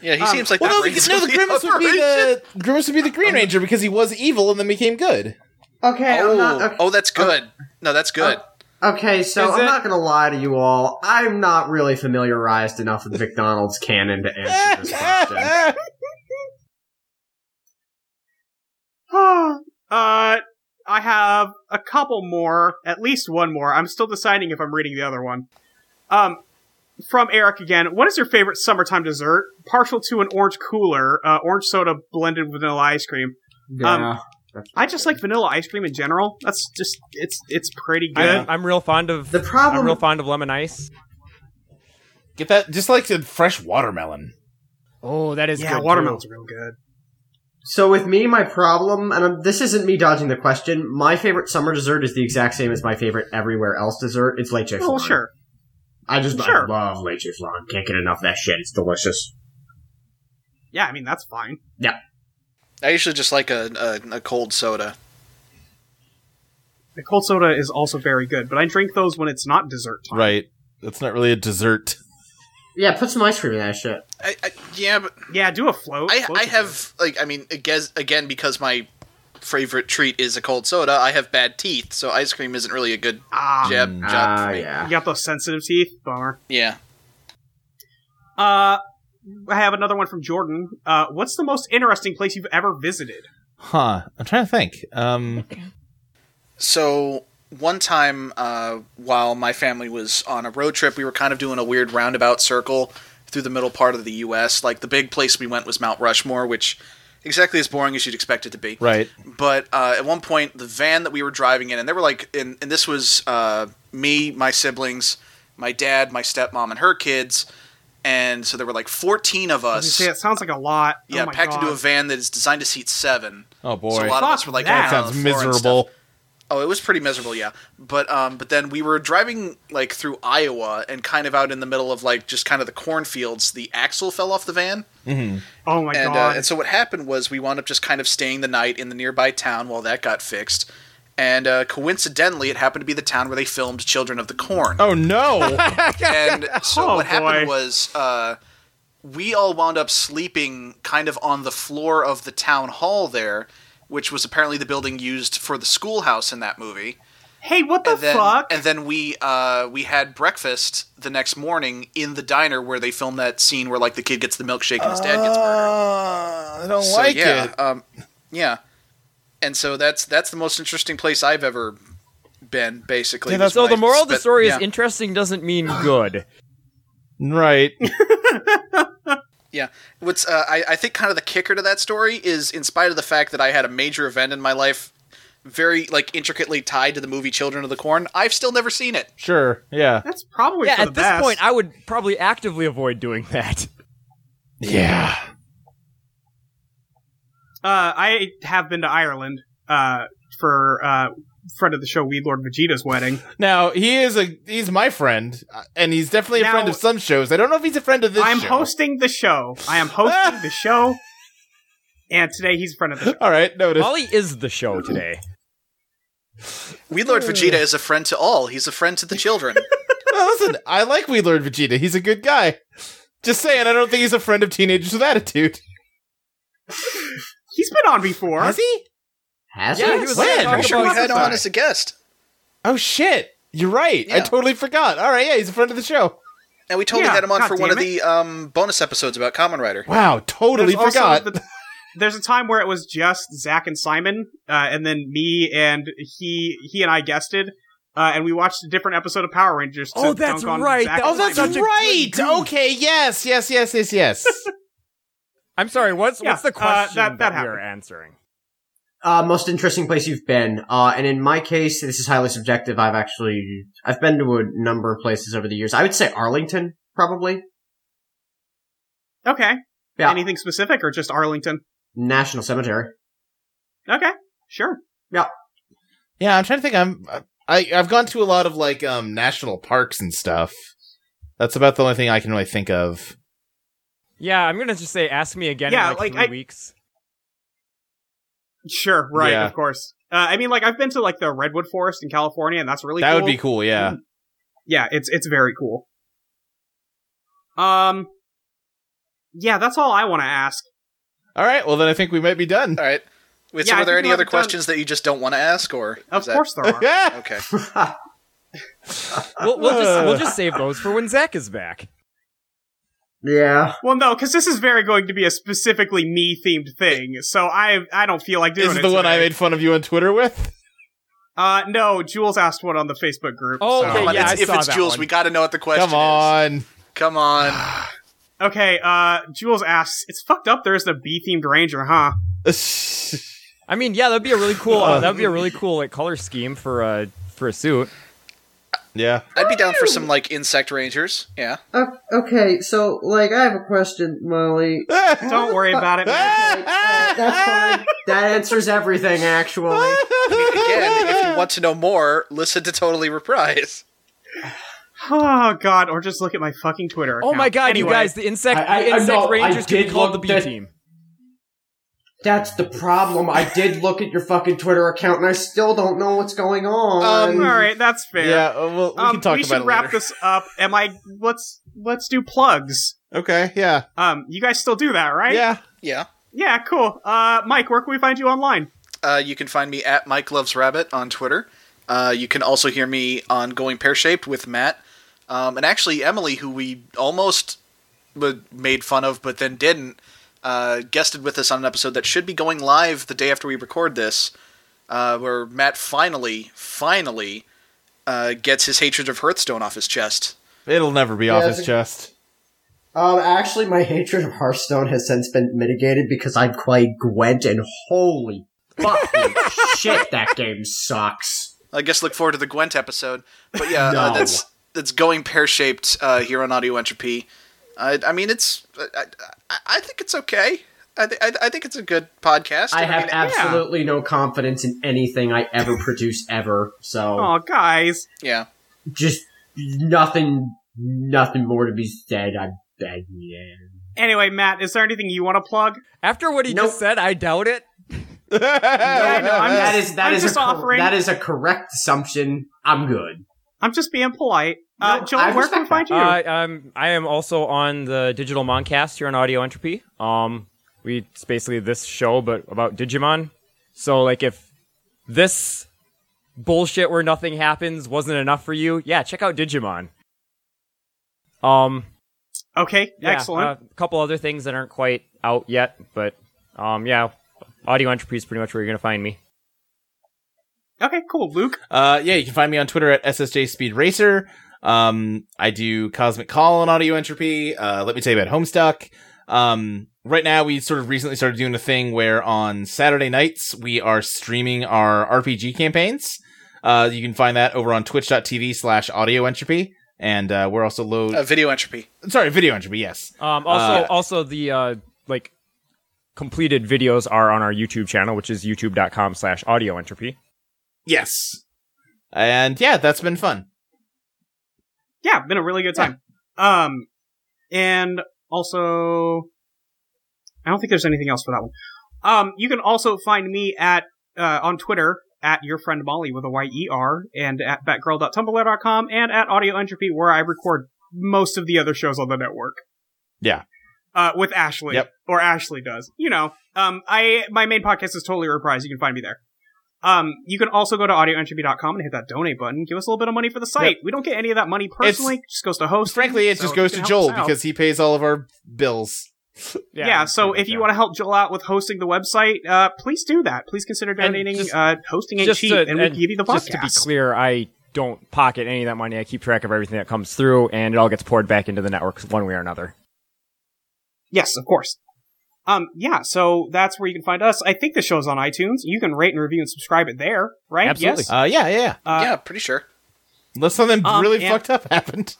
S5: yeah, he
S3: um,
S5: seems like
S6: Well, no,
S5: that.
S6: the, no, the Grimace would be the Grimace would be the Green Ranger because he was evil and then became good.
S4: Okay,
S5: Oh,
S4: I'm not.
S5: oh, that's good. no, that's good.
S4: Okay, so
S7: Is
S4: I'm
S7: it-
S4: not gonna lie to you all. I'm not really familiarized enough with McDonald's canon to answer this question.
S3: Uh, I have a couple more, at least one more. I'm still deciding if I'm reading the other one. Um, from Eric again. What is your favorite summertime dessert? Partial to an orange cooler, uh, orange soda blended with vanilla ice cream.
S4: Yeah.
S3: I just like vanilla ice cream in general. That's just it's it's pretty good.
S7: I'm, I'm real fond of.
S4: the
S7: I'm
S4: problem
S7: real fond of lemon ice.
S6: Get that? Just like a fresh watermelon.
S7: Oh, that is
S3: yeah,
S7: good.
S3: watermelon's real good.
S4: So with me, my problem, and i this isn't me dodging the question. My favorite summer dessert is the exact same as my favorite everywhere else dessert. It's leche flan.
S3: Oh sure.
S4: I just
S3: Sure.
S4: I love leche flan. Can't get enough of that shit. It's delicious.
S3: Yeah, I mean that's fine.
S5: I usually just like a, a, a cold soda.
S3: The cold soda is also very good, but I drink those when it's not dessert time.
S6: Right. That's not really a dessert.
S4: Yeah, put some ice cream in that shit.
S5: I, I, yeah, but
S3: Yeah, do a float.
S5: I,
S3: Float's
S5: I
S3: good.
S5: have like I mean I guess- again because my favorite treat is a cold soda. I have bad teeth, so ice cream isn't really a good
S3: ah,
S5: jab job
S4: Ah,
S5: for me.
S4: yeah.
S3: you got those sensitive teeth. Bummer.
S5: Yeah.
S3: Uh, I have another one from Jordan. Uh, what's the most interesting place you've ever visited?
S6: Huh. I'm trying to think. Um.
S5: So one time uh, while my family was on a road trip, we were kind of doing a weird roundabout circle through the middle part of the U.S. Like the big place we went was Mount Rushmore, which exactly as boring as you'd expect it to be.
S6: Right.
S5: but uh, at one point the van that we were driving in and they were like and, and this was uh, me my siblings my dad my stepmom and her kids and so there were like 14 of
S3: You
S5: us
S3: say it sounds like a lot.
S5: yeah
S3: oh my
S5: packed
S3: God.
S5: into a van that is designed to seat seven
S6: Oh boy.
S5: so a lot of us
S3: Fuck
S5: were like
S3: that.
S5: laying
S3: That
S5: on the
S6: sounds
S5: floor and stuff.
S6: miserable.
S5: Oh, it was pretty miserable, yeah. But um, but then we were driving like through Iowa and kind of out in the middle of like just kind of the cornfields. The axle fell off the van,
S3: Oh my
S5: and, uh,
S3: god!
S5: and so what happened was we wound up just kind of staying the night in the nearby town while that got fixed. And uh, coincidentally, it happened to be the town where they filmed Children of the Corn.
S6: Oh no.
S5: And so
S3: Oh,
S5: what happened
S3: boy.
S5: was uh, we all wound up sleeping kind of on the floor of the town hall there, which was apparently the building used for the schoolhouse in that movie.
S3: Hey, what the
S5: And then,
S3: fuck?
S5: and then we uh, we had breakfast the next morning in the diner where they filmed that scene where like the kid gets the milkshake and his dad gets murdered.
S6: Uh, I don't
S5: So,
S6: like
S5: yeah,
S6: it.
S5: Um, yeah, and so that's that's the most interesting place I've ever been. Basically, was
S7: so
S5: when
S7: oh, the
S5: I
S7: moral of the
S5: spent-
S7: story
S5: yeah.
S7: is interesting doesn't mean good.
S6: Right.
S5: Yeah. What's uh, I, I think kind of the kicker to that story is in spite of the fact that I had a major event in my life very like intricately tied to the movie Children of the Corn, I've still never seen it.
S6: Sure. Yeah.
S3: That's probably
S7: yeah,
S3: for the
S7: at this
S3: best.
S7: point, I would probably actively avoid doing that.
S6: Yeah.
S3: uh, I have been to Ireland uh, for uh, friend of the show, Weed Lord Vegeta's wedding.
S6: Now he is a he's my friend, uh, and he's definitely a
S3: Now-
S6: friend of some shows. I don't know if he's a friend of this.
S3: I'm
S6: show.
S3: hosting the show. I am hosting the show, and today he's a friend of the show.
S6: All right, notice.
S5: Oh.
S7: Molly is the show today.
S5: Weed Lord Vegeta is a friend to all. He's a friend to the children.
S6: Well, listen, I like Weed Lord Vegeta. He's a good guy. Just saying, I don't think he's a friend of teenagers with attitude.
S3: He's been on before.
S6: Has he?
S4: Has
S7: Yeah,
S4: he?
S7: he was
S6: When?
S7: on
S5: I'm
S7: Talk
S5: sure we
S7: About
S5: had on
S7: Sentai.
S5: as a guest.
S6: Oh shit! You're right. I
S5: Yeah.
S6: totally forgot. All right, yeah, he's a friend of the show.
S5: And we totally
S3: Yeah,
S5: had him on
S3: God
S5: for one of
S3: damn it.
S5: the um, bonus episodes about Common Rider.
S6: Wow, totally
S3: There's also
S6: forgot.
S3: the- there's a time where it was just Zach and Simon, uh, and then me and he he and I guested, uh, and we watched a different episode of Power Rangers. To
S7: Oh, that's
S3: dunk on
S7: right.
S3: Zach
S7: That
S6: oh,
S3: and
S7: was
S6: that's
S3: Simon.
S7: such a good
S6: right.
S7: goof.
S6: Okay, yes, yes, yes, yes, yes.
S7: I'm sorry. What's
S3: Yeah,
S7: what's the
S3: uh,
S7: question
S3: that- that
S7: we are
S3: happened.
S7: answering?
S4: Uh, most interesting place you've been. Uh, and in my case, this is highly subjective. I've actually, I've been to a number of places over the years. I would say Arlington, probably.
S3: Okay.
S4: Yeah.
S3: Anything specific or just Arlington?
S4: National Cemetery.
S3: Okay. Sure.
S6: yeah, I'm trying to think. I'm I I've gone to a lot of like um national parks and stuff. That's about the only thing I can really think of.
S7: Yeah, I'm gonna just say ask me again
S3: Yeah,
S7: in
S3: like,
S7: like, three
S3: I-
S7: weeks.
S3: Sure. Right.
S6: Yeah.
S3: Of course. Uh, I mean, like I've been to like the redwood forest in California, and that's really
S6: that
S3: cool.
S6: would be cool. Yeah.
S3: yeah, it's it's very cool. Um, yeah, that's all I want to ask.
S6: All right. Well, then I think we might be done.
S5: All right. Wait,
S3: Yeah,
S5: so
S3: I
S5: were there
S3: think
S5: any
S3: we're
S5: other
S3: done.
S5: questions that you just don't want to ask, or
S3: Of
S5: is that-
S3: course, there are.
S6: Yeah.
S5: Okay.
S7: We'll, we'll just we'll just save those for when Zach is back.
S4: Yeah.
S3: Well, no, because this is very going to be a specifically me themed thing, so I I don't feel like doing
S6: Is
S3: it
S6: it the one I
S3: today.
S6: made fun of you on Twitter with?
S3: Uh, no, Jules asked one on the Facebook group.
S7: Oh,
S3: so-
S7: okay,
S5: Come on,
S7: yeah,
S5: it's-
S7: I
S5: if
S7: saw
S5: it's
S7: that
S5: Jules,
S7: one.
S5: we got to know what the question
S6: Come on.
S5: is. Come on.
S3: okay. Uh, Jules asks, "It's fucked up. There isn't a B themed ranger, huh?"
S7: I mean, yeah, that'd be a really cool. Uh, that'd be a really cool like color scheme for a for a suit.
S6: yeah.
S5: I'd be down for some like insect rangers. Yeah.
S4: O- okay, so, like, I have a question, Molly.
S3: Don't worry about it. man.
S4: That's fine. that answers everything, actually.
S5: Again, if you want to know more, listen to Totally Reprise.
S3: oh God, or just look at my fucking Twitter.
S7: Oh
S3: account.
S7: my god,
S3: anyway,
S7: you guys, the insect
S4: I- I-
S7: the insect
S4: no, I
S7: rangers could be
S4: did
S7: called the
S4: look
S7: B
S4: that-
S7: team.
S4: That's the problem. I did look at your fucking Twitter account, and I still don't know what's going on.
S3: All right, that's fair.
S6: Yeah. uh, Well, we
S3: um,
S6: can talk
S3: we
S6: about
S3: should
S6: it
S3: wrap
S6: later.
S3: this up. Am I? Let's let's do plugs.
S6: Okay. Yeah.
S3: Um, you guys still do that, right?
S6: Yeah.
S5: Yeah.
S3: Yeah, cool. Uh, Mike, where can we find you online?
S5: Uh, you can find me at Mike Loves Rabbit on Twitter. Uh, you can also hear me on Going Pear Shaped with Matt. Um, and actually, Emily, who we almost ma- made fun of but then didn't, uh, guested with us on an episode that should be going live the day after we record this, uh, where Matt finally, finally uh, gets his hatred of Hearthstone off his chest.
S6: It'll never be off
S4: Yeah,
S6: his
S4: it's-
S6: chest.
S4: Um, actually, my hatred of Hearthstone has since been mitigated because I played Gwent, and holy fucking shit, that game sucks.
S5: I guess look forward to the Gwent episode. But yeah, uh,
S4: No.
S5: that's that's going pear shaped uh, here on Audio Entropy. I, I mean, it's I, I, I think it's okay. I, th- I, I think it's a good podcast.
S4: I
S5: And
S4: have
S5: mean,
S4: absolutely no confidence in anything I ever produce ever. So
S3: Oh, guys.
S5: yeah.
S4: just nothing, nothing more to be said. I beg you.
S3: Anyway, Matt, is there anything you want to plug?
S7: After what he
S4: Nope.
S7: just said, I doubt it.
S3: I know, I'm
S4: That
S3: just-
S4: is that
S3: I'm
S4: is
S3: just
S4: a cor-
S3: offering-
S4: that is a correct assumption. I'm good.
S3: I'm just being polite. Uh,
S9: No,
S3: Joel,
S9: I
S3: where can we
S9: respect
S3: find you?
S7: Uh, um, I am also on the Digital Moncast here on Audio Entropy. Um, we it's basically this show, but about Digimon. So like, if this bullshit where nothing happens wasn't enough for you, yeah, check out Digimon. Um,
S3: okay,
S7: yeah, uh,
S3: excellent.
S7: A couple other things that aren't quite out yet, but um, yeah, Audio Entropy is pretty much where you're gonna find me.
S3: okay, cool. Luke,
S6: Uh, yeah, you can find me on Twitter at SSJ Speed Racer. Um, I do Cosmic Call on Audio Entropy. Uh, let me tell you about Homestuck. Um, right now we sort of recently started doing a thing where on Saturday nights we are streaming our RPG campaigns. Uh, you can find that over on twitch.tv slash audio entropy. And, uh, we're also load,
S5: Uh, video entropy.
S6: sorry, video entropy, yes.
S7: Um, also,
S6: Uh,
S7: also the uh, like completed videos are on our YouTube channel, which is youtube.com/slash Audio Entropy.
S6: Yes. And yeah, that's been fun.
S3: yeah, been a really good time. Um, and also, I don't think there's anything else for that one. Um, you can also find me at uh, on Twitter at your friend Molly with a Y E R and at batgirl.tumblr.com and at Audio Entropy where I record most of the other shows on the network.
S6: Yeah.
S3: Uh, with Ashley,
S6: Yep.
S3: or Ashley does. You know, um, I my main podcast is totally reprised. You can find me there. Um, you can also go to audioentropy.com and hit that donate button. Give us a little bit of money for the site. We don't get any of that money personally; it just goes to host.
S6: Frankly, it
S3: So
S6: just
S3: you
S6: goes
S3: can help
S6: to Joel
S3: us out.
S6: because he pays all of our bills.
S3: yeah. so if you want to help Joel out with hosting the website, uh, please do that. Please consider donating.
S7: just-
S3: uh, hosting ain't
S7: just
S3: cheap,
S7: to,
S3: and we give you the podcast.
S7: Just to be clear, I don't pocket any of that money. I keep track of everything that comes through, and it all gets poured back into the network one way or another.
S3: Yes, of course. Um, yeah, so that's where you can find us. I think the show's on iTunes. You can rate and review and subscribe it there, right?
S7: Absolutely.
S3: Yes.
S6: Uh, yeah, yeah, yeah.
S3: Uh,
S5: yeah, pretty sure.
S6: Unless something
S3: Um,
S6: really
S3: and-
S6: fucked up happened.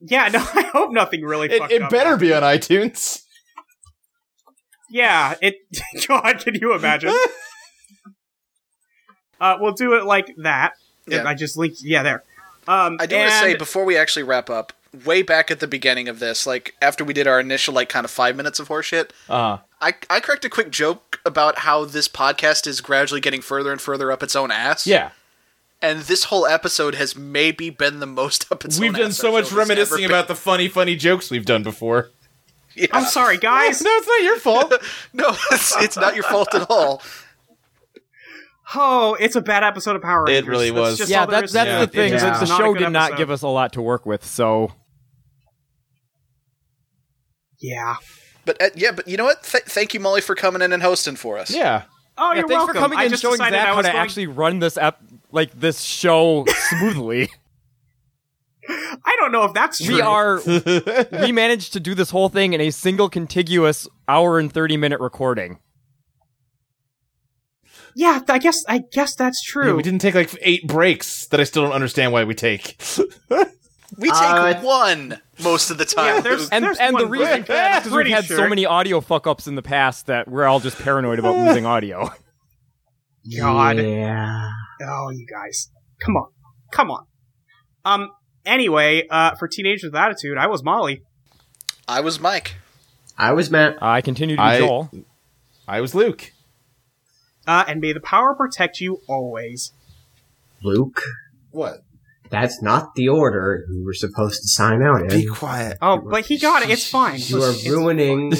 S3: Yeah, no, I hope nothing really
S6: It,
S3: fucked
S6: it
S3: up.
S6: better be on iTunes.
S3: Yeah, it. God, can you imagine? uh, we'll do it like that.
S5: Yeah.
S3: I just linked. Yeah, there. Um,
S5: I do want to say
S3: and-
S5: before we actually wrap up, way back at the beginning of this, like after we did our initial like kind of five minutes of horseshit,
S6: Uh,
S5: I I cracked a quick joke about how this podcast is gradually getting further and further up its own ass.
S6: yeah.
S5: and this whole episode has maybe been the most up its
S6: We've
S5: own
S6: done
S5: ass
S6: so
S5: episode
S6: much
S5: it's
S6: reminiscing
S5: ever
S6: about the funny, funny jokes we've done before.
S5: been.
S3: I'm sorry,
S6: no,
S3: guys.
S6: it's not your fault.
S5: No, it's, it's not your fault at all.
S3: Oh, it's a bad episode of Power
S6: It
S3: Rangers.
S6: really was.
S3: That's just
S7: yeah,
S3: all there
S7: that's
S3: is
S7: that's
S3: to
S7: the
S3: it.
S7: thing.
S3: It's
S9: Yeah.
S7: The-
S3: just
S7: The
S3: not a
S7: show
S3: good
S7: did not
S3: episode.
S7: give us a lot to work with, so
S3: Yeah.
S5: But uh, yeah, but you know what? Th- thank you, Molly, for coming in and hosting for us.
S6: yeah.
S3: Oh,
S7: yeah,
S3: you're
S7: thanks
S3: welcome.
S7: for coming
S3: I
S7: and
S3: just
S7: showing Zach
S3: decided I
S7: how
S3: was
S7: to
S3: going-
S7: actually run this ep- like this show smoothly.
S3: I don't know if that's true.
S7: we are we managed to do this whole thing in a single contiguous hour and thirty minute recording.
S3: Yeah, I guess. I guess that's true.
S6: Yeah, we didn't take like eight breaks that I still don't understand why we take.
S5: We take
S9: Uh,
S5: one most of the time.
S3: Yeah, there's-
S7: And
S3: There's
S7: and the
S3: one
S7: reason
S3: break.
S7: for that is because
S3: Pretty
S7: we've had
S3: sure.
S7: so many audio fuck ups in the past that we're all just paranoid about losing audio.
S3: God.
S9: Yeah.
S3: Oh, you guys. Come on. Come on. Um, anyway, uh, for Teenagers with Attitude, I was Molly.
S5: I was Mike.
S9: I was meant.
S7: I continue to be
S6: I-
S7: Joel.
S6: I was Luke.
S3: Uh, and may the power protect you always.
S9: Luke,
S6: What?
S9: that's not the order we were supposed to sign out
S6: Be
S9: in.
S6: quiet.
S3: Oh, but he got it. It's fine.
S9: You are
S3: It's-
S9: ruining.